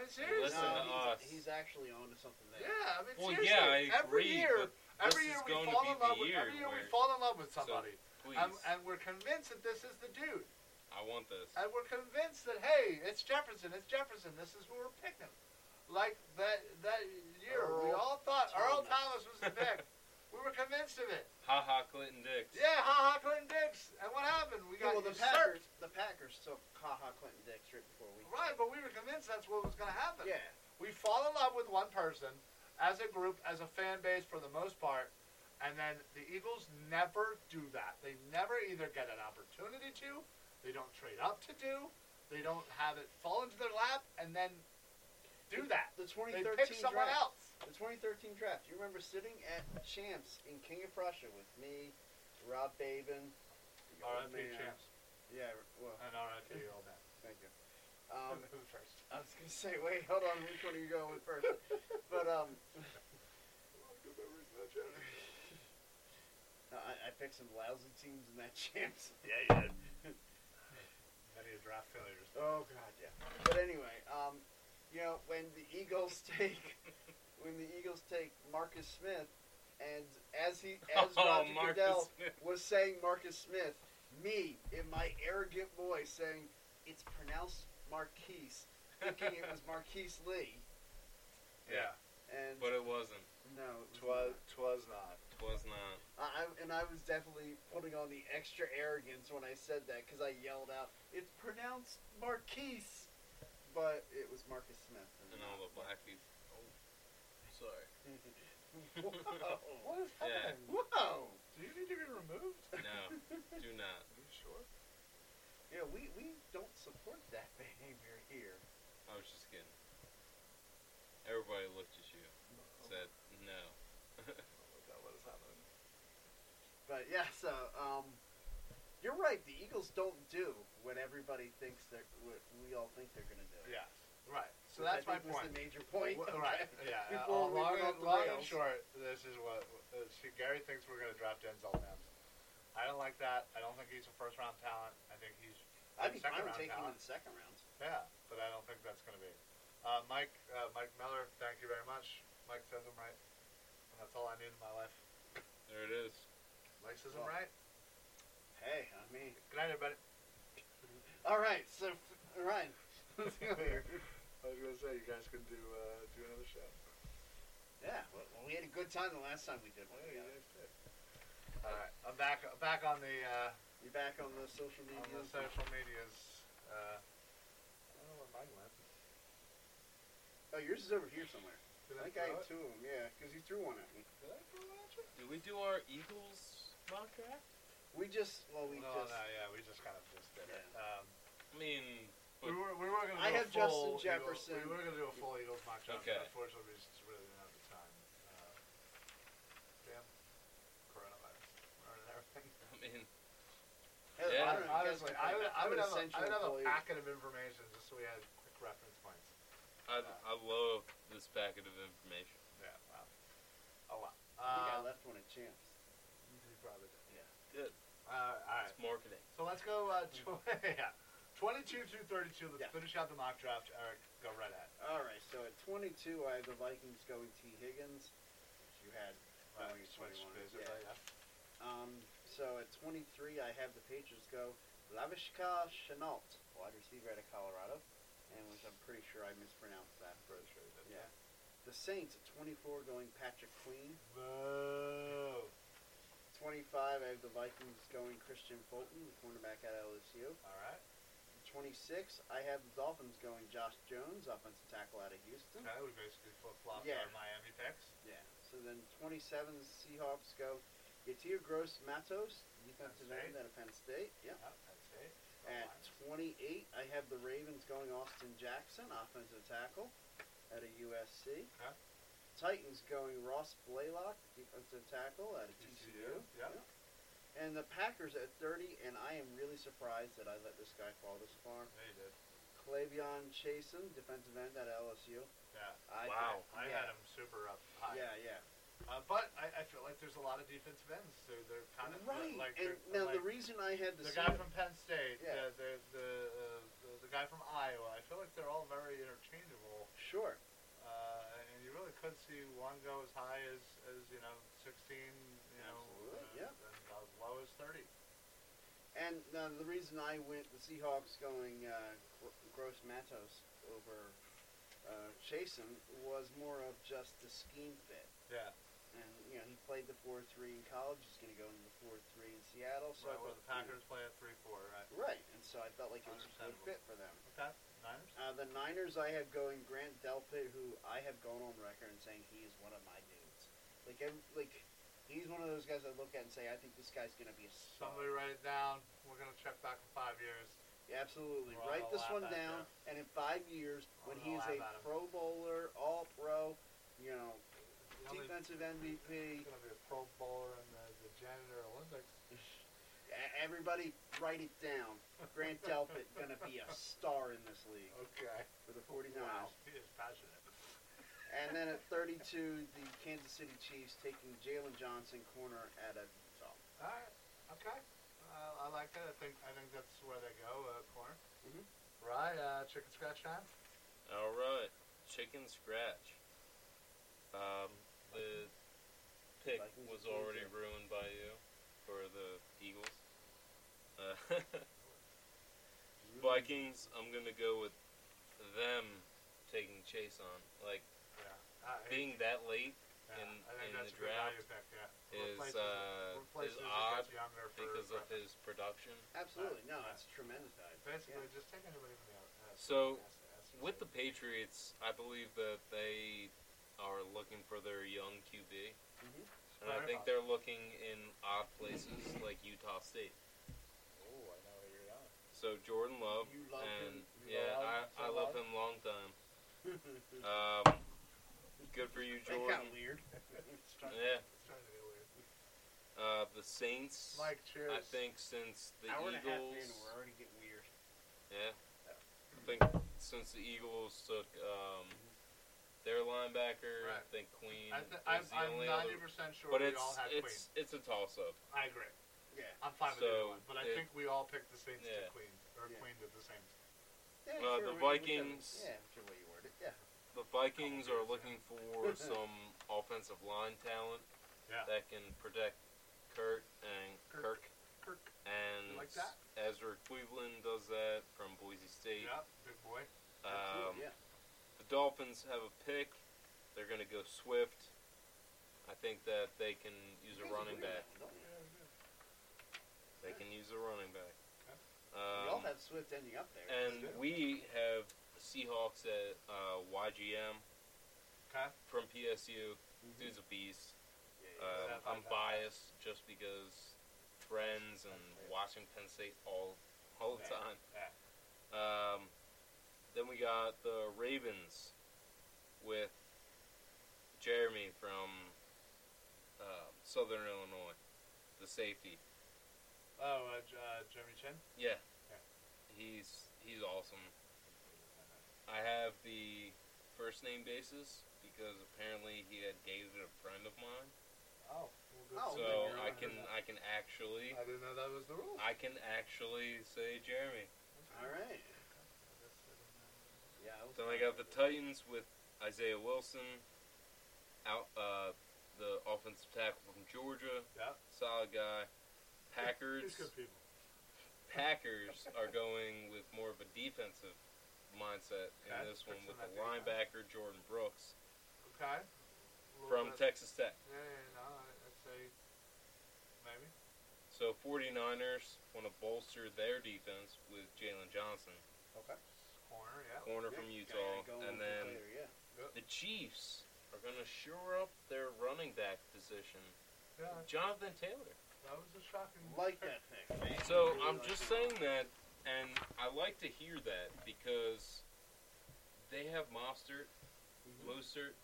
A: mean, seriously.
C: Listen to
B: he's,
C: us.
B: he's actually on to something there.
A: Yeah, I mean,
C: Well,
A: seriously.
C: yeah, I
A: every
C: agree,
A: year,
C: but
A: every
C: this
A: year
C: is
A: we
C: going to
A: fall
C: be
A: in love
C: the
A: with
C: year
A: every year we
C: where-
A: fall in love with
C: so,
A: somebody,
C: Please,
A: and, and we're convinced that this is the dude,
C: I want this.
A: and we're convinced that hey, it's Jefferson, it's Jefferson, this is who we're picking. Like that that year, we
B: Earl
A: all thought Earl
B: Thomas.
A: Thomas was the pick. we were convinced of it.
C: Ha ha, Clinton Dix.
A: Yeah, ha ha, Clinton Dix. And what happened? We got
B: well, the
A: usurped.
B: Packers, the Packers took Kaha Clinton Dix right before we.
A: Right, but we were convinced that's what was going to happen.
B: Yeah.
A: we fall in love with one person as a group, as a fan base for the most part, and then the Eagles never do that. They never either get an opportunity to, they don't trade up to do, they don't have it fall into their lap, and then do that.
B: The
A: They
B: 2013
A: pick someone
B: draft.
A: else.
B: The 2013 draft. You remember sitting at Champs in King of Prussia with me, Rob Babin. the old man. Yeah. Well,
A: And RIP all that.
B: thank you. Um,
A: first?
B: I was gonna say, wait, hold on. Which one are you going with first? But um, I, I picked some lousy teams in that Champs.
A: Yeah, you did. Many draft failures.
B: Oh God, yeah. But anyway, um, you know when the Eagles take when the Eagles take Marcus Smith, and as he as
C: oh,
B: Roger
C: Marcus
B: Goodell
C: Smith.
B: was saying Marcus Smith, me in my arrogant voice saying it's pronounced Marquise, thinking it was Marquise Lee,
C: Yeah,
B: and
C: but it wasn't.
B: no, it
A: Twas,
B: was
A: twas not.
C: It was not.
B: not. I, I- and I was definitely putting on the extra arrogance when I said that because I yelled out, "It's pronounced Marquise," but it was Marcus Smith.
C: And all the black people. Oh, sorry.
B: Whoa!
A: What is
C: Yeah.
A: happening?
B: Whoa!
A: Do you need to be removed?
C: No, do not.
A: Are you sure?
B: Yeah, we, we don't support that behavior here.
C: I was just kidding. Everybody looked at you, said no.
A: Oh my God, what is happening?
B: But yeah, so um, you're right. The Eagles don't do what everybody thinks they're what we all think they're gonna do.
A: Yeah, right. So
B: Which I
A: that's my
B: think was
A: point.
B: the major point.
A: Well, Right. Yeah. Uh,
B: Before we
A: long,
B: went off
A: and,
B: the
A: long and
B: rails.
A: short, this is what uh, see, Gary thinks we're going to draft Denzel Mims. I don't like that. I don't think he's a first round talent. I think he's
B: I'd be fine
A: second
B: with
A: round
B: taking him in
A: talent.
B: the second round.
A: Yeah, but I don't think that's going to be. Uh, Mike, uh, Mike Miller, thank you very much. Mike says I'm right. And that's all I need in my life.
C: There it is.
A: Mike says
B: Well.
A: I'm right.
B: Hey, I mean,
A: Good night, everybody.
B: all right. So Ryan, let's go here.
A: I was going to say you guys can do uh, do another show.
B: Yeah, well, we had a good time the last time we did one.
A: Yeah, you
B: together.
A: guys did. All right, I'm back. Back on the. Uh,
B: You back on the social media?
A: on the social medias. Uh, I don't know where mine went.
B: Oh, yours is over here somewhere.
A: Did
B: I
A: I
B: think I
A: throw
B: had
A: it?
B: two of them. Yeah, because you threw one at me.
A: Did I throw it at you?
C: Did we do our Eagles mock draft?
B: We just well, we
A: no,
B: just.
A: no, yeah, we just kind of just did it. Um,
C: I mean,
A: we
C: But-
A: were, we were gonna
B: I
A: do
B: have
A: a full
B: Justin Jefferson.
A: Eagles, we were gonna do a full Eagles mock draft.
C: Okay.
A: But unfortunately, we just really didn't have the time. Uh, damn, coronavirus, ruining everything.
C: I mean,
B: Hell,
C: Yeah.
B: I don't know. you guys
A: Honestly,
B: can
A: I
B: play
A: would,
B: that.
A: I would
B: would've
A: have, a,
B: sent
A: I
B: you
A: would have a
B: play-
A: packet of information just so we had quick reference points.
C: I, I love this packet of information.
A: Yeah, wow, a lot.
B: I think I
A: Uh,
B: left one at Champs.
A: you probably did.
C: Good.
A: Uh, all right.
C: It's marketing.
A: So let's go. Uh, tw- yeah. 22 through 32. Let's
B: Yeah.
A: finish out the mock draft. Eric, go right at it.
B: All right, so at 22, I have the Vikings going T. Higgins. which You had
A: Uh,
B: going at
A: switch
B: 21.
A: basically,
B: Yeah.
A: yeah.
B: Um, so at 23, I have the Patriots go Lavishka Chenault, wide receiver out of Colorado, and which I'm pretty sure I mispronounced that.
A: Pretty sure you did.
B: Yeah. The Saints at 24 going Patrick Queen.
A: Boo.
B: 25, I have the Vikings going Christian Fulton, the cornerback out of LSU.
A: All right.
B: 26, I have the Dolphins going Josh Jones, offensive tackle out of Houston.
A: Okay, we basically flip flopped
B: Hmm. Yeah.
A: our Miami picks.
B: Yeah. So then 27, the Seahawks go Yatir Gross Matos, defensive
A: Penn
B: end out of Penn State. Yeah.
A: Yeah, that's it. Go
B: At
A: Lions.
B: 28, I have the Ravens going Austin Jackson, offensive tackle out of USC.
A: Okay.
B: Titans going Ross Blaylock, defensive tackle out of TCU.
A: TCU. Yeah.
B: And the Packers at 30, and I am really surprised that I let this guy fall this
A: Yeah,
B: far.
A: you did.
B: Clavion Chasen, defensive end at LSU.
A: Yeah.
B: I
C: Wow.
A: I
B: yeah,
A: had him super up high.
B: Yeah, yeah.
A: Uh, but I, I feel like there's a lot of defensive ends. They're, they're kind of
B: right.
A: like
B: and
A: they're-
B: now the
A: like
B: reason I had the,
A: the
B: same-
A: guy from Penn State,
B: Yeah.
A: the, the, the, uh, the the guy from Iowa. I feel like they're all very interchangeable,
B: sure.
A: uh, and you really could see one go as high as, as you know 16, you know,
B: Absolutely,
A: uh,
B: yeah.
A: and as low as 30.
B: And now the reason I went the Seahawks going uh, Gro- Gross Matos over uh, Chasen was more of just the scheme fit.
A: Yeah,
B: And you know he played the four three in college. He's going to go into the four three in Seattle.
A: so
B: So I
A: where
B: thought,
A: the Packers play at 3-4, right?
B: you know, right. And so I felt like it was a good
A: Understandable.
B: fit for them.
A: Okay, Niners.
B: Uh, the Niners I have going Grant Delpit, who I have gone on record and saying he is one of my dudes. Like every, like he's one of those guys I look at and say I think this guy's going to be a stud.
A: Somebody write it down. We're gonna check back in five years.
B: Yeah, absolutely.
A: We're all
B: Write this
A: laugh
B: one
A: at
B: down, and in five years,
A: We're
B: when
A: all
B: he is
A: laugh
B: a
A: at him.
B: Pro Bowler, All Pro, you know,
A: The only-
B: defensive MVP,
A: He's gonna be a Pro Bowler and the, the janitor Olympics.
B: e- everybody write it down. Grant Delpit going to be a star in this league
A: Okay.
B: for the 49ers.
A: Wow. He is passionate.
B: And then at 32, the Kansas City Chiefs taking Jalen Johnson corner out of Utah.
A: All right. Okay. Uh, I like that. I think I think that's where they go. Uh, corner.
B: Mhm.
A: Right. Uh, chicken scratch time.
C: All right, chicken scratch. Um, the pick
B: Vikings
C: was
B: are going
C: already
B: to.
C: ruined by you for the Eagles. Uh, Vikings. I'm gonna go with them taking Chase on. Like
A: Yeah. Uh,
C: being that late
A: yeah,
C: in-
A: I think
C: in
A: that's
C: the
A: a good value
C: draft
A: pick. Yeah.
C: is,
A: Replaces-
C: uh, is
A: replaces it
C: odd
A: gets younger for,
C: because of
A: for-
C: his production.
B: Absolutely. No,
A: Yeah.
B: it's tremendous value.
A: Basically, just take anybody from the out- uh,
C: So,
A: that's- that's-
C: With the Patriots, I believe that they are looking for their young QB.
B: Mhm.
A: Mm-hmm.
C: And I think they're looking in odd places like Utah State.
A: Oh, I know where you're going.
C: So Jordan Love,
B: You love
C: and
B: him. You
C: yeah,
A: love
C: I,
A: him so
C: I love
A: much.
C: him long time.
B: that
C: Um, good for you, Jordan.
B: got weird.
A: it's starting,
C: Yeah,
A: it's starting to get weird.
C: uh, the Saints.
A: Mike, cheers.
C: I think since the
B: Hour and a half in,
C: Eagles,
B: we're already getting weird.
C: yeah, I think since the Eagles took um, their linebacker,
A: Right.
C: I think Queen
A: I th-
C: is
A: I'm,
C: the
A: I'm
C: only
A: 90%
C: other.
A: sure
C: But
A: we
C: it's
A: all had Queen.
C: it's it's a toss up.
A: I agree.
B: Yeah.
A: I'm fine with
C: So,
A: either one, but I
C: it-
A: think we all picked the Saints
C: yeah.
A: to Queen, or
B: Yeah.
A: Queen did the Saints.
B: yeah which-
C: Uh, the
B: whichever-
C: Vikings-
B: Yeah, whichever way you word it. Yeah.
C: The Vikings are looking for some offensive line talent
A: Yeah.
C: that can protect Kurt and
A: Kirk.
C: Kirk,
A: Kirk.
C: and
A: You like that?
C: Ezra Cleveland does that from Boise State.
A: Yeah, big boy.
C: Um,
B: Absolutely, yeah.
C: The Dolphins have a pick. They're going to go Swift. I think that they can use a
B: You guys
C: running
B: agree on
C: back.
B: that one, don't you?
C: They can use a running back.
A: Okay.
B: We all
C: Um,
B: have Swift ending up there.
C: and
A: do.
C: we have Seahawks at uh, YGM
A: Okay.
C: from PSU.
B: Mhm.
C: Dude's a beast.
B: Yeah, yeah.
C: Um, I'm biased just because friends and watching Penn State all all the
A: Yeah.
C: time.
A: Yeah.
C: Um, then we got the Ravens with Jeremy from uh, Southern Illinois, the safety.
A: Oh, uh, J- uh, Jeremy Chin?
C: Yeah,
A: Yeah.
C: he's he's awesome. I have the first name basis because apparently he had dated a friend of mine,
A: Oh.
B: Oh,
C: so
B: there you
C: I
B: go.
C: can I can actually
A: I didn't know that was the rule.
C: I can actually say Jeremy.
B: All right. Yeah.
C: Then I got the Titans with Isaiah Wilson, out uh, the offensive tackle from Georgia,
A: Yeah.
C: solid guy. Packers,
A: He's good people.
C: Packers are going with more of a defensive mindset in
A: Okay,
C: this one
A: fixing
C: with
A: that
C: the
A: big guy.
C: linebacker Jordan Brooks
A: Okay. A little
C: from
A: bit-
C: Texas Tech.
A: Yeah, yeah, no, I- I'd say maybe.
C: So 49ers want to bolster their defense with Jalen Johnson,
B: Okay.
A: Corner, yeah.
C: corner
B: Yeah,
C: from
B: gotta
C: Utah,
B: go
C: and
B: a little
C: then
B: later, yeah.
C: the Chiefs are going to shore up their running back position.
A: Yeah,
C: Jonathan Taylor.
A: that was a shocking
B: Like that pick, man.
C: So
B: Really
C: I'm
B: like
C: just
B: it.
C: saying that, and I like to hear that because they have Mostert,
A: Mm-hmm.
B: Mhm.
C: Mostert,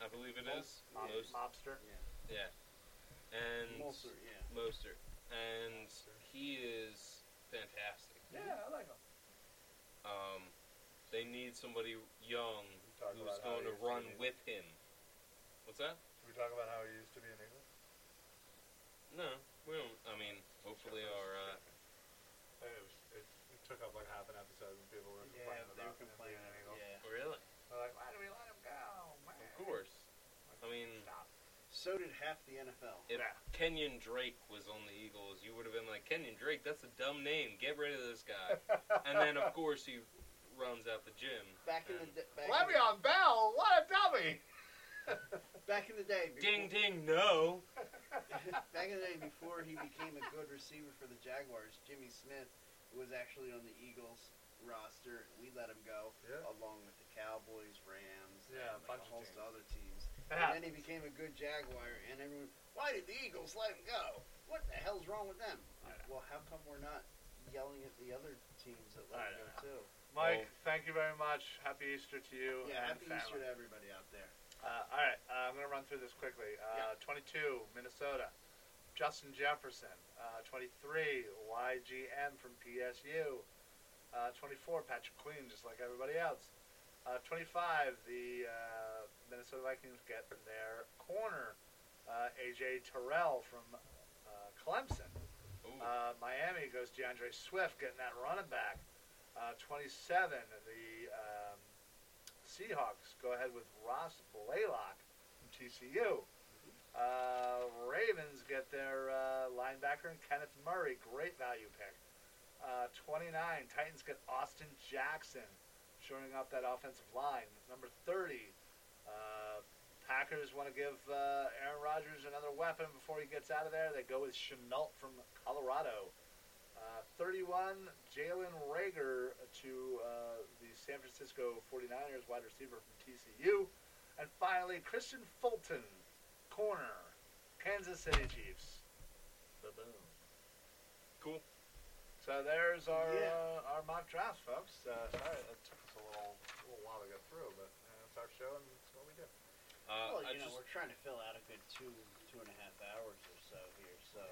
C: I believe it is,
A: Mob-
C: Most-
A: mobster.
B: Yeah.
C: yeah, and
B: Mulser, yeah.
C: Mostert, and he is fantastic.
A: Yeah, I like him.
C: Um, they need somebody young
A: talked
C: who's
A: about how
C: going to
A: he
C: run
A: exceeded.
C: with him. What's that?
A: we talk about how he used to be in England?
C: No, we don't. I mean, hopefully our uh,
A: It, was, it, it took up like half an episode when people were
B: Yeah,
A: complaining
B: they were
A: about him being
B: complaining,
A: in England.
B: yeah.
C: oh, really,
A: They're like, why do we let him go? Man.
C: of course. I mean,
A: Stop.
B: So did half the NFL.
C: if
A: Yeah.
C: Kenyon Drake was on the Eagles, you would have been like, Kenyon Drake, that's a dumb name. Get rid of this guy. and then, of course, he runs out the gym.
B: Back in the
C: and,
B: da- back, in,
A: Le'Veon Bell, what a dummy!
B: back in the day,
C: Ding, ding, no.
B: back in the day before he became a good receiver for the Jaguars, Jimmy Smith was actually on the Eagles roster. We let him go
A: Yeah.
B: along with the Cowboys, Rams,
A: Yeah, a
B: and
A: bunch
B: a
A: of
B: host
A: teams.
B: of other teams.
A: Yeah.
B: And then he became a good Jaguar, and everyone, why did the Eagles let him go? What the hell's wrong with them?
A: I know.
B: Well, how come we're not yelling at the other teams that let
A: I
B: him go too?
A: Mike,
C: Well-
A: thank you very much. Happy Easter to you
B: Yeah,
A: and
B: happy Easter
A: family.
B: to everybody out there.
A: Uh, all right, uh, I'm going to run through this quickly. Uh, 22, Minnesota. Justin Jefferson. Uh, 23, YGM from PSU. Uh, 24, Patrick Queen, just like everybody else. Uh, 25, the uh, Minnesota Vikings get their corner, uh, AJ Terrell from uh, Clemson.
C: Ooh,
A: Uh, Miami goes DeAndre Swift getting that running back. Uh, 27, the um, Seahawks go ahead with Ross Blaylock from TCU. Uh, Ravens get their uh, linebacker and Kenneth Murray, great value pick. Uh, 29, Titans get Austin Jackson, shoring up that offensive line. Number 30, uh, Packers want to give uh, Aaron Rodgers another weapon before he gets out of there. They go with Chenault from Colorado. Uh, 31, Jalen Rager to uh, the San Francisco 49ers, wide receiver from TCU. And finally, Christian Fulton, corner, Kansas City Chiefs. Ba-boom.
C: cool.
A: So there's our
B: Yeah.
A: uh, our mock drafts, folks. Uh, sorry, it took us a little, little while to get through, but uh, it's our show and it's what we do.
C: Uh,
B: well,
C: I
B: you know,
C: just,
B: we're trying to fill out a good two, two and a half hours or so here, so.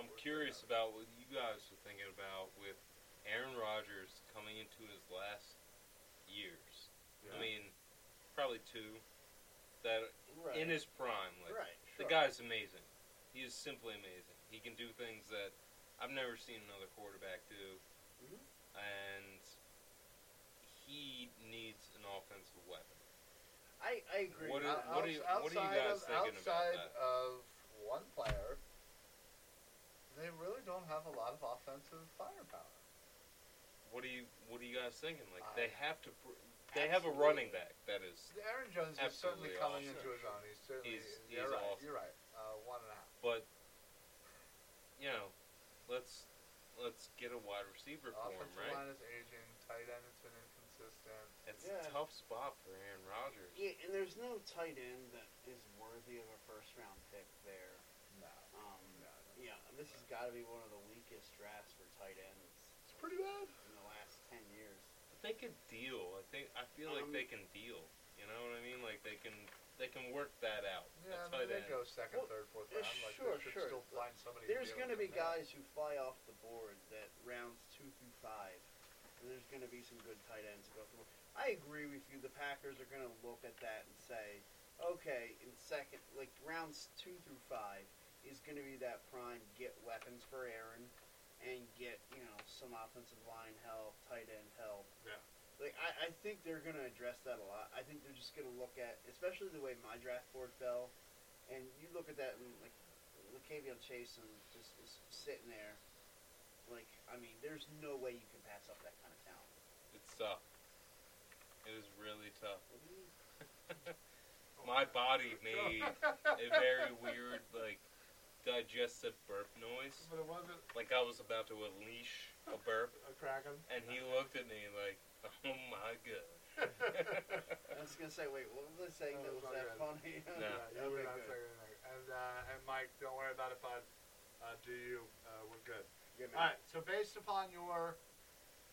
C: I'm curious about what you guys are thinking about with Aaron Rodgers coming into his last years. I mean, probably two. That
B: Right.
C: in his prime, like
B: right,
C: The
B: sure.
C: guy's amazing. He is simply amazing. He can do things that I've never seen another quarterback do.
A: Mm-hmm.
B: Mhm.
C: And he needs an offensive weapon.
B: I, I agree.
C: What do-
B: I-
C: what do you- what do you
A: outside
C: guys
A: of,
C: thinking about
A: outside
C: that?
A: of one player, they really don't have a lot of offensive firepower.
C: What do you What are you guys thinking? Like
A: I-
C: they have to. Pr- they have a running back that is.
A: Aaron Jones is certainly
C: Absolutely
A: coming
C: awesome.
A: into his own. He's certainly.
C: He's-
A: you're
C: he's
A: right.
C: awesome.
A: You're right. Uh, one and a half.
C: But you know, let's let's get a wide receiver for him,
A: Offensive
C: right?
A: line is aging. Tight end has been inconsistent.
C: It's
B: Yeah.
C: a tough spot for Aaron Rodgers.
B: Yeah, and there's no tight end that is worthy of a first round pick there.
A: No.
B: Um,
A: No. no.
B: yeah, this has got to be one of the weakest drafts for tight ends
A: It's pretty bad.
B: in the last 10 years.
C: But they could deal. I think I feel like
B: Um,
C: they can deal. You know what I mean? Like they can they can work that out.
A: Yeah,
C: That's
A: I mean,
C: how
A: they
C: they-
A: go second,
B: Well,
A: third, fourth
B: yeah,
A: round. Like,
B: sure,
A: they should
B: sure.
A: still find somebody.
B: There's
A: going to
B: be
A: with them.
B: guys who fly off the board that rounds two through five. And there's going to be some good tight ends that go through. I agree with you. The Packers are going to look at that and say, okay, in second, like rounds two through five is going to be that prime get weapons for Aaron and get you know some offensive line help, tight end help.
A: Yeah.
B: Like I, I think they're going to address that a lot. I think they're just going to look at, especially the way my draft board fell, and you look at that and like Latavian Chase and just is sitting there. Like I mean, there's no way you can pass up that kind of talent.
C: It's tough. It is really tough.
A: Oh,
C: My
A: God.
C: body made a very weird, like, digestive burp noise.
A: But it wasn't
C: Like I was about to unleash a burp,
A: a kraken.
C: and he looked at me like, "Oh my god."
B: I was gonna say, wait, what was I saying
A: No,
B: that was
A: it's all
B: that
A: good.
B: funny?
C: No.
A: Yeah, you were
B: Okay,
A: not
B: good.
A: saying anything. And uh, and Mike, don't worry about it, bud. Uh, do you? Uh, we're good.
B: Good
A: All
B: man.
A: right. So based upon your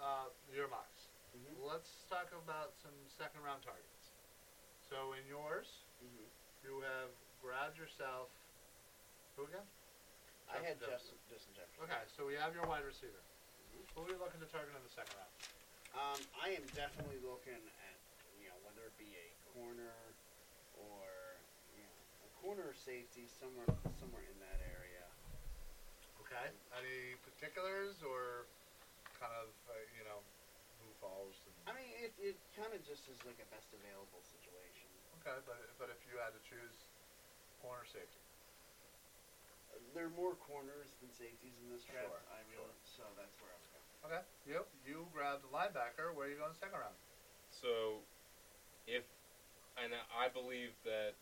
A: uh, your mocks,
B: Mhm.
A: let's talk about some second round targets. So in yours,
B: Mhm.
A: you have grabbed yourself. Who again?
B: I had
A: Justin
B: Justin, Justin Jefferson.
A: Okay. So we have your wide receiver.
B: Mhm.
A: Who are you looking to target in the second round?
B: Um, I am definitely looking at you know whether it be a corner or you know a corner safety somewhere somewhere in that area.
A: Okay. Any particulars or kind of, uh, you know, who falls?
B: I
A: And,
B: mean, it, it kind of just is like a best available situation.
A: okay, but, but if you had to choose corner safety.
B: There are more corners than safeties in this draft.
A: Sure,
B: I really so that's where I was going.
A: Okay. You, you grabbed a linebacker. Where are you going second round?
C: So, if and I believe that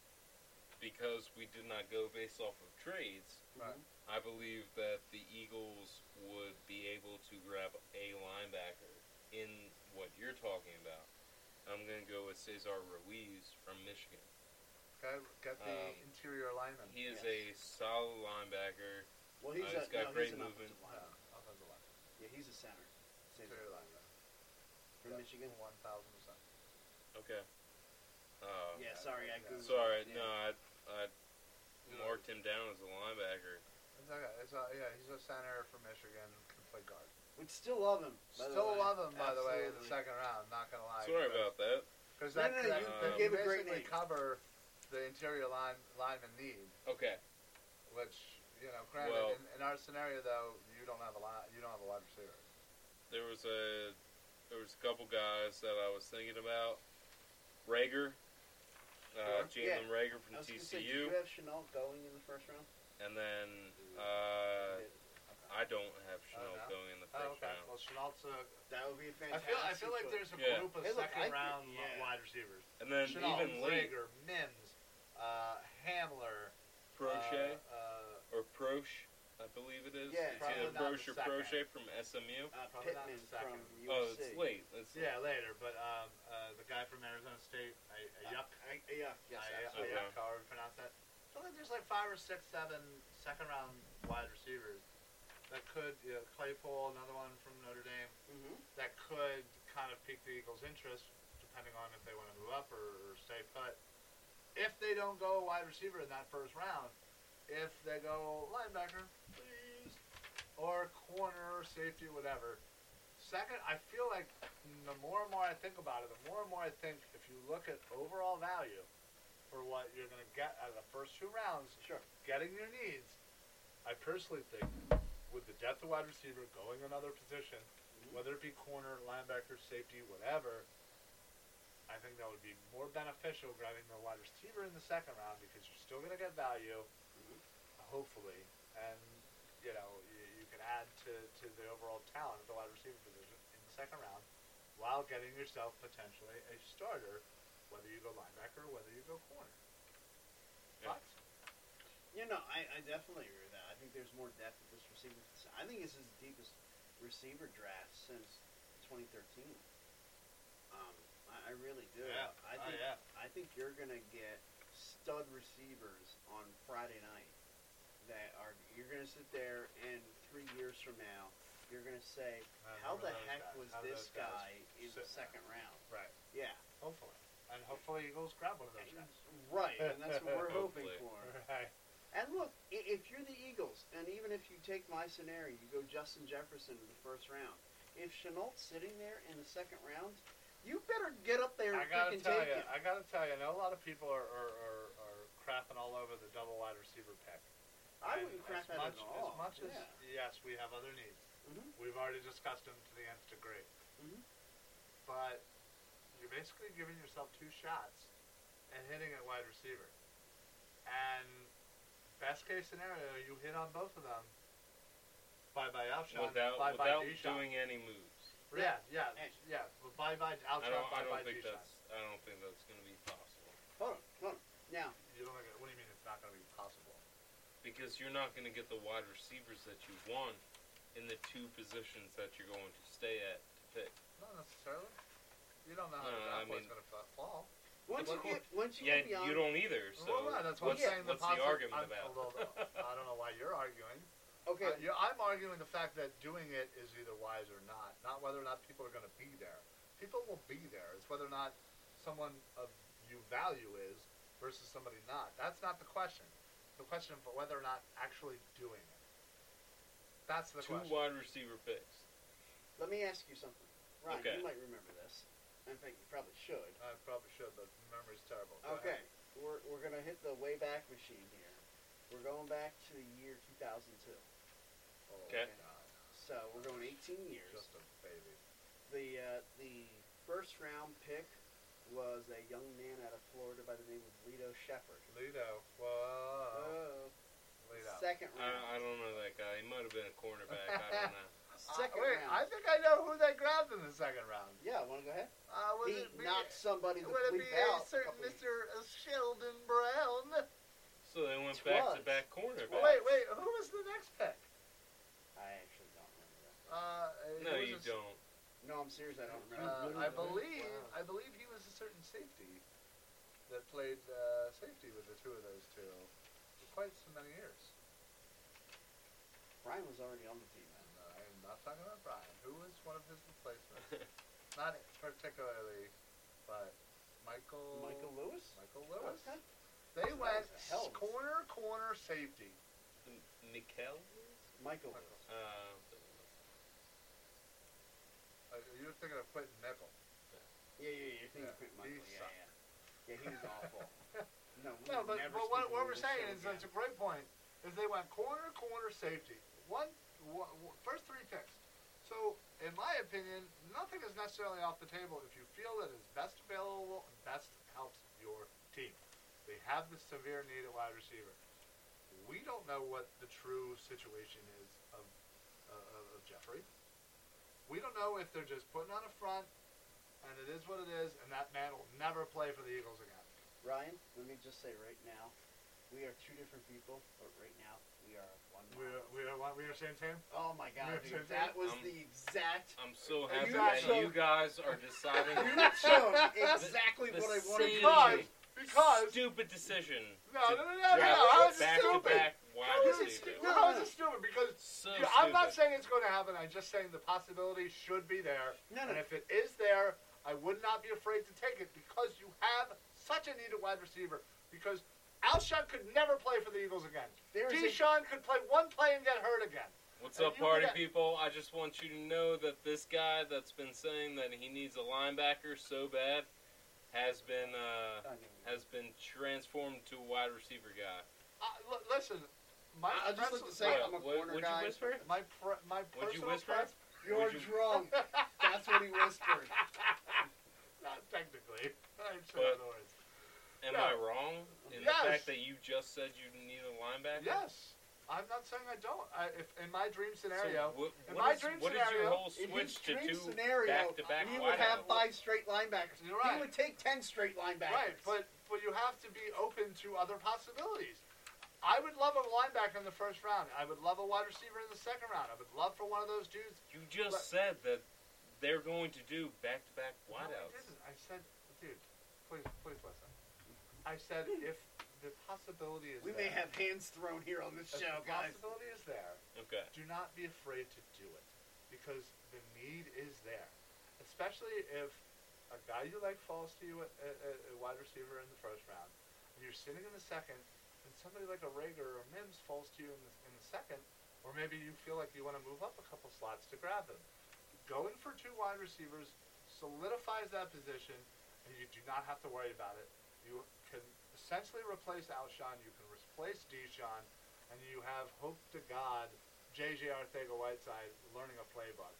C: because we did not go based off of trades,
B: Mm-hmm.
A: Right.
C: I believe that the Eagles would be able to grab a linebacker in what you're talking about. I'm going to go with Cesar Ruiz from Michigan.
A: Okay. Get the
C: Um,
A: interior lineman.
C: He is a solid linebacker.
B: Well, he's, a,
C: Uh, he's
B: no,
C: got great
B: he's an offensive
C: movement.
A: Oh, Yeah,
B: lineman.
A: offensive lineman.
B: Yeah, he's a center. Same
A: Interior lineman.
B: From
A: Yeah,
B: Michigan.
A: 1,000%.
C: Okay. Uh,
B: Yeah, sorry,
A: Oh,
B: I
A: Yeah.
B: googled.
C: Sorry,
B: it.
C: no,
B: Yeah.
C: I, I marked him down as a linebacker.
A: It's okay. It's uh, yeah, he's a center from Michigan, can play guard.
B: We'd still love him. by the
A: Still
B: way.
A: love him, by the way, in the
B: Absolutely.
A: second round. Not gonna lie.
C: Sorry about that.
A: Because
B: No,
A: that,
B: no, no,
A: that,
C: you-
A: that
C: you
A: you
B: gave a great
A: basically
B: name.
A: cover the interior line lineman need,
C: Okay.
A: which you know, granted,
C: Well-
A: in, in our scenario though, you don't have a line, you don't have a wide receiver.
C: there was a there was a couple guys that I was thinking about. Rager, uh,
B: Sure.
C: Jalen Rager from
B: I was gonna say, do
C: TCU,
B: you have Chanel going in the first round?
C: and then uh, I don't have Chanel
A: no.
C: going in the
A: Oh,
C: first
A: okay.
C: round.
A: Well, Chenault's a.
B: that would be a
A: I
B: fantastic.
A: feel I feel like there's a
C: Yeah.
A: group of
B: Hey, look, I
A: second
B: think-
A: round li-
B: yeah.
A: wide receivers.
C: And then
A: Chenault,
C: even late,
A: Rager, Mims, uh, Hamler,
C: Prochet
A: Uh, uh,
C: or Proche, I believe it is.
B: Yeah,
C: it's
A: probably
C: either
A: not the
C: Proche or
A: second.
C: Prochet from SMU.
B: uh,
A: probably not
B: Pittman
A: the second.
B: from USC.
C: Oh, it's late. It's
A: yeah, later. But um, uh, the guy from Arizona State, I, I yuck.
B: I, yeah, yes,
A: I,
B: absolutely.
A: I,
C: Okay.
A: however you pronounce that. I feel like there's like five or six, seven second round wide receivers that could, you know, Claypool, another one from Notre Dame,
B: Mhm.
A: that could kind of pique the Eagles' interest depending on if they want to move up or, or stay put. If they don't go wide receiver in that first round, if they go linebacker, please, or corner, safety, whatever. Second, I feel like the more and more I think about it, the more and more I think if you look at overall value for what you're going to get out of the first two rounds,
B: Sure.
A: getting your needs, I personally think with the depth of wide receiver going another position,
B: Mm-hmm.
A: whether it be corner, linebacker, safety, whatever, I think that would be more beneficial grabbing the wide receiver in the second round because you're still going to get value,
B: Mm-hmm.
A: hopefully, and you know you, you can add to, to the overall talent at the wide receiver position in the second round while getting yourself potentially a starter, whether you go linebacker or whether you go corner.
C: Yeah.
A: Thoughts?
B: You know, I, I definitely agree with that. I think there's more depth at this receiver. position. I think this is the deepest receiver draft since 2013. Um, I, I really do.
A: Yeah.
B: I
A: Oh,
B: think
A: yeah.
B: I think you're gonna get stud receivers on Friday night that are you're gonna sit there and three years from now you're gonna say
A: Man,
B: how
A: who
B: the
A: are those
B: heck
A: guys?
B: was
A: How do
B: this
A: those guys
B: guy in
A: sit
B: the
A: there?
B: second round?
A: Right.
B: Yeah,
A: Hopefully. And hopefully Eagles grab one of those guys.
B: right, and that's what we're hoping
C: Hopefully.
B: for.
A: Right.
B: And look, i- if you're the Eagles, and even if you take my scenario, you go Justin Jefferson in the first round. If Chenault's sitting there in the second round, you better get up there and
A: I gotta
B: freaking
A: tell
B: take
A: you,
B: him.
A: I gotta tell you, I know a lot of people are, are, are, are crapping all over the double wide receiver pick.
B: I
A: And
B: wouldn't crap
A: as
B: at
A: much,
B: it at all.
A: As much as
B: yeah.
A: yes, we have other needs.
B: Mhm.
A: We've already discussed them to the nth degree.
B: Mhm.
A: But you're basically giving yourself two shots and hitting at wide receiver. And best case scenario, you hit on both of them. Bye bye outshot.
C: without
A: bye
C: without
A: bye D-shot.
C: doing any moves.
A: Yeah, yeah,
B: Hey.
A: yeah. Bye bye
C: I
A: outshot.
C: don't I
A: bye bye
C: don't think
A: D-shot.
C: that's I don't think that's going to be possible
B: Hold on, hold on. Now,
A: You don't think, what do you mean it's not going to be possible?
C: because you're not going to get the wide receivers that you want in the two positions that you're going to stay at to pick.
A: Not necessarily. You don't know how the
C: No, I
A: draft board's
C: mean-
A: going to fall.
B: once you
A: Well,
B: get once you
C: Yeah,
B: get beyond,
C: you don't either. So
A: well, yeah, that's what
C: what's,
A: I'm saying.
C: what's
A: the,
C: the
A: possi-
C: argument
A: I'm-
C: about?
A: although, I don't know why you're arguing.
B: okay,
A: Uh, yeah, I'm arguing the fact that doing it is either wise or not, not whether or not people are going to be there. People will be there. It's whether or not someone of you value is versus somebody not. That's not the question. The question of whether or not actually doing it. That's the
C: Two
A: question.
C: wide receiver picks.
B: let me ask you something. Ryan,
C: Okay.
B: you might remember this. In fact, you probably should.
A: I probably should, but memory's terrible. Go
B: Okay,
A: ahead.
B: we're, we're gonna gonna hit the way back machine here. We're going back to the year 2002.
A: Oh,
C: Okay.
A: God.
B: So we're going 18 years.
A: Just a baby.
B: The uh, the first round pick was a young man out of Florida by the name of Lito Shepard.
A: Lido. Whoa.
B: Oh.
A: Lido.
B: Second
C: I,
B: round.
C: I don't know that guy. He might have been a cornerback. I don't know.
B: Second
A: uh, wait, I
B: round.
A: think I know who they grabbed in the second round.
B: yeah, want to go ahead?
A: Uh, was
B: he
A: it be,
B: knocked somebody the
A: would it
B: week
A: be a
B: out.
A: certain
B: couple weeks.
A: Mr. Sheldon Brown?
C: So they went
B: Twas.
C: back to back
A: Well,
C: cornerback.
A: wait, wait. Who was the next pick?
B: I actually don't remember that.
A: Uh,
C: No,
A: it was a
C: you
A: s-
C: don't.
B: No, I'm serious. I don't remember.
A: Uh, I believe
B: Wow.
A: I believe he was a certain safety that played uh, safety with the two of those two for quite so many years.
B: Brian was already on the team. then.
A: And, uh, I'm not talking about Brian, who was one of his replacements. not particularly, but Michael.
B: Michael Lewis.
A: Michael Lewis.
B: Okay.
A: They
B: That
A: went
B: was a hell of a-
A: corner, corner, safety.
C: N- Nickel?
A: Michael.
B: Michael Lewis.
C: Uh,
A: Uh, you were thinking of Quentin Nickel.
B: Yeah, yeah, yeah. You're thinking
A: Yeah,
B: of Quentin
A: he
B: Michael. Yeah,
A: sucked.
B: yeah. Yeah, he was awful. No, we
A: No,
B: would
A: but,
B: never
A: but
B: speak
A: what,
B: of
A: what
B: him
A: we're
B: on this
A: saying
B: show
A: is
B: again.
A: that's a great point. Is they went corner, corner, safety. One, one, first three picks. So, in my opinion, nothing is necessarily off the table if you feel that it's best available and best helps your team. They have the severe need at wide receiver. We don't know what the true situation is of, uh, of, of Jeffrey. We don't know if they're just putting on a front, and it is what it is, and that man will never play for the Eagles again.
B: Ryan, let me just say right now, we are two different people, but right now we are one.
A: We're,
B: mind.
A: we're, we're the same team?
B: oh my God,
A: we're
B: dude,
A: two
B: that was
C: Um,
B: the exact.
C: I'm so
A: Are
C: happy
A: you
C: that
A: so-
C: you guys are deciding
B: You showed exactly
C: the
B: what I wanted.
C: same
A: Because, because,
C: stupid decision.
A: no, no, no, no, no,
C: Draft
A: how is it
C: back to
A: stupid?
C: back wide
A: How is it
C: receiver.
A: stupid? How is it stupid? Because
C: So
A: you know, I'm not
C: stupid.
A: saying it's going to happen. I'm just saying the possibility should be there.
B: No, no,
A: And if it is there, I would not be afraid to take it because you have such a needed wide receiver. Because Alshon could never play for the Eagles again.
B: there is a
A: Deshaun could play one play and get hurt again.
C: What's
A: And
C: up,
A: you
C: party
A: forget-
C: people? I just want you to know that this guy that's been saying that he needs a linebacker so bad has been uh, has been transformed to a wide receiver guy.
A: Uh, l- listen, my
B: I- I just
A: personal-
B: like to say
C: What-
B: I'm a
C: what-
B: corner
C: would
B: guy.
C: you whisper?
A: my pre- my
C: Would you
A: personal
C: whisper?
A: pref-
B: You're
C: Would you-
B: drunk. That's what he whispered.
A: Not technically. I'm sure
C: But-
A: otherwise.
C: Am
A: Yeah.
C: I wrong in
A: Yes.
C: the fact that you just said you need a linebacker?
A: Yes. I'm not saying I don't. I, if in my dream
C: So
A: scenario,
C: what,
A: In
C: what
A: my
C: is-
A: dream
C: what is
A: scenario,
C: your whole
B: In his
C: switch to
B: dream
C: two
B: scenario,
C: back-to-back
B: he would
C: wideouts?
B: have five straight linebackers.
A: You're right.
B: He would take ten straight linebackers.
A: right? But but you have to be open to other possibilities. I would love a linebacker in the first round. I would love a wide receiver in the second round. I would love for one of those dudes.
C: you just
A: But-
C: said that they're going to do back-to-back
A: No, I
C: wideouts.
A: didn't. Oh I said, dude, please please listen. I said if the possibility is
B: we
A: there,
B: may have hands thrown here on this
A: if
B: show,
A: the
B: guys.
A: possibility is there.
C: Okay.
A: do not be afraid to do it because the need is there, especially if a guy you like falls to you at, at, at at wide receiver in the first round, and you're sitting in the second, and somebody like a Rager or Mims falls to you in the, in the second, or maybe you feel like you want to move up a couple slots to grab them. Going for two wide receivers solidifies that position, and you do not have to worry about it. You can essentially replace Alshon, you can replace Deshaun, and you have hope to God JJ Arthega Whiteside learning a playbook.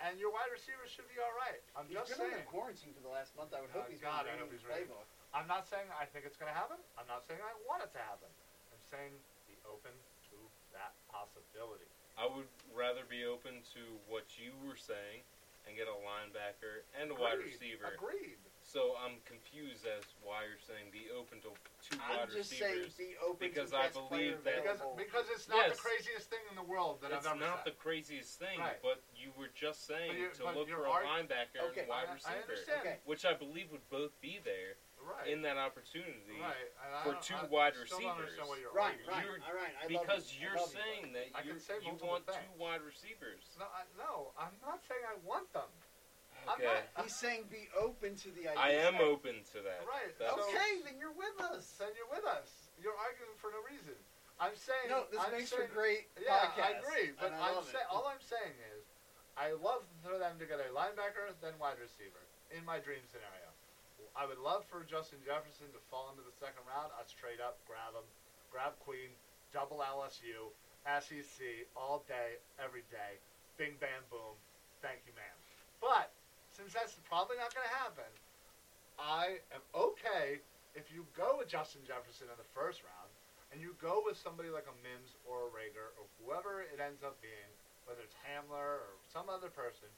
A: And your wide receivers should be all right. I'm
B: He's
A: just
B: been
A: saying.
B: under quarantine for the last month. I would hope
A: Oh,
B: he's
A: God, I
B: been
A: hope he's
B: reading
A: ready.
B: his playbook.
A: I'm not saying I think it's going to happen. I'm not saying I want it to happen. I'm saying be open to that possibility.
C: I would rather be open to what you were saying and get a linebacker and a wide
A: Agreed.
C: receiver.
A: Agreed.
C: So I'm confused as why you're saying be open to two
B: I'm
C: wide
B: just saying,
C: receivers.
B: be open to
C: because I
B: best player
C: believe that-
A: Because,
B: available.
A: because it's not
C: Yes.
A: the craziest thing in the world that
C: That's
A: I've ever
C: not the
A: said.
C: craziest thing,
A: Right.
C: but you were just saying
A: you-
C: to
A: but
C: look
A: your
C: for a
A: arg-
C: linebacker
B: Okay,
C: and wide
A: I, I
C: receiver,
A: understand.
B: Okay.
C: which I believe would both be there
A: Right.
C: in that opportunity.
A: right. And I
C: for
A: don't-
C: two
A: I
C: wide
A: still don't understand
C: receivers.
A: what you're
B: Ryan,
A: arguing.
B: Ryan,
C: You're-
B: all right, I love
C: Because
B: you. I
C: you're
B: love you,
C: saying that
A: I can
C: you're,
A: say
C: you
A: multiple
C: want
A: things.
C: two wide receivers.
A: No, I, no, I'm not saying I want them. I'm
C: Okay.
B: but- He's saying be open to the idea.
C: I am open to that.
A: Right.
C: That's-
A: so-
B: Okay, then you're with us.
A: Then you're with us. You're arguing for no reason. I'm saying.
B: No, this
A: I'm
B: makes
A: saying,
B: for great
A: Yeah,
B: podcast.
A: I agree. But
B: and I
A: I'm
B: love
A: say,
B: it.
A: all I'm saying is, I love for them to get a linebacker, then wide receiver in my dream scenario. I would love for Justin Jefferson to fall into the second round. I'd straight up grab him, grab Queen, double LSU, SEC E all day, every day. Bing, bam, boom. Thank you, ma'am. But since that's probably not going to happen, I am okay if you go with Justin Jefferson in the first round and you go with somebody like a Mims or a Rager or whoever it ends up being, whether it's Hamler or some other person,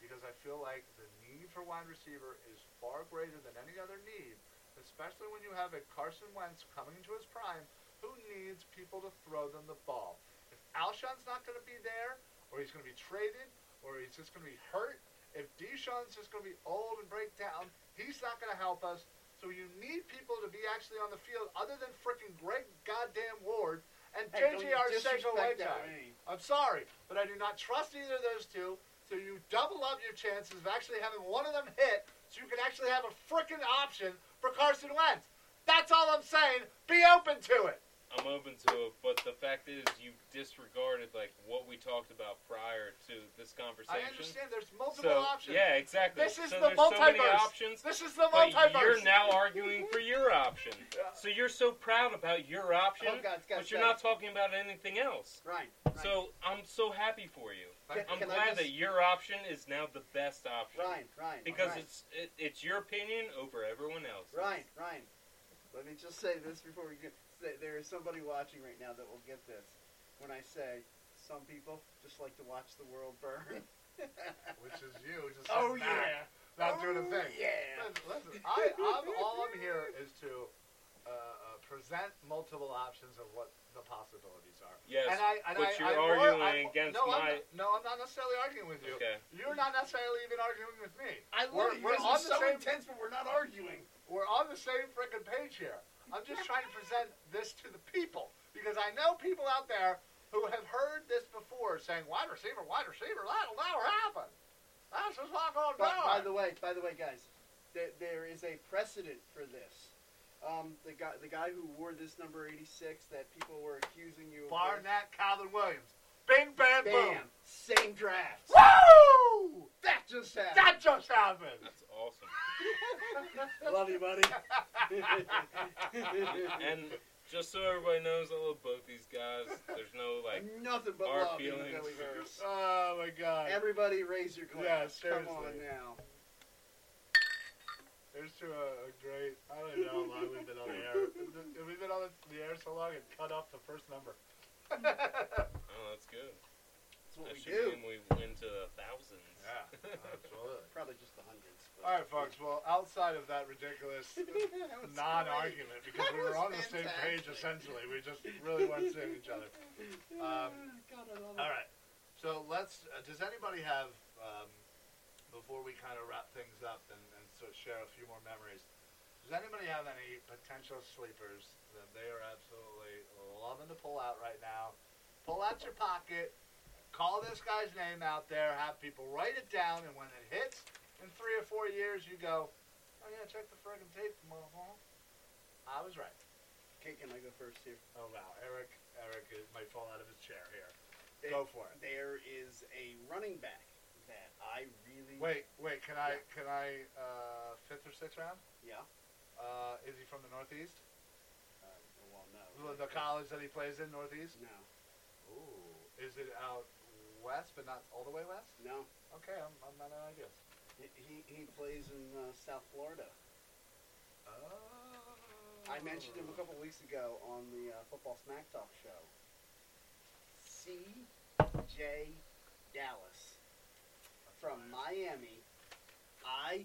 A: because I feel like the need for wide receiver is far greater than any other need, especially when you have a Carson Wentz coming into his prime who needs people to throw them the ball. If Alshon's not going to be there, or he's going to be traded, or he's just going to be hurt, if Deshaun's just going to be old and break down, he's not going to help us. So you need people to be actually on the field other than freaking Greg goddamn Ward and
B: Hey, don't
A: JJ
B: you
A: Arcega
B: disrespect that
A: Whiteside.
B: name.
A: I'm sorry, but I do not trust either of those two. So you double up your chances of actually having one of them hit, so you can actually have a freaking option for Carson Wentz. That's all I'm saying. Be open to it.
C: I'm open to it, but the fact is, you disregarded like what we talked about prior to this
A: I
C: conversation.
A: understand there's multiple
C: So
A: options.
C: yeah, exactly.
A: This is
C: so
A: the
C: there's so many
A: multiverse.
C: options,
A: This is the
C: but
A: multiverse.
C: you're now arguing for your option.
A: Yeah.
C: So you're so proud about your option,
B: Oh, God, it's got
C: but you're
B: better.
C: not talking about anything else.
B: Ryan, Ryan,
C: So I'm so happy for you.
B: Can-
C: I'm
B: can I
C: glad
B: just-
C: that your option is now the best option
B: Ryan, Ryan,
C: because
B: Ryan,
C: it's it, it's your opinion over everyone else.
B: Ryan, Ryan. Let me just say this before we get. th- There is somebody watching right now that will get this when I say some people just like to watch the world burn.
A: Which is you. Just
B: Oh,
A: sitting back,
B: yeah.
A: Not doing a
B: Oh,
A: thing.
B: Yeah.
A: Listen, listen, I, I'm, all I'm here is to uh, uh, present multiple options of what the possibilities are.
C: Yes,
A: and I, and I,
C: but
A: I-
C: you're arguing
A: I-
C: against
A: no, I'm not-
C: my-
A: no, I'm not necessarily arguing with you.
C: Okay.
A: You're not necessarily even arguing with me.
B: I
A: We're-
B: love it.
A: we're
B: You
A: on
B: guys are
A: the
B: so
A: same-
B: intense, but we're not arguing.
A: We're on the same freaking page here. I'm just trying to present this to the people because I know people out there who have heard this before saying wide receiver, wide receiver, that'll never happen. That's just oh, not going
B: By, by
A: down.
B: the way, by the way, guys, there, there is a precedent for this. Um, the guy, the guy who wore this number eighty-six that people were accusing you of.
A: Barnett, Calvin Williams, Bing, bam, boom.
B: Bam! Same draft.
A: Woo!
B: That just happened.
A: That just happened.
C: That's awesome.
B: Love you, buddy.
C: and just so everybody knows, I love both these guys. There's no like
B: Nothing but
C: Our
B: love in the
C: feelings.
B: Billy verse.
A: Oh my God.
B: Everybody raise your glass.
A: Yeah,
B: Come on
A: seriously.
B: now.
A: There's two a, a great. I don't even know how long we've been on the air. Have we been on the air so long it cut off the first number?
C: Oh, that's good.
B: That's what
C: That
B: we
C: should
B: do.
C: mean we went to the thousands.
A: absolutely.
B: Probably just the hundreds. but-
A: All right, folks. Well, outside of that ridiculous
B: That was
A: non-argument, because we
B: That
A: were
B: was
A: on the same page
B: fantastic.
A: essentially, we just really weren't seeing each other.
B: great.
A: um,
B: God, I love it.
A: All right. So let's. Uh, does anybody have um, before we kind of wrap things up and, and sort of share a few more memories? Does anybody have any potential sleepers that they are absolutely loving to pull out right now? Pull out your pocket, call this guy's name out there, have people write it down, and when it hits in three or four years, you go, "Oh yeah, check the friggin' tape, motherfucker." I was right.
B: Okay, can I go first here?
A: Oh wow, Eric, Eric is- might fall out of his chair here. Go for it.
B: There is a running back that I really
A: Wait, wait. Can I? Can I? Uh, fifth or sixth round?
B: Yeah.
A: Uh, is he from the Northeast?
B: Uh, well, no.
A: The- The college that he plays in, Northeast.
B: No.
A: Ooh. Is it out west, but not all the way west?
B: No.
A: Okay, I'm, I'm out of ideas.
B: He- He, he plays in uh, South Florida.
A: Oh.
B: I mentioned him a couple weeks ago on the uh, Football Smack Talk show. C.J. Dallas from Miami. I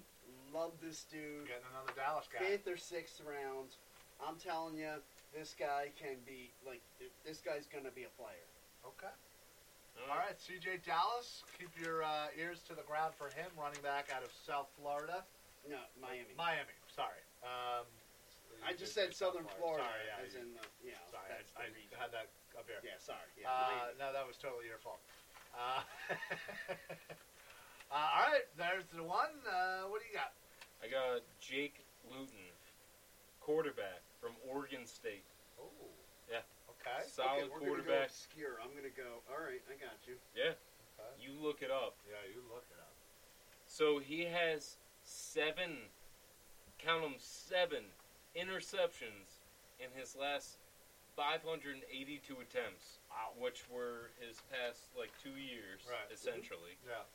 B: love this dude.
A: Getting another Dallas guy.
B: Fifth or sixth round. I'm telling you, this guy can be, like, th- this guy's going to be a player.
A: Okay.
C: All
A: All
C: right.
A: right, CJ Dallas. Keep your uh, ears to the ground for him, running back out of South Florida.
B: No, Miami.
A: Miami. Sorry. Um,
B: I just said
A: South
B: Southern Florida,
A: Sorry, yeah,
B: as
A: you-
B: in, the, you know,
A: sorry,
B: that's
A: I,
B: the region.
A: I had that up here.
B: yeah, sorry. Yeah,
A: Uh,
B: Miami.
A: no, that was totally your fault. Uh, uh, all right, there's the one. Uh, what do you got?
C: I got Jake Luton, quarterback from Oregon State.
A: Oh,
C: Yeah.
A: Okay.
C: Solid
B: okay, we're Gonna go
C: quarterback.
B: obscure. I'm going to go, all right, I got you.
C: Yeah,
A: okay.
C: you look it up.
A: Yeah, you look it up.
C: So he has seven count them seven interceptions in his last 582 attempts,
A: Wow.
C: which were his past like two years,
A: Right.
C: essentially.
A: Yeah.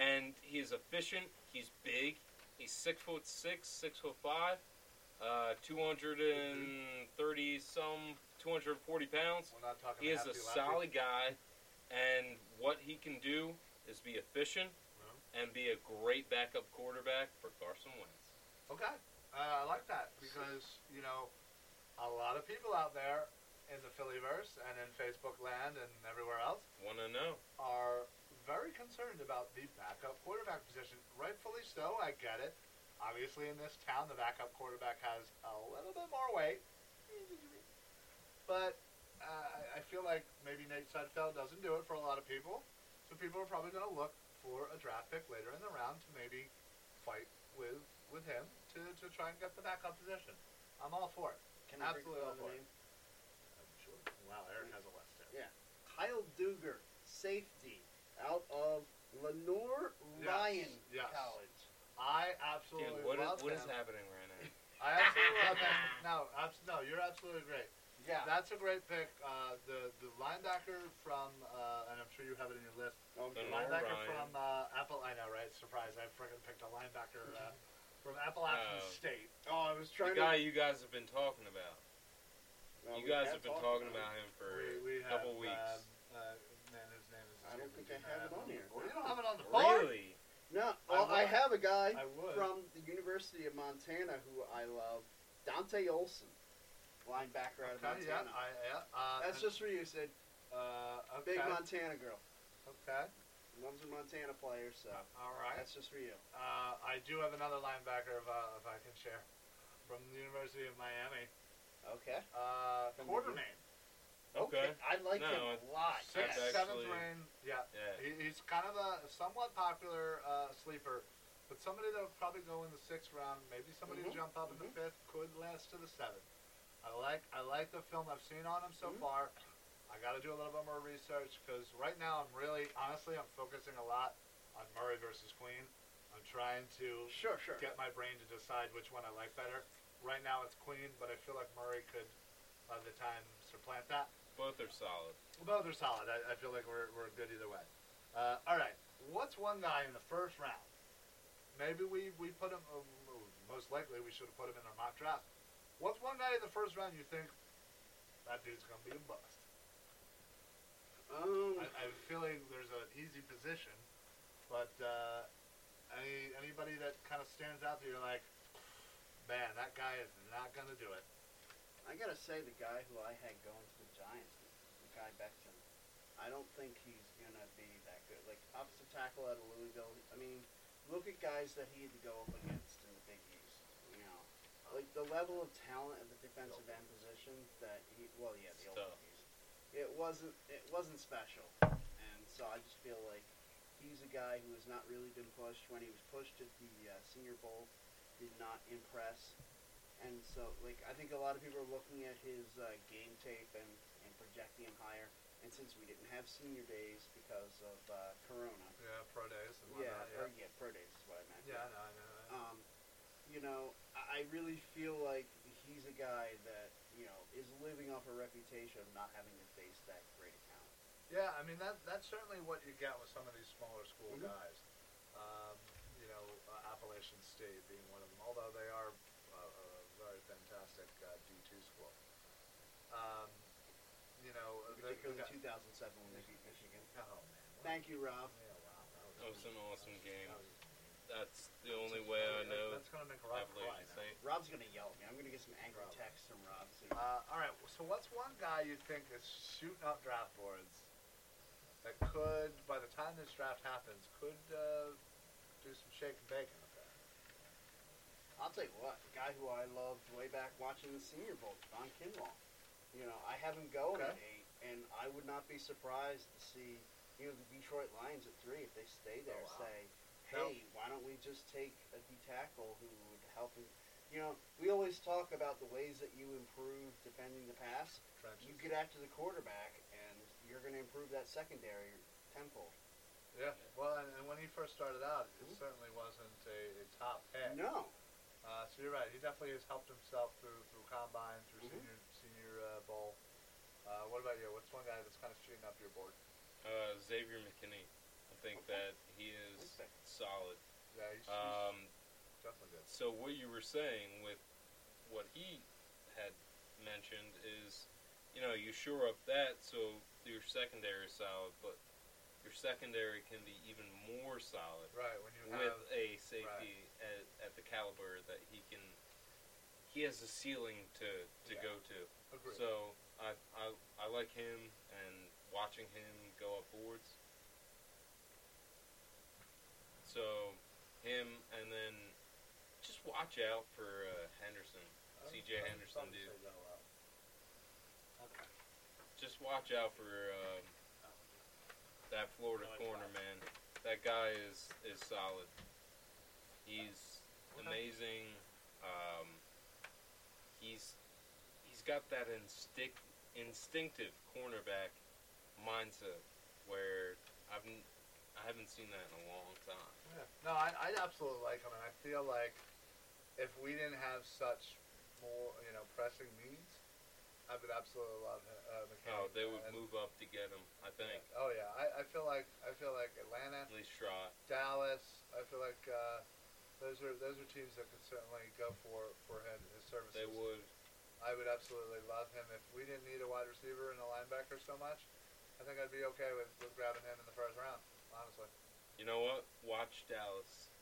C: And he is efficient. He's big. He's six foot six, six foot five, uh, 230 some, 240 pounds.
A: We're not talking.
C: He is
A: happy
C: a
A: lappy.
C: solid guy, and what he can do is be efficient and be a great backup quarterback for Carson Wentz.
A: Okay, uh, I like that because you know, a lot of people out there in the Phillyverse and in Facebook land and everywhere else
C: Want to know?
A: are very concerned about the backup quarterback position. Rightfully so, I get it. Obviously, in this town, the backup quarterback has a little bit more weight, but uh, I- I feel like maybe Nate Sudfeld doesn't do it for a lot of people. So people are probably going to look for a draft pick later in the round to maybe fight with with him to, to try and get the backup position. I'm all for it.
B: Can I bring
A: Absolutely
B: up
A: all for
B: another
A: it.
B: name?
A: I'm sure. Wow, Eric has a list there.
B: Kyle Duger, safety, out of Lenore
A: Yes,
B: Ryan
A: yes.
B: College.
A: I
C: Dude,
A: absolutely
C: what is,
A: love
C: what
A: him.
C: is happening right now?
A: I absolutely love that. No, abs- no, you're absolutely great.
B: Yeah.
A: That's a great pick. Uh, the the linebacker from, uh, and I'm sure you have it in your list. The
C: Lenore
A: linebacker
C: Ryan.
A: from uh, Apple. I know, right? Surprise! I freaking picked a linebacker uh,
B: Mm-hmm.
A: from Appalachian
C: Oh.
A: State.
B: oh, I was trying
C: The guy
B: to.
C: you guys have been talking about.
B: No,
C: you
B: we
C: guys
B: had
C: have been
B: talked it.
C: talking about him for
A: We, we
C: a
A: have,
C: couple weeks.
A: Um, uh, man, his name is.
B: I don't think I
A: escaping me.
B: have it on here.
A: Well, you don't have it on the board.
C: really?
B: No, well, I,
A: would.
B: have a guy
A: I would.
B: from the University of Montana who I love, Dante Olson, linebacker out of
A: Okay, yeah,
B: Montana.
A: I, yeah, uh,
B: That's
A: and,
B: just for you, Sid.
A: uh, okay.
B: Big Montana girl.
A: Okay.
B: Loves a Montana player, so
A: All right.
B: that's just for you.
A: Uh, I do have another linebacker if, uh, if I can share from the University of Miami.
B: Okay.
A: Uh,
B: From the-
A: Quartermain.
C: Okay.
B: I like
C: No,
B: him a lot.
C: it's-
A: Sixth,
C: That's
B: Yes.
A: seventh
C: actually-
A: rain. Yeah.
C: Yeah.
A: He, he's kind of a somewhat popular uh, sleeper, but somebody that would probably go in the sixth round, maybe somebody
C: Mm-hmm.
B: Mhm,
A: jump up in the fifth, could last to the seventh. I like I like the film I've seen on him so
C: Mm-hmm.
B: Mhm.
A: far. I got to do a little bit more research because right now I'm really honestly I'm focusing a lot on Murray versus Queen. I'm trying to
B: Sure, sure.
A: get my brain to decide which one I like better. Right now it's Queen, but I feel like Murray could, by the time, supplant that.
C: Both are solid.
A: Both are solid. I, I feel like we're, we're good either way. Uh, all right. What's one guy in the first round? Maybe we, we put him, uh, most likely we should have put him in our mock draft. What's one guy in the first round you think that dude's going to be a bust?
B: Um,
A: I, I feel like there's an easy position, but uh, any anybody that kind of stands out that you're like, man, that guy is not gonna do it.
B: I gotta say, the guy who I had going to the Giants, the guy Becton, I don't think he's gonna be that good. Like offensive tackle out of Louisville. I mean, look at guys that he had to go up against in the Big East. You know, like the level of talent at the defensive end position that he. Well, yeah, the
C: It's
B: old
C: tough.
B: Big East. It wasn't. It wasn't special, and so I just feel like he's a guy who has not really been pushed. When he was pushed at the uh, Senior Bowl, did not impress. And so, like, I think a lot of people are looking at his uh, game tape and, and projecting him higher. And since we didn't have senior days because of uh, Corona,
A: Yeah, pro days and
B: yeah,
A: whatnot.
B: or yeah, pro days is what I meant.
A: Yeah, yeah, no, no, no.
B: Um, you know, I, I really feel like he's a guy that you know is living off a reputation of not having to face that great account.
A: yeah. I mean that that's certainly what you get with some of these smaller school
B: Mhm.
A: guys. Um, you know, uh, Appalachian State being one of them, although they are uh, a very fantastic uh, D two school. Um, you know, uh, the- the
B: Particularly
A: guy-
B: 2007 when they beat Michigan.
A: oh man, what a
B: Thank you, Rob.
A: Yeah, wow,
C: That was an awesome game.
A: that was amazing.
C: That's the only way I know
A: That's gonna make Rob cry
C: Appalachian
A: now.
C: State.
B: Rob's gonna yell at me. I'm gonna get some angry
A: Rob.
B: texts from Rob soon.
A: Uh, all right, so what's one guy you think is shooting up draft boards that could, by the time this draft happens, could uh, do some shake and bake up there?
B: I'll tell you what, the guy who I loved way back watching the Senior Bowl, Don Kinlaw. You know, I have him going at
A: Okay.
B: eight, and I would not be surprised to see, you know, the Detroit Lions at three if they stay there.
A: Oh, wow.
B: Say,
A: No.
B: hey, why don't we just take a D tackle who would help? Him? You know, we always talk about the ways that you improve defending the pass. You
A: Trenches.
B: get after the quarterback, and you're going to improve that secondary tenfold.
A: Yeah. Well, and, and when he first started out, it certainly wasn't a, a top pick.
B: No,
A: Uh, so you're right. He definitely has helped himself through through combine, through
B: Mhm.
A: senior senior uh, bowl. Uh, what about you? What's one guy that's kind of shooting up your board?
C: Uh, Xavier McKinney. I think
B: Okay.
C: that he is
B: Okay.
C: solid.
A: Yeah, he's, he's
C: Um,
A: definitely good.
C: so what you were saying with what he had mentioned is, you know, you shore up that so your secondary is solid, but your secondary can be even more solid
A: Right when you
C: with
A: have
C: a safety at, at the caliber that he can. He has a ceiling to, to
A: Yeah.
C: go to.
A: agree.
C: So I, I I like him and watching him go up boards. So him and then just watch out for uh, Henderson.
A: I'm-
C: C.J.
A: I'm
C: Henderson,
A: sorry to
C: dude.
A: say that out loud.
B: Okay.
C: Just watch out for um, that Florida
B: Really
C: corner man. That guy is is solid. He's
A: Okay.
C: amazing. Um, he's he's got that instinct instinctive cornerback mindset where I've n- I haven't seen that in a long time.
A: Yeah. No, I, I absolutely like him, and I feel like if we didn't have such more, you know, pressing needs, I would absolutely love him. Uh, McCain.
C: Oh, they would
A: And-
C: move up to get him. I think
A: Oh yeah, I, I feel like I feel like Atlanta,
C: at least try.
A: Dallas. I feel like uh, those are those are teams that could certainly go for for him his services.
C: They would.
A: I would absolutely love him if we didn't need a wide receiver and a linebacker so much. I think I'd be okay with, with grabbing him in the first round, honestly.
C: You know what? Watch Dallas.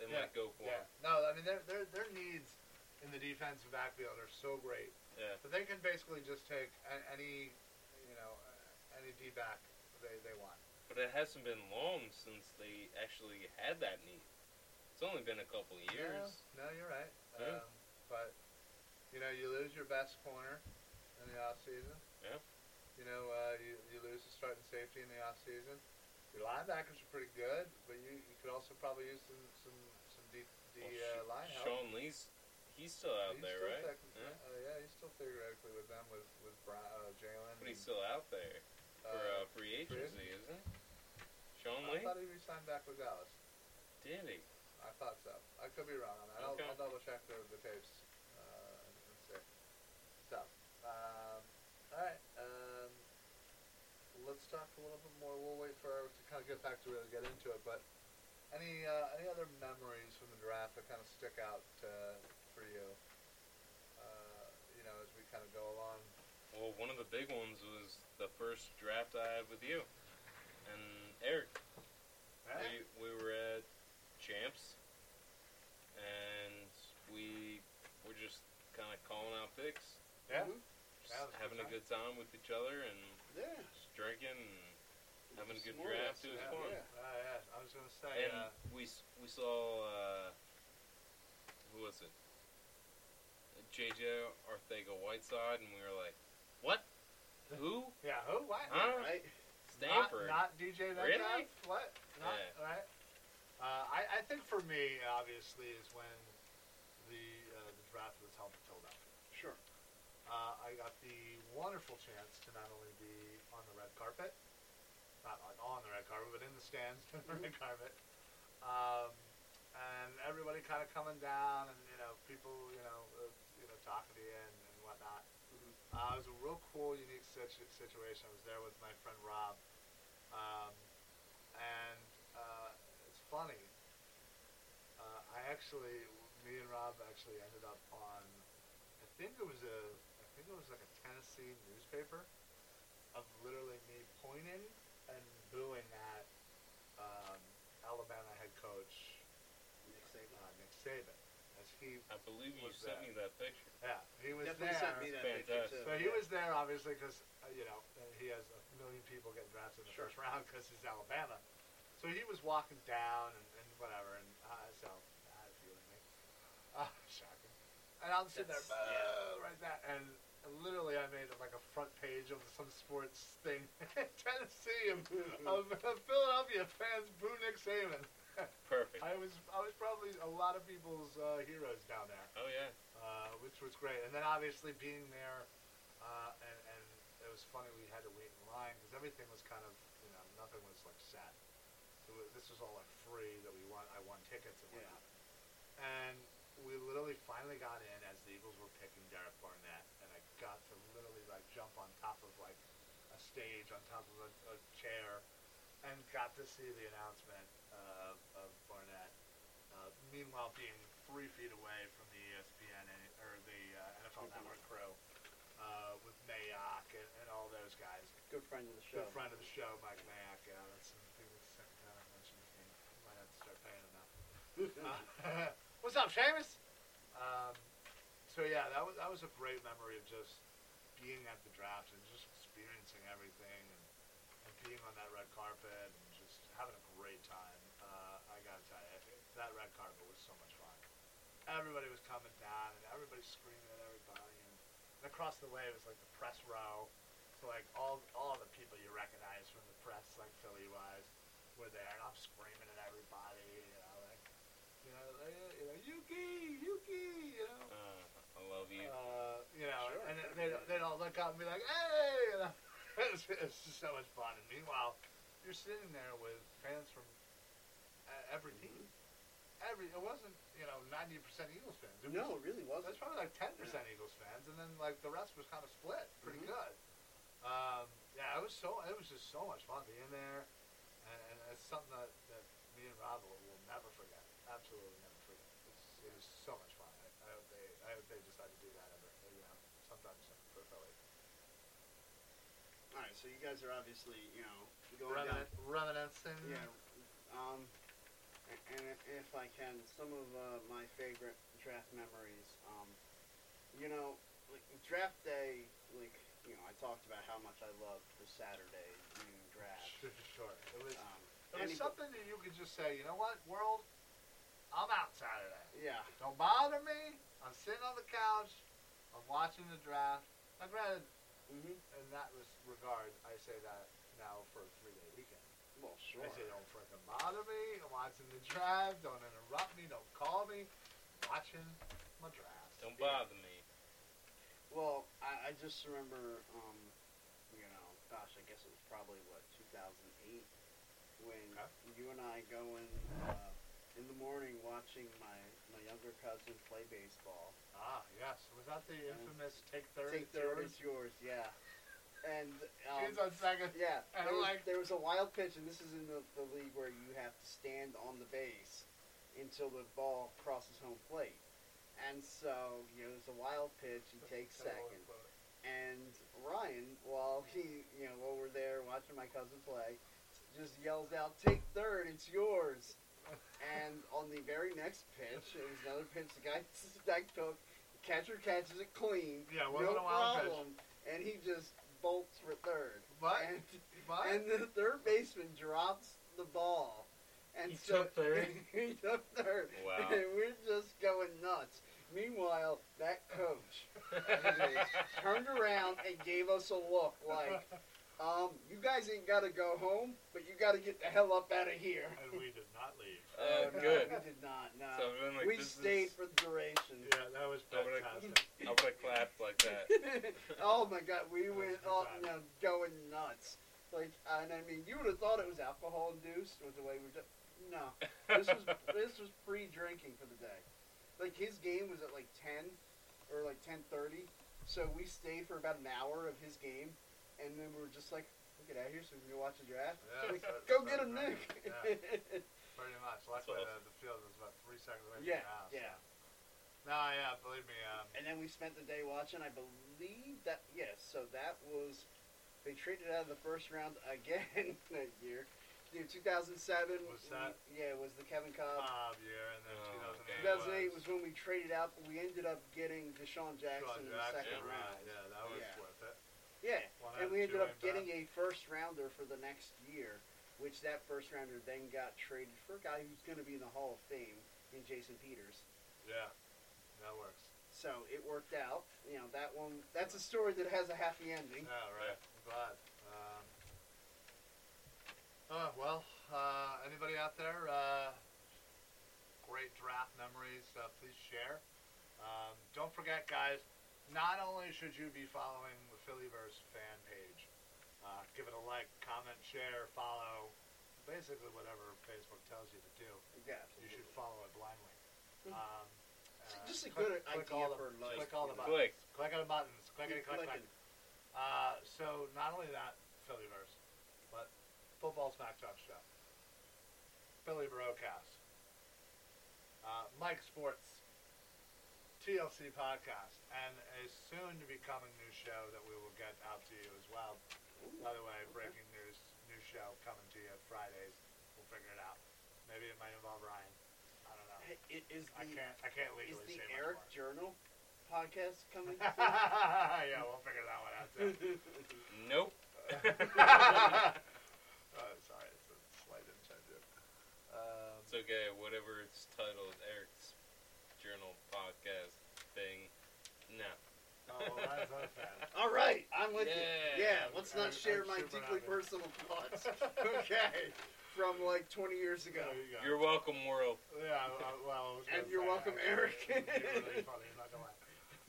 C: They
A: Yeah,
C: might go for
A: Yeah.
C: him.
A: No, I mean their their their needs in the defensive backfield are so great
C: Yeah.
A: that they can basically just take a- any you know uh, any D back they, they want.
C: But it hasn't been long since they actually had that need. It's only been a couple of years.
A: No, no, you're right.
C: Yeah.
A: Um, but you know you lose your best corner in the off season.
C: Yeah.
A: You know uh, you you lose the starting safety in the off season. Your linebackers are pretty good, but you, you could also probably use some some some D, D
C: Well,
A: uh,
C: Sh-
A: line help.
C: Sean Lee's, he's still out
A: He's
C: there,
A: still
C: right?
A: technically-
C: Yeah.
A: uh, yeah, he's still theoretically with them with with Brian, uh, Jalen.
C: But he's
A: and,
C: still out there for uh, free agency,
A: agent?
C: isn't he? Sean
A: I
C: Lee?
A: thought he resigned back with Dallas.
C: Did he?
A: I thought so. I could be wrong on that. I'll,
C: Okay.
A: I'll double check the, the tapes. Uh, and see. So, um, all right. Um, let's talk a little bit more. We'll wait for Eric to kind of get back to really get into it. But any uh, any other memories from the draft that kind of stick out uh, for you? Uh, you know, as we kind of go along.
C: Well, one of the big ones was the first draft I had with you and Eric. We, we were at Champs, and we were just kind of calling out picks,
A: Yeah.
B: Mhm.
C: just
A: That was a good
C: having a
A: time.
C: good time with each other, and
B: Yeah.
C: just drinking. And Having a good
B: More or
C: draft,
B: less,
C: it was
B: yeah,
C: fun.
B: yeah.
A: Uh, yeah. I was gonna say.
C: And
A: uh,
C: we s- we saw uh, who was it? JJ Ortega Whiteside, and we were like, "What? Who?
A: yeah. Who? Why?
C: Huh?
B: Right?
C: Stanford?
A: Not, not DJ that guy?
C: Really?
A: What? Not,
C: Yeah.
A: Right? Uh, I, I think for me, obviously, is when the, uh, the draft was held in Philadelphia.
B: Sure.
A: Uh, I got the wonderful chance to not only be on the red carpet, not on, on the red carpet, but in the stands on the red carpet, um, and everybody kind of coming down, and you know, people, you know, uh, you know, talking to you and, and whatnot.
B: Mhm.
A: Uh, it was a real cool, unique situ- situation. I was there with my friend Rob, um, and uh, it's funny. Uh, I actually, me and Rob actually ended up on, I think it was a, I think it was like a Tennessee newspaper, of literally me pointing and booing at um, Alabama head coach
B: Nick Saban.
A: uh, Nick Saban, as he,
C: I believe you
A: What's
C: sent
A: that?
C: me that picture.
A: yeah, he was
B: Definitely
A: there.
B: sent me that picture too.
C: Fantastic.
A: So he was there, obviously, because uh, you know uh, he has a million people getting drafted in the
B: Sure.
A: first round because he's Alabama. So he was walking down and, and whatever, and uh, so I had a feeling, me. Uh, shocking. And I'm sitting there,
B: That's- yeah.
A: "Boo," right there, and literally I made like a front page of some sports thing in Tennessee of, of Philadelphia fans boo Nick Saban.
C: Perfect.
A: I was I was probably a lot of people's uh, heroes down there
C: oh yeah.
A: uh, which was great. And then obviously being there, uh, and, and it was funny we had to wait in line because everything was kind of you know nothing was like set. So it- this was all like free that we won. I won tickets and
B: Yeah.
A: whatnot. And we literally finally got in as the Eagles were picking Derek Barnett, and I got to literally like jump on top of like a stage, on top of a, a chair, and got to see the announcement of, of Barnett. Uh, meanwhile, being three feet away from the E ESPN and- or the uh, NFL Network crew uh, with Mayock and, and all those guys.
B: Good friend of the show.
A: Good friend of the show, Mike Mayock. Yeah, that's some people that sent down and mentioned his name. I might have to start paying him now. Uh, what's up, Seamus? Um, so yeah, that was that was a great memory of just being at the draft and just experiencing everything and, and being on that red carpet and just having a great time. Uh, I gotta tell you, that red carpet was so much fun. Everybody was coming down and everybody screaming at everybody, and, and across the way was like the press row. So like all all the people you recognize from the press, like Philly wise, were there, and I'm screaming at everybody. You know, like you know, like, uh, you know, Yuki, Yuki, you know.
C: Uh, I love you.
A: Uh, you know,
B: Sure.
A: and they they'd all look up and be like, hey, you know. it's, it's just so much fun. And meanwhile, you're sitting there with fans from uh, every team. Every it wasn't you know 90% Eagles fans. It
B: Uh, no,
A: was,
B: it really
A: that's Oh, probably
B: wasn't.
A: like 10% Eagles fans, and then like the rest was kind of split, pretty
B: Mhm.
A: good. Um, yeah, it was so it was just so much fun being there, and, and it's something that, that me and Rob will, will never forget. Absolutely never forget. It's, it was so much fun. I, I hope they I hope they decide to do that ever. You know, sometimes for Philly.
B: All right, so you guys are obviously, you know, going down.
A: Reminisc- Reminiscing.
B: Yeah. Um, a- and i- if I can, some of uh, my favorite draft memories. Um, you know, like draft day. Like you know, I talked about how much I loved the Saturday noon draft.
A: Sure, sure. It was,
B: Um,
A: it was
B: any-
A: something that you could just say. You know what, world, I'm out Saturday.
B: yeah.
A: Don't bother me. I'm sitting on the couch. I'm watching the draft. Now, granted,
B: hmm
A: in that res- regard, I say that now for a three-day weekend.
B: Well, sure.
A: I say, don't freaking bother me. I'm watching the draft. Don't interrupt me. Don't call me. I'm watching my draft.
C: Don't bother me.
B: Well, I, I just remember, um, you know, gosh, I guess it was probably what 2008 when
A: Okay.
B: you and I going uh, in the morning watching my my younger cousin play baseball.
A: Ah, yes. Was that the
B: Yeah.
A: infamous take third?
B: Mm-hmm. Take third is yours, yeah. And um,
A: Kids on second.
B: yeah,
A: I
B: there was,
A: like-
B: there was a wild pitch, and this is in the, the league where you have to stand on the base until the ball crosses home plate. And so, you know, there's a wild pitch. He takes second. and Ryan, while he, you know, while we're there watching my cousin play, just yells out, "Take third, it's yours!" And on the very next pitch, it was another pitch. The guy, the guy took, the catcher catches it clean,
A: Yeah, it
B: no
A: wasn't a wild pitch.
B: problem, and he just bolts for third.
A: But,
B: And,
A: but
B: and the third baseman drops the ball, and
C: He
B: so
C: took third?
B: he took third.
C: Wow.
B: And we're just going nuts. Meanwhile, that coach turned around and gave us a look like, um, you guys ain't got to go home, but you got to get the hell up out of here.
A: and we did not leave.
C: Uh,
B: no,
C: good.
B: We did not, no.
C: So I've been like,
B: we
C: this
B: stayed
C: Is,
B: for the duration.
A: Yeah, that was
C: I'm gonna-
A: fantastic.
C: I would have clapped like that.
B: oh my god, we went
A: That's
B: on,
A: fantastic.
B: you know, going nuts. Like, and I mean, you would have thought it was alcohol induced with the way we did. No, this was this was pre-drinking for the day. Like his game was at like ten or like ten thirty, so we stayed for about an hour of his game, and then we were just like, "We'll get out of here so we can go watch the draft."
A: Yeah,
B: Like,
A: so-
B: go
A: so
B: get him,
A: great.
B: Nick.
A: Yeah, pretty much. Luckily,
C: awesome.
A: the, the field was about three seconds away from
B: yeah,
A: the house.
B: yeah.
A: No, yeah, believe me. Um,
B: And then we spent the day watching. I believe that yes. So that was they traded out of the first round again that year. Dude, 2007.
A: Was that- Ah,
B: we- yeah, it was the Kevin Cobb.
A: Bob year, and then
C: Oh,
A: 2008.
B: 2008 was when we traded out. but We ended up getting
A: Sean
B: Deshaun Jackson in the
A: Jackson,
B: second
C: yeah.
B: round.
A: right, Yeah, that was
B: Yeah.
A: worth it.
B: Yeah,
A: One
B: and
A: out,
B: we ended
A: two
B: up
A: ain't
B: getting a first rounder for the next year, which that first rounder then got traded for a guy who's going to be in the Hall of Fame in Jason Peters.
A: bad. Yeah, that works.
B: So it worked out. You know that one. That's a story that has a happy ending.
A: Yeah, right. I'm glad. Um, oh, well, uh, anybody out there, uh, great draft memories, uh, please share. Um, don't forget, guys, not only should you be following the Phillyverse fan page, uh, give it a like, comment, share, follow, basically whatever Facebook tells you to do.
B: Yeah.
A: You should follow it blindly.
B: Mhm.
A: Um,
B: just a
A: click-
B: good
A: click
B: idea
A: all the-
B: for life,
A: Click all the
B: you know.
A: buttons.
C: Click.
A: Click all the buttons. Click, click, click, click.
B: Clicking.
A: Uh, so not only that, Phillyverse, but football's Mac Talk Show, Philly Broadcast, uh, Mike Sports, TLC Podcast, and a soon-to-be coming new show that we will get out to you as well.
B: Ooh,
A: By the way,
B: okay.
A: breaking news, new show coming to you Fridays. We'll figure it out. Maybe it might involve Ryan. I don't know.
B: Hey, i- Is
A: I
B: the
A: can't. I can't
B: is
A: legally
B: the
A: say much
B: Eric
A: more.
B: Journal podcast coming?
A: yeah, we'll figure that one out. Too.
B: soon?
C: Nope.
A: oh, sorry, it's a slight incentive. Um,
C: It's okay. Whatever it's titled, Eric's Journal Podcast thing. No.
A: oh, well, that's unfair.
B: All right, I'm with
C: Yeah.
B: you. Yeah, let's not
A: I'm-
B: share
A: I'm
B: my
A: super
B: deeply
A: happy.
B: personal thoughts. okay, from like 20 years ago.
A: There you go.
C: You're welcome, world.
A: yeah, I- well, I was
B: And
A: gonna
B: you're
A: say,
B: welcome,
A: actually,
B: Eric.
A: it would be really funny, I'm not gonna lie.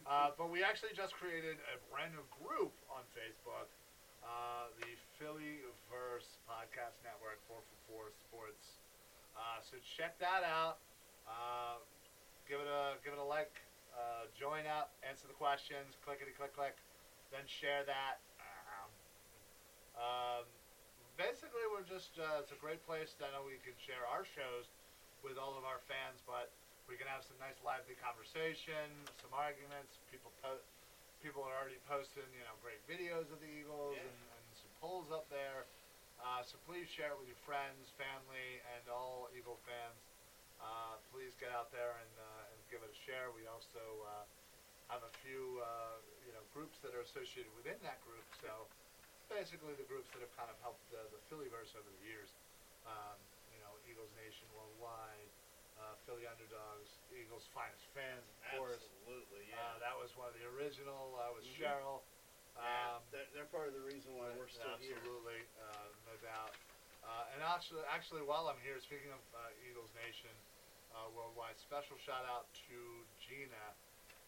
A: Uh, but we actually just created a brand new group on Facebook, uh, the Phillyverse Podcast Network, 444 Sports. Uh, so check that out. Uh, give it a give it a like. Uh, join up. Answer the questions. Clickety click click. Then share that. Um, Um, basically, we're just uh, it's a great place. I know we can share our shows with all of our fans, but we can have some nice lively conversation, some arguments. People po- people are already posting you know great videos of the Eagles
B: Yeah.
A: and, and some polls up there. Uh, so please share it with your friends, family, and all Eagle fans. Uh, please get out there and, uh, and give it a share. We also uh, have a few uh, you know groups that are associated within that group. So basically, the groups that have kind of helped uh, the Phillyverse over the years. Um, you know, Eagles Nation worldwide, uh, Philly underdogs, Eagles finest fans, of course.
B: Absolutely,
A: Uh, that was one of the original. Uh, was
B: Mhm.
A: Cheryl.
B: Yeah,
A: Um,
B: they're, they're part of the reason why we're still here.
A: Absolutely, uh, no doubt. Uh, and actually, actually, while I'm here, speaking of uh, Eagles Nation uh, worldwide, special shout out to Gina.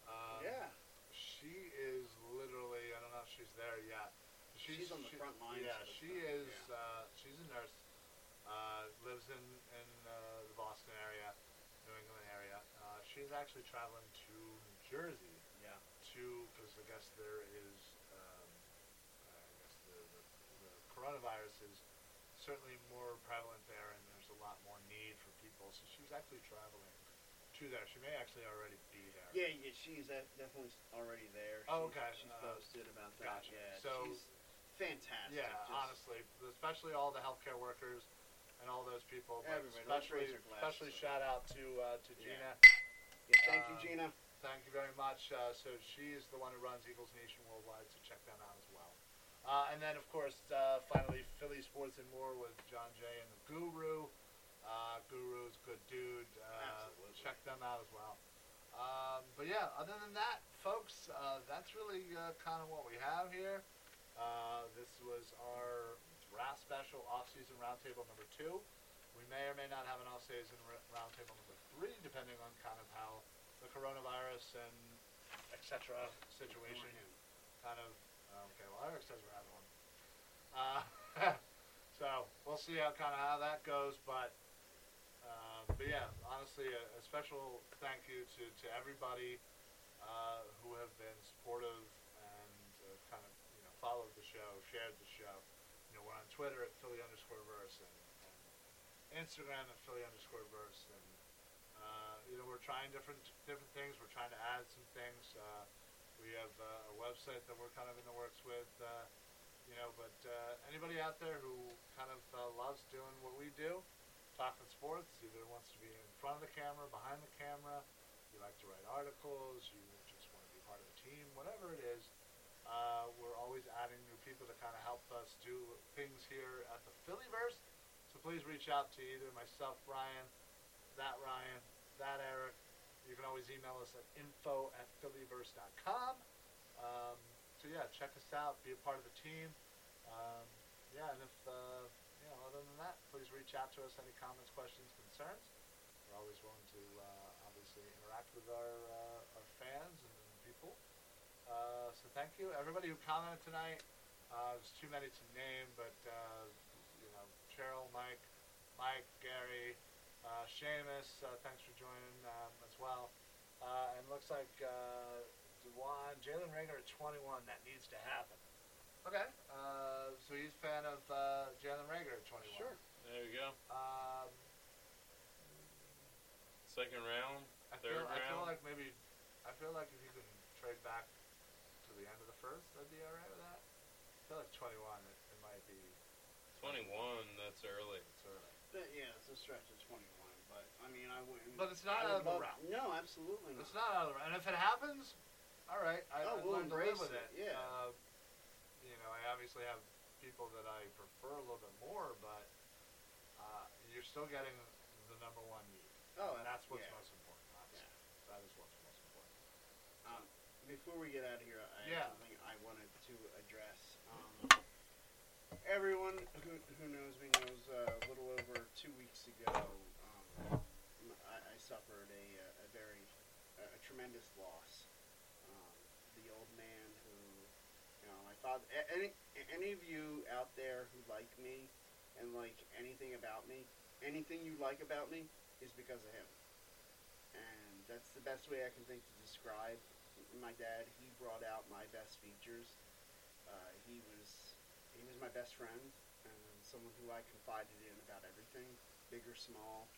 A: Um,
B: yeah,
A: she is literally. I don't know if she's there yet.
B: She's on the
A: she-
B: front lines
A: Yeah,
B: of
A: she
B: stuff,
A: is.
B: yeah.
A: Uh, she's a nurse. Uh, lives in in uh, the Boston area, New England area. Uh, she's actually traveling to New Jersey
B: yeah.
A: two, because I guess there is, um, I guess the, the, the coronavirus is certainly more prevalent there, and there's a lot more need for people. So she was actually traveling to there. She may actually already be there.
B: Yeah, yeah, she's def- definitely already there.
A: Oh,
B: She's-
A: okay,
B: She's
A: uh,
B: posted about that.
A: gotcha.
B: Yeah,
A: So-
B: she's fantastic.
A: Yeah,
B: just-
A: honestly, especially all the healthcare workers and all those people. but
B: Everybody, let's
A: especially,
B: raise our glasses
A: especially
B: up.
A: shout out to uh, to
B: Yeah.
A: Gina.
B: Yeah, thank
A: um,
B: you, Gina.
A: Thank you very much. Uh, so she is the one who runs Eagles Nation Worldwide, so check them out as well. Uh, and then, of course, uh, finally, Philly Sports and More with John Jay and the Guru. Uh, Guru is a good dude. Uh,
B: Absolutely.
A: check them out as well. Um, but yeah, other than that, folks, uh, that's really uh, kind of what we have here. Uh, this was our draft special off-season roundtable number two. We may or may not have an off-season r- roundtable number three, depending on kind of how the coronavirus and et cetera situation kind of uh, okay. Well, Eric says we're having one, uh, so we'll see how kind of how that goes. But uh, but yeah, honestly, a, a special thank you to to everybody uh, who have been supportive and uh, kind of you know followed the show, shared the show. You know, we're on Twitter at Philly underscore verse and, and Instagram at Philly underscore verse and. Uh, you know, we're trying different different things. We're trying to add some things. Uh, we have uh, a website that we're kind of in the works with. Uh, you know, but uh, anybody out there who kind of uh, loves doing what we do, talking sports, either wants to be in front of the camera, behind the camera, you like to write articles, you just want to be part of the team, whatever it is, uh, we're always adding new people to kind of help us do things here at the Phillyverse. So please reach out to either myself, Ryan, that Ryan, that Eric. You can always email us at info at phillyverse.com. Um, so yeah, check us out, be a part of the team. Um, yeah, and if uh, you know, other than that, please reach out to us. Any comments, questions, concerns? We're always willing to uh, obviously interact with our uh, our fans and people. Uh, so thank you everybody who commented tonight. Uh, there's too many to name, but uh, you know, Cheryl, Mike, Mike, Gary, uh, Seamus, uh, thanks for joining um, as well.
E: Uh, and looks like uh, Dewan, Jalen Rager at 21. That needs to happen.
A: Okay. Uh, so he's a fan of uh, Jalen Rager at 21.
B: Sure.
C: There we go.
A: Um,
C: Second round,
A: I
C: third
A: feel, I feel
C: round.
A: like maybe, I feel like if you can trade back to the end of the first, I'd be all right with that. I feel like 21, it, it might be.
C: 21. That's early.
A: It's early.
B: But, yeah, it's a stretch of 21, but I mean, I wouldn't.
A: But it's not
B: I
A: out of the
B: would love-
A: round.
B: No, absolutely not.
A: It's not out of the round. And if it happens, all right. I,
B: Oh,
A: I'd
B: we'll
A: learn to live
B: embrace
A: with
B: it,
A: it.
B: yeah.
A: Uh, you know, I obviously have people that I prefer a little bit more, but uh, you're still getting the number one need.
B: Oh,
A: and that's what's
B: yeah.
A: most important. Obviously. That is what's most important.
B: Um, before we get out of here, I
A: Yeah.
B: have something I wanted to address. Um, everyone who, who knows me knows uh, a little over two weeks ago, um, I, I suffered a, uh, a very a, a tremendous loss. Um, the old man who, you know, my father. a- Any any of you out there who like me and like anything about me, anything you like about me is because of him. And that's the best way I can think to describe my dad. He brought out my best features. Uh, he was he was my best friend and someone who I confided in about everything, big or small.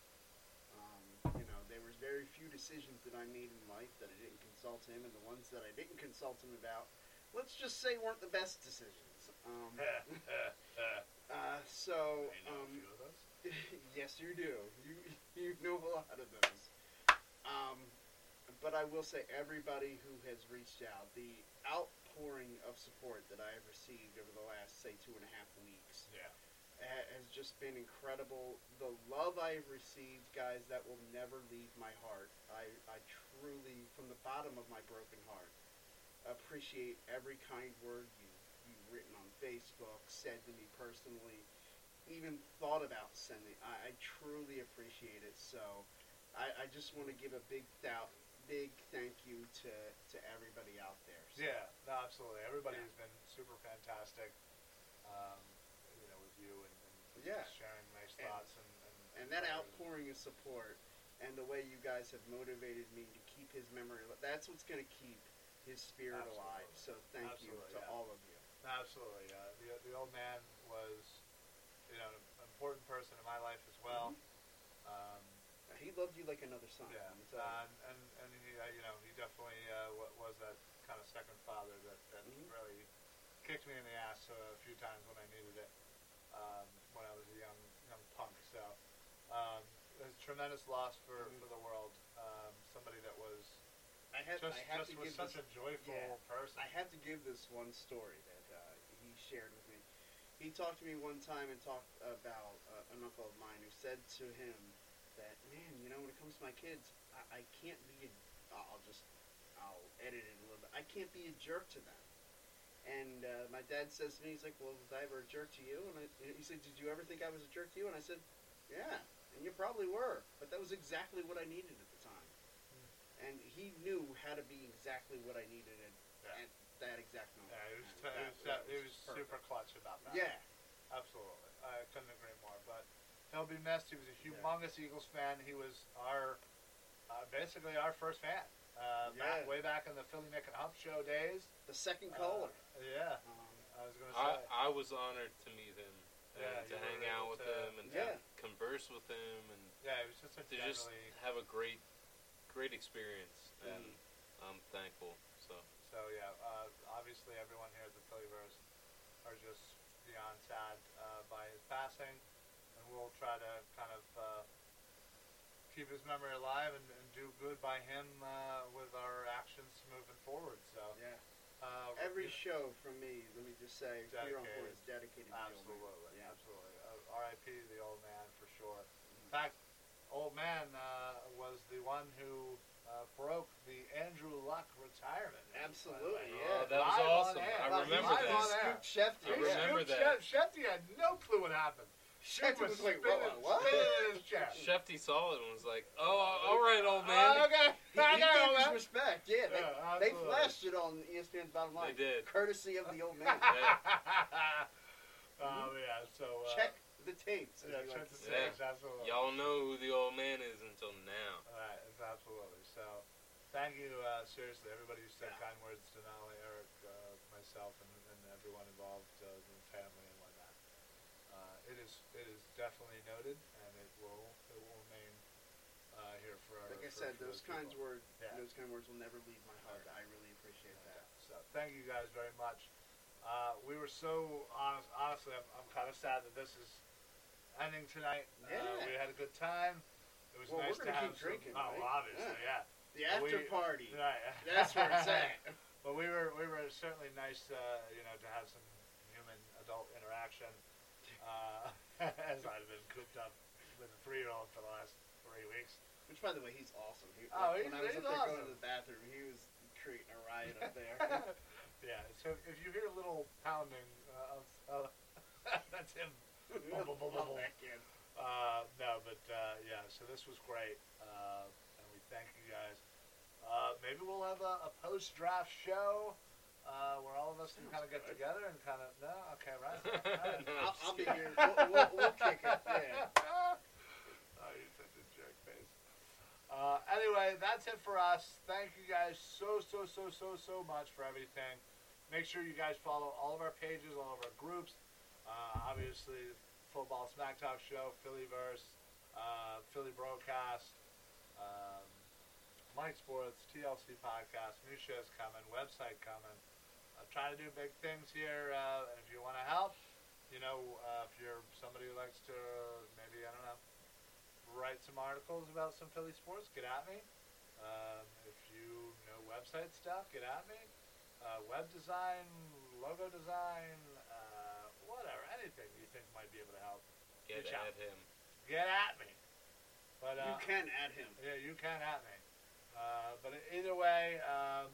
B: Um, you know, there was very few decisions that I made in life that I didn't consult him, and the ones that I didn't consult him about, let's just say, weren't the best decisions. Um, uh, so,
A: I know a
B: um,
A: few of those.
B: yes, you do. You you know a lot of those. Um, but I will say, everybody who has reached out, the outpouring of support that I have received over the last, say, two and a half weeks
A: Yeah.
B: ha- has just been incredible. The love I have received, guys, that will never leave my heart. I, I truly, from the bottom of my broken heart, appreciate every kind word you, you've written on Facebook, said to me personally, even thought about sending. I, I truly appreciate it. So I, I just want to give a big thou- big thank you to, to everybody out there. So,
A: Yeah, no, absolutely. Everybody
B: Yeah.
A: has been super fantastic, um, you know, with you and, and just
B: Yeah.
A: sharing nice
B: And-
A: thoughts and, and,
B: and that
A: prayers.
B: outpouring of support and the way you guys have motivated me to keep his memory li- that's what's going to keep his spirit alive so
A: Absolutely.
B: thank
A: Absolutely,
B: you to
A: yeah.
B: all of you
A: Absolutely, yeah. The, the old man was, you know, an important person in my life as well.
B: Mm-hmm.
A: Um,
B: he loved you like another son
A: yeah,
B: I'm telling you.
A: and, and, and he, uh, you know, he definitely uh, wa- was that kind of second father that, that
B: Mhm.
A: really kicked me in the ass uh, a few times when I needed it um, when I was a young young punk. So um, it was a tremendous loss for,
B: Mhm.
A: for the world. Um, somebody that was
B: i have,
A: just,
B: I have
A: just
B: to
A: was
B: give
A: such
B: this,
A: a joyful
B: yeah.
A: person.
B: I have to give this one story that uh, he shared with me he talked to me one time and talked about uh, an uncle of mine who said to him that man you know when it comes to my kids i, I can't be a, i'll just i'll edit it a little bit i can't be a jerk to them and uh, my dad says to me he's like well was i ever a jerk to you and I, and he said did you ever think i was a jerk to you and i said yeah and you probably were but that was exactly what i needed at the time and he knew how to be exactly what i needed at,
A: Yeah.
B: at that exact moment
A: yeah, it was, t- it
B: And that
A: was, that, it was
B: perfect.
A: super clutch about that.
B: yeah
A: Absolutely. I couldn't agree more. But he'll be missed. He was a
B: Yeah.
A: humongous Eagles fan. He was our, uh, basically our first fan. Uh, back,
B: Yeah.
A: way back in the Philly Nick and Hump show days.
B: The second
A: Uh,
B: caller.
A: yeah,
B: um,
A: I was going to say.
C: I, I was honored to meet him, and
A: Yeah,
C: to
A: you
C: hang
A: were
C: out
A: able
C: with
A: to-
C: him, and to
B: Yeah.
C: converse with him, and
A: yeah, it was just a
C: to
A: generally.
C: just have a great, great experience. And
B: Mm.
C: I'm thankful. So
A: So yeah, uh, obviously everyone here at the Phillyverse are just beyond sad uh, by his passing, and we'll try to kind of uh, keep his memory alive and, and do good by him uh, with our actions moving forward. So
B: yeah.
A: uh,
B: Every
A: you know,
B: show from me, let me just say, here on board
A: Dedicated.
B: is dedicated to the old man.
A: absolutely,
B: Yeah.
A: absolutely. Uh, R.I.P. to the old man for sure. In fact, old man uh, was the one who. Uh, broke the Andrew Luck retirement. rule, by the
B: Absolutely,
A: way.
B: yeah. Oh,
C: that was
A: Live on
C: awesome.
A: air.
C: I
A: Live
C: remember
A: on
C: that.
A: air.
B: Scoop Shefty.
C: I
A: Dude,
B: yeah.
C: remember
A: Scoop
C: that.
A: Shef- Shefty had no clue what happened.
B: Shefty was like, what, what, what?
A: spinning in his chair.
C: Shefty saw it and was like, "Oh, all right, old man."
A: Uh, okay.
B: He,
A: I
B: he
A: know,
B: gave his
A: man.
B: respect. Yeah, they,
A: Yeah,
B: they
A: absolutely.
B: flashed it on E ESPN's bottom line.
C: did.
B: Courtesy of the old man.
A: Oh, yeah, so. Uh,
B: Check the tapes. as
A: Yeah,
B: we
A: check
B: like
A: the
B: to
C: say.
A: tapes. Absolutely.
C: Y'all know who the old man is until now.
A: All right, it's absolutely. So, Thank you, uh, seriously, everybody who said
B: Yeah.
A: kind words to not only Eric, uh, myself, and, and everyone involved, uh, the family and whatnot. Uh, it is it is definitely noted, and it will it will remain uh, here for our.
B: Like I
A: for-
B: said,
A: for
B: those kinds
A: people.
B: word,
A: Yeah.
B: those kind words will never leave my heart. I really appreciate that.
A: uh, So thank you guys very much. Uh, we were so honest, honestly, I'm, I'm kind of sad that this is ending tonight. Uh,
B: Yeah.
A: we had a good time. It was
B: Well,
A: nice
B: we're
A: to
B: gonna
A: have
B: keep
A: some-
B: drinking,
A: Oh,
B: right?
A: obviously, yeah.
B: The
A: Well, we-
B: after party.
A: Right.
B: That's where it's at.
A: But we were we were certainly nice, uh, you know, to have some human adult interaction, uh, as I've been cooped up with a three year old for the last three weeks.
B: Which, by the way, he's awesome. He,
A: Oh,
B: when
A: he's-
B: I was
A: he's
B: up there
A: awesome.
B: going to the bathroom, he was creating a riot up there.
A: yeah. So if you hear a little pounding, uh, of, of that's him. Bubble, bubble,
B: Love
A: bubble.
B: that kid.
C: Oh,
A: Uh, no, but uh, yeah. So this was great, uh, and we thank you guys. Uh, maybe we'll have a, a post draft show. Uh, where all of us can kind of get
B: good.
A: together and kind of no, okay, right? all right.
B: I'll, I'll be here. We'll, we'll, we'll kick it. Yeah.
A: Oh, you're such a jerk face. Uh, anyway, that's it for us. Thank you guys so, so, so, so, so much for everything. Make sure you guys follow all of our pages, all of our groups. Uh, obviously, Football Smack Talk Show, Phillyverse, uh, Philly Broadcast, um, Mike Sports, TLC Podcast, new shows coming, website coming. I'm trying to do big things here. Uh, and if you want to help, you know, uh, if you're somebody who likes to maybe, I don't know, write some articles about some Philly sports, get at me. Um, if you know website stuff, get at me. Uh, web design, logo design, uh, whatever, anything you think might be able to help,
C: Get
A: Good job.
C: at him.
A: get at me. But uh,
B: You can add him.
A: yeah, you can at me. Uh, but either way, um,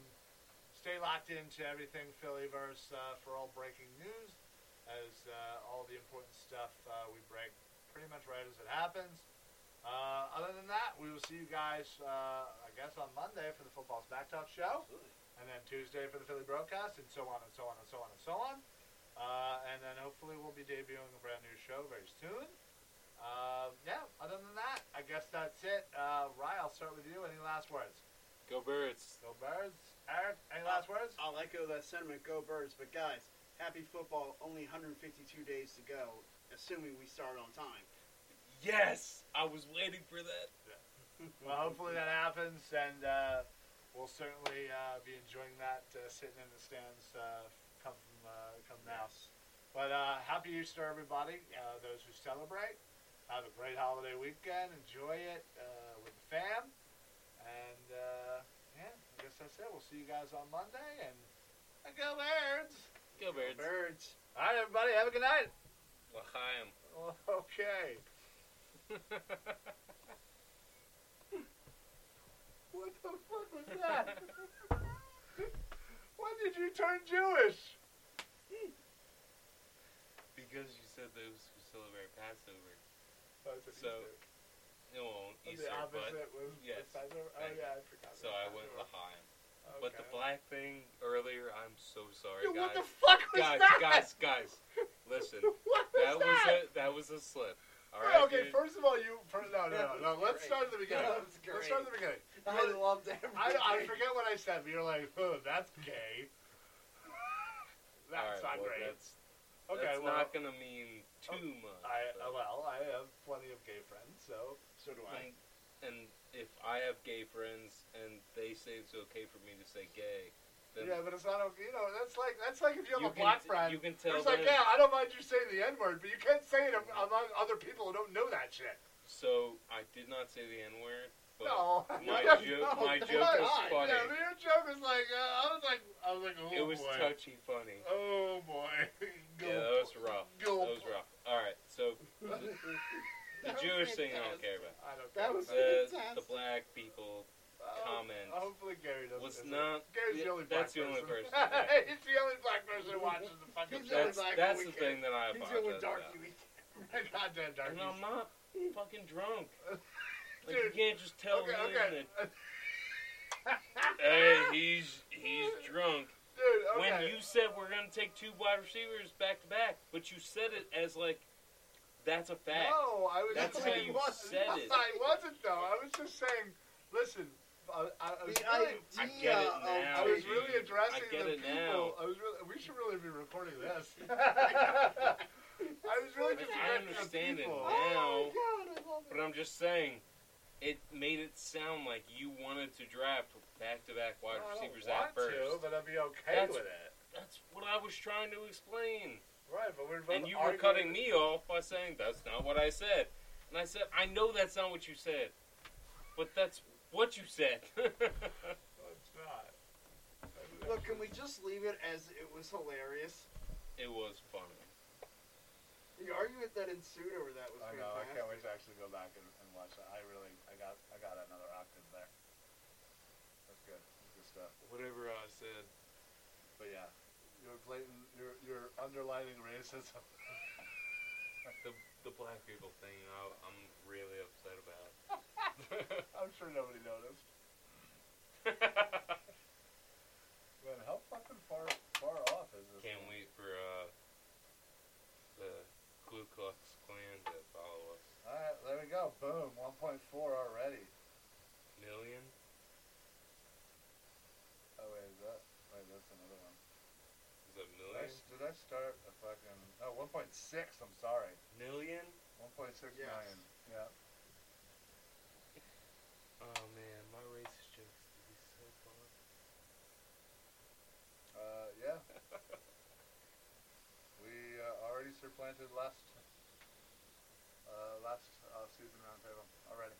A: stay locked into everything Phillyverse uh, for all breaking news, as uh, all the important stuff uh, we break pretty much right as it happens. Uh, other than that, we will see you guys, uh, I guess, on Monday for the Football's Back Talk Show
B: Absolutely.
A: and then Tuesday for the Philly broadcast, and so on and so on and so on and so on. Uh, and then hopefully we'll be debuting a brand new show very soon. Uh, yeah, other than that, I guess that's it. Uh, Rye, I'll start with you. Any last words?
C: Go Birds.
A: Go Birds. Eric, any last words?
B: I'll echo that sentiment. Go Birds! But guys, happy football. Only 152 days to go, assuming we start on time.
C: Yes! I was waiting for that.
A: Well, hopefully that happens, and uh, we'll certainly uh, be enjoying that uh, sitting in the stands uh, come from, uh, come now. But uh, happy Easter, everybody. Uh, those who celebrate, have a great holiday weekend. Enjoy it uh, with the fam. And uh, yeah, I guess that's it. We'll see you guys on Monday. And uh, go birds!
C: Go Birds.
B: Birds.
A: All right, everybody. Have a good night.
C: L'chaim.
A: Okay. What the fuck was that? when did you turn Jewish?
C: because you said those who celebrate Passover.
A: Oh, it's an
C: So,
A: Easter.
C: No,
A: Oh,
C: Easter,
A: the
C: but
A: opposite was
C: yes,
A: the Passover. Oh
C: thank
A: yeah, I forgot.
C: so I went L'chaim.
A: Okay.
C: But the black thing earlier, I'm so sorry,
A: Yo,
C: guys.
A: what the fuck was
C: guys,
A: that?
C: guys, guys, listen.
A: what was
C: That was a that was a slip. All
A: Wait,
C: right.
A: okay,
C: dude?
A: first of all, you. fir- no, no, no, no. Let's
B: Great.
A: start at the beginning.
B: That was
A: Let's start at
B: great.
A: the beginning.
B: I loved everything.
A: I, I forget what I said, but you're like, oh, that's gay.
C: All right,
A: that's not
C: well,
A: great.
C: That's,
A: okay,
C: that's
A: well,
C: not gonna mean too much.
A: I
C: but-
A: uh, well, I have plenty of gay friends, so
B: So do I.
C: and, and if I have gay friends and they say it's okay for me to say gay, then
A: yeah, but it's not okay. You know, that's like that's like if you have
C: you
A: a
C: can,
A: black friend.
C: you can tell
A: it's like,
C: them.
A: yeah, I don't mind you saying the N word, but you can't say it am- among other people who don't know that shit.
C: So I did not say the N word, but
A: no,
C: my
A: No,
C: joke- my
A: that's
C: joke
A: not-
C: was funny.
A: Yeah, but your joke was like, uh, I was like, I was like, oh
C: it was
A: boy,
C: touchy funny.
A: oh boy, Go
C: yeah, that was rough.
A: go
C: That was rough. All right, so the
B: That was
C: Jewish thing I
B: fantastic.
C: don't care about.
A: I don't care.
B: That was-
C: The, the
B: Fantastic.
C: black people
A: Uh,
C: comment
A: Hopefully Gary doesn't.
C: was
A: is it?
C: not.
A: Gary's the
C: yeah,
A: only
C: that's
A: black
C: the only
A: person.
C: person. yeah.
A: He's the only black person who watches the fucking
B: He's the
A: show.
B: only
C: That's,
B: black
C: that's
B: and
C: the
B: we
C: thing that I
B: He's
C: apologize
B: going dark.
C: about.
B: You
A: Goddamn darkies.
C: And I'm not fucking drunk. Like you
A: Dude.
C: can't just tell
A: Okay,
C: me
A: okay.
C: that hey, he's he's drunk.
A: Dude, okay.
C: When you said we're gonna take two wide receivers back to back, but you said it as like that's a fact.
A: No, I was
C: That's
A: just
C: how
A: saying.
C: you
A: what-
C: said it.
A: I wasn't though. I was just saying. Listen, I, I, I was
B: The
A: really,
B: idea
C: I get it
B: of
C: now,
A: I was
C: dude.
A: really addressing
C: I get
A: the
C: it
A: people.
C: now.
A: I was really. We should really be recording this. I was really just.
C: I
A: addressing the
C: understand it
A: people.
C: now,
A: Oh my god, I love it.
C: but I'm just saying, it made it sound like you wanted to draft back-to-back wide
A: Well,
C: receivers
A: I don't want
C: at first.
A: to, but I'd be okay
C: That's-
A: with it.
C: That's what I was trying to explain.
A: Right, but we're both
C: And you
A: arguing-
C: were cutting me off by saying that's not what I said. And I said, I know that's not what you said, but that's what you said.
A: No, it's not.
B: Look, can we just leave it as it was hilarious?
C: it was funny.
B: The argument that ensued over that was
A: I know. I
B: fantastic.
A: can't wait to actually go back and, and watch that. I really, I got, I got another octave there. That's good. That's good stuff.
C: Whatever I said.
A: But yeah, your blatant, your your underlining racism.
C: The, the black people thing, I, I'm really upset about.
A: I'm sure nobody noticed. Man, how fucking far far off is this?
C: Can't
A: thing?
C: wait for uh, the Ku Klux Klan to follow us.
A: All right, there we go. Boom, 1.4 already.
C: Million?
A: Oh wait, is that? Wait, that's another one.
C: Is
A: Did
C: it
A: I,
C: million?
A: did I start a fucking? Oh, 1.6. I'm sorry.
C: Million?
A: 1.6
B: Yes.
A: million. Yeah.
C: Oh man, my racist jokes would be so fun.
A: Uh, yeah. we uh, already supplanted last uh, last uh, season roundtable already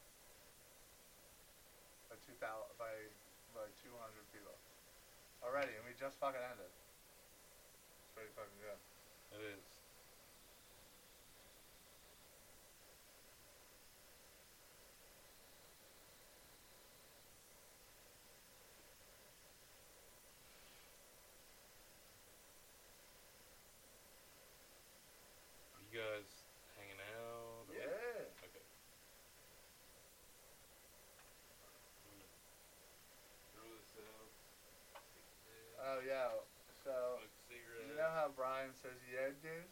A: by two thousand by by two hundred people already, and we just fucking ended. It's pretty fucking good.
C: It is. Are you guys hanging out? or-
A: Yeah.
C: Okay. Roll this out. Take
A: Oh yeah. So
C: that. Smoke a cigarette.
A: you know how Brian says yeah, dude.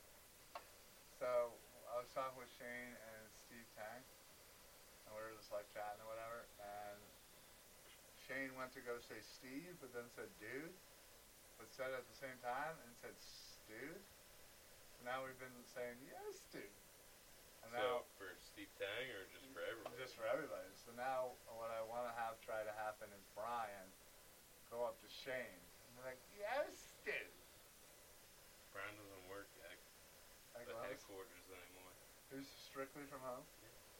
A: So I was talking with Shane and Steve Tang, and we were just like chatting or whatever, and Shane went to go say Steve, but then said dude, but said it at the same time and said dude. So now we've been saying yes, dude. And now
C: So for Steve Tang or just for everybody?
A: just for everybody. So now what I want to have try to happen is Brian go up to Shane and be like, yes, dude.
C: Brian doesn't work at
A: Like,
C: the
A: well,
C: headquarters anymore.
A: Who's strictly from home?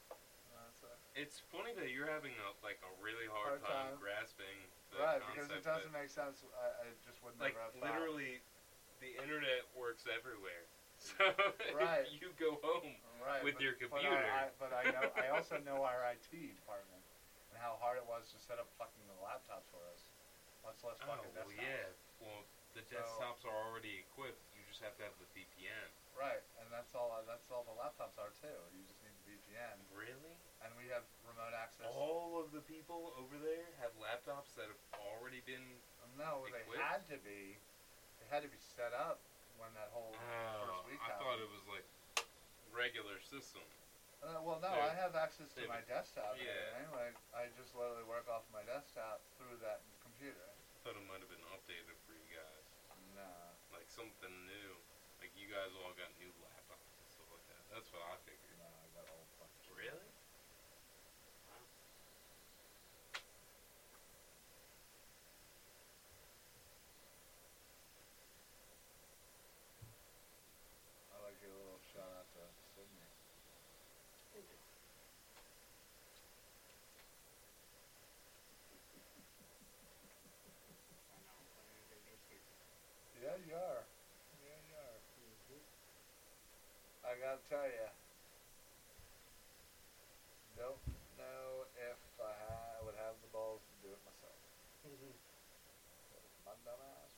A: Uh, That's it.
C: It's funny that you're having a, like a really hard,
A: Hard
C: time,
A: time.
C: grasping the
A: right, because
C: concept
A: it doesn't
C: that,
A: make sense. I, I just would
C: like
A: never have thought.
C: literally the internet works everywhere. So if
A: Right.
C: you go home,
A: right,
C: with
A: but-
C: your
A: But
C: computer.
A: I, I, but I know. I also know our IT department and how hard it was to set up fucking the laptops for us. Much less
C: oh
A: fucking
C: well,
A: desktops.
C: yeah, well the
A: So-
C: desktops are already equipped. You just have to have the VPN.
A: Right, and that's all. That's all the laptops are too. You just need the VPN,
C: Really?
A: and we have remote access.
C: All of the people over there have laptops that have already been.
A: no, they
C: equipped?
A: had to be. They had to be set up when that whole
C: Ah.
A: first week
C: Oh, I thought
A: happened.
C: it was like regular system.
A: Uh, well, no,
C: They're-
A: I have access to
C: they've-
A: my desktop. and
C: yeah.
A: everything. Like, I just literally work off my desktop through that computer.
C: I thought it might have been updated for you guys.
A: No.
C: like something new. Like you guys all got new laptops and stuff like that. That's what I figured.
A: No, I got old fucking shit.
C: Really?
A: I like your little shout out to Sydney.
B: I know, but it is interesting.
A: Yeah, you are. Yeah, you are. I gotta tell you. Don't know if I ha- would have the balls to do it myself. My dumb ass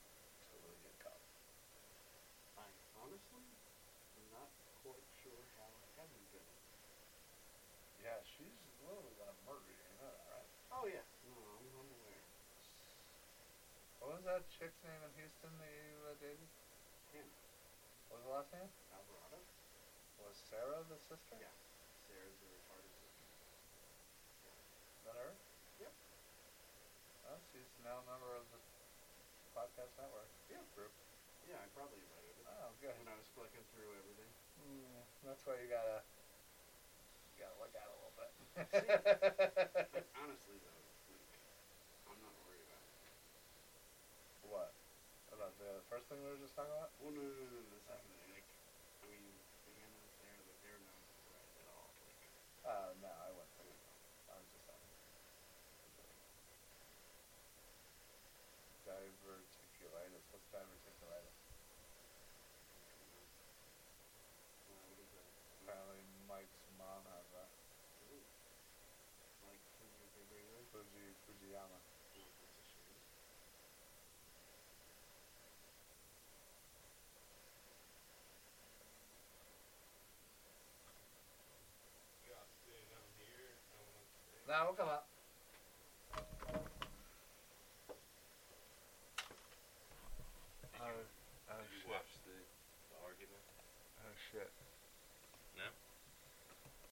A: totally get caught.
B: I honestly am not quite sure how I haven't done it.
A: Yeah, she's literally gonna murder you. You know that, right?
B: Oh, yeah. No, I'm, I'm aware.
A: What was that chick's name in Houston that you uh, dated?
B: Him,
A: What was the last name?
B: Alvarado,
A: Was Sarah the sister?
B: Yeah. Sarah's a retarded sister.
A: Is that her?
B: Yep.
A: She's now a member of the podcast network.
B: Yeah.
A: Group.
B: Yeah, I probably invited her
A: Oh, good.
B: when I was flicking through everything.
A: Mm, that's why you gotta you gotta look at it a little bit.
B: But honestly, though, like, I'm not worried about it.
A: what? About the first thing we were just talking about?
B: Well, no, no, no, no, the second thing. Like, I mean, they're not there, like, they're not right at all. Like,
A: Uh, no, I went through. I was just on. Diverticulitis. What's diverticulitis?
B: well, what is that?
A: Apparently, Mike's mom has that.
B: Like, can you big regular?
A: Fuji Fujiyama. Now we'll come up. Oh,
C: Have you watched the, the argument?
A: oh shit.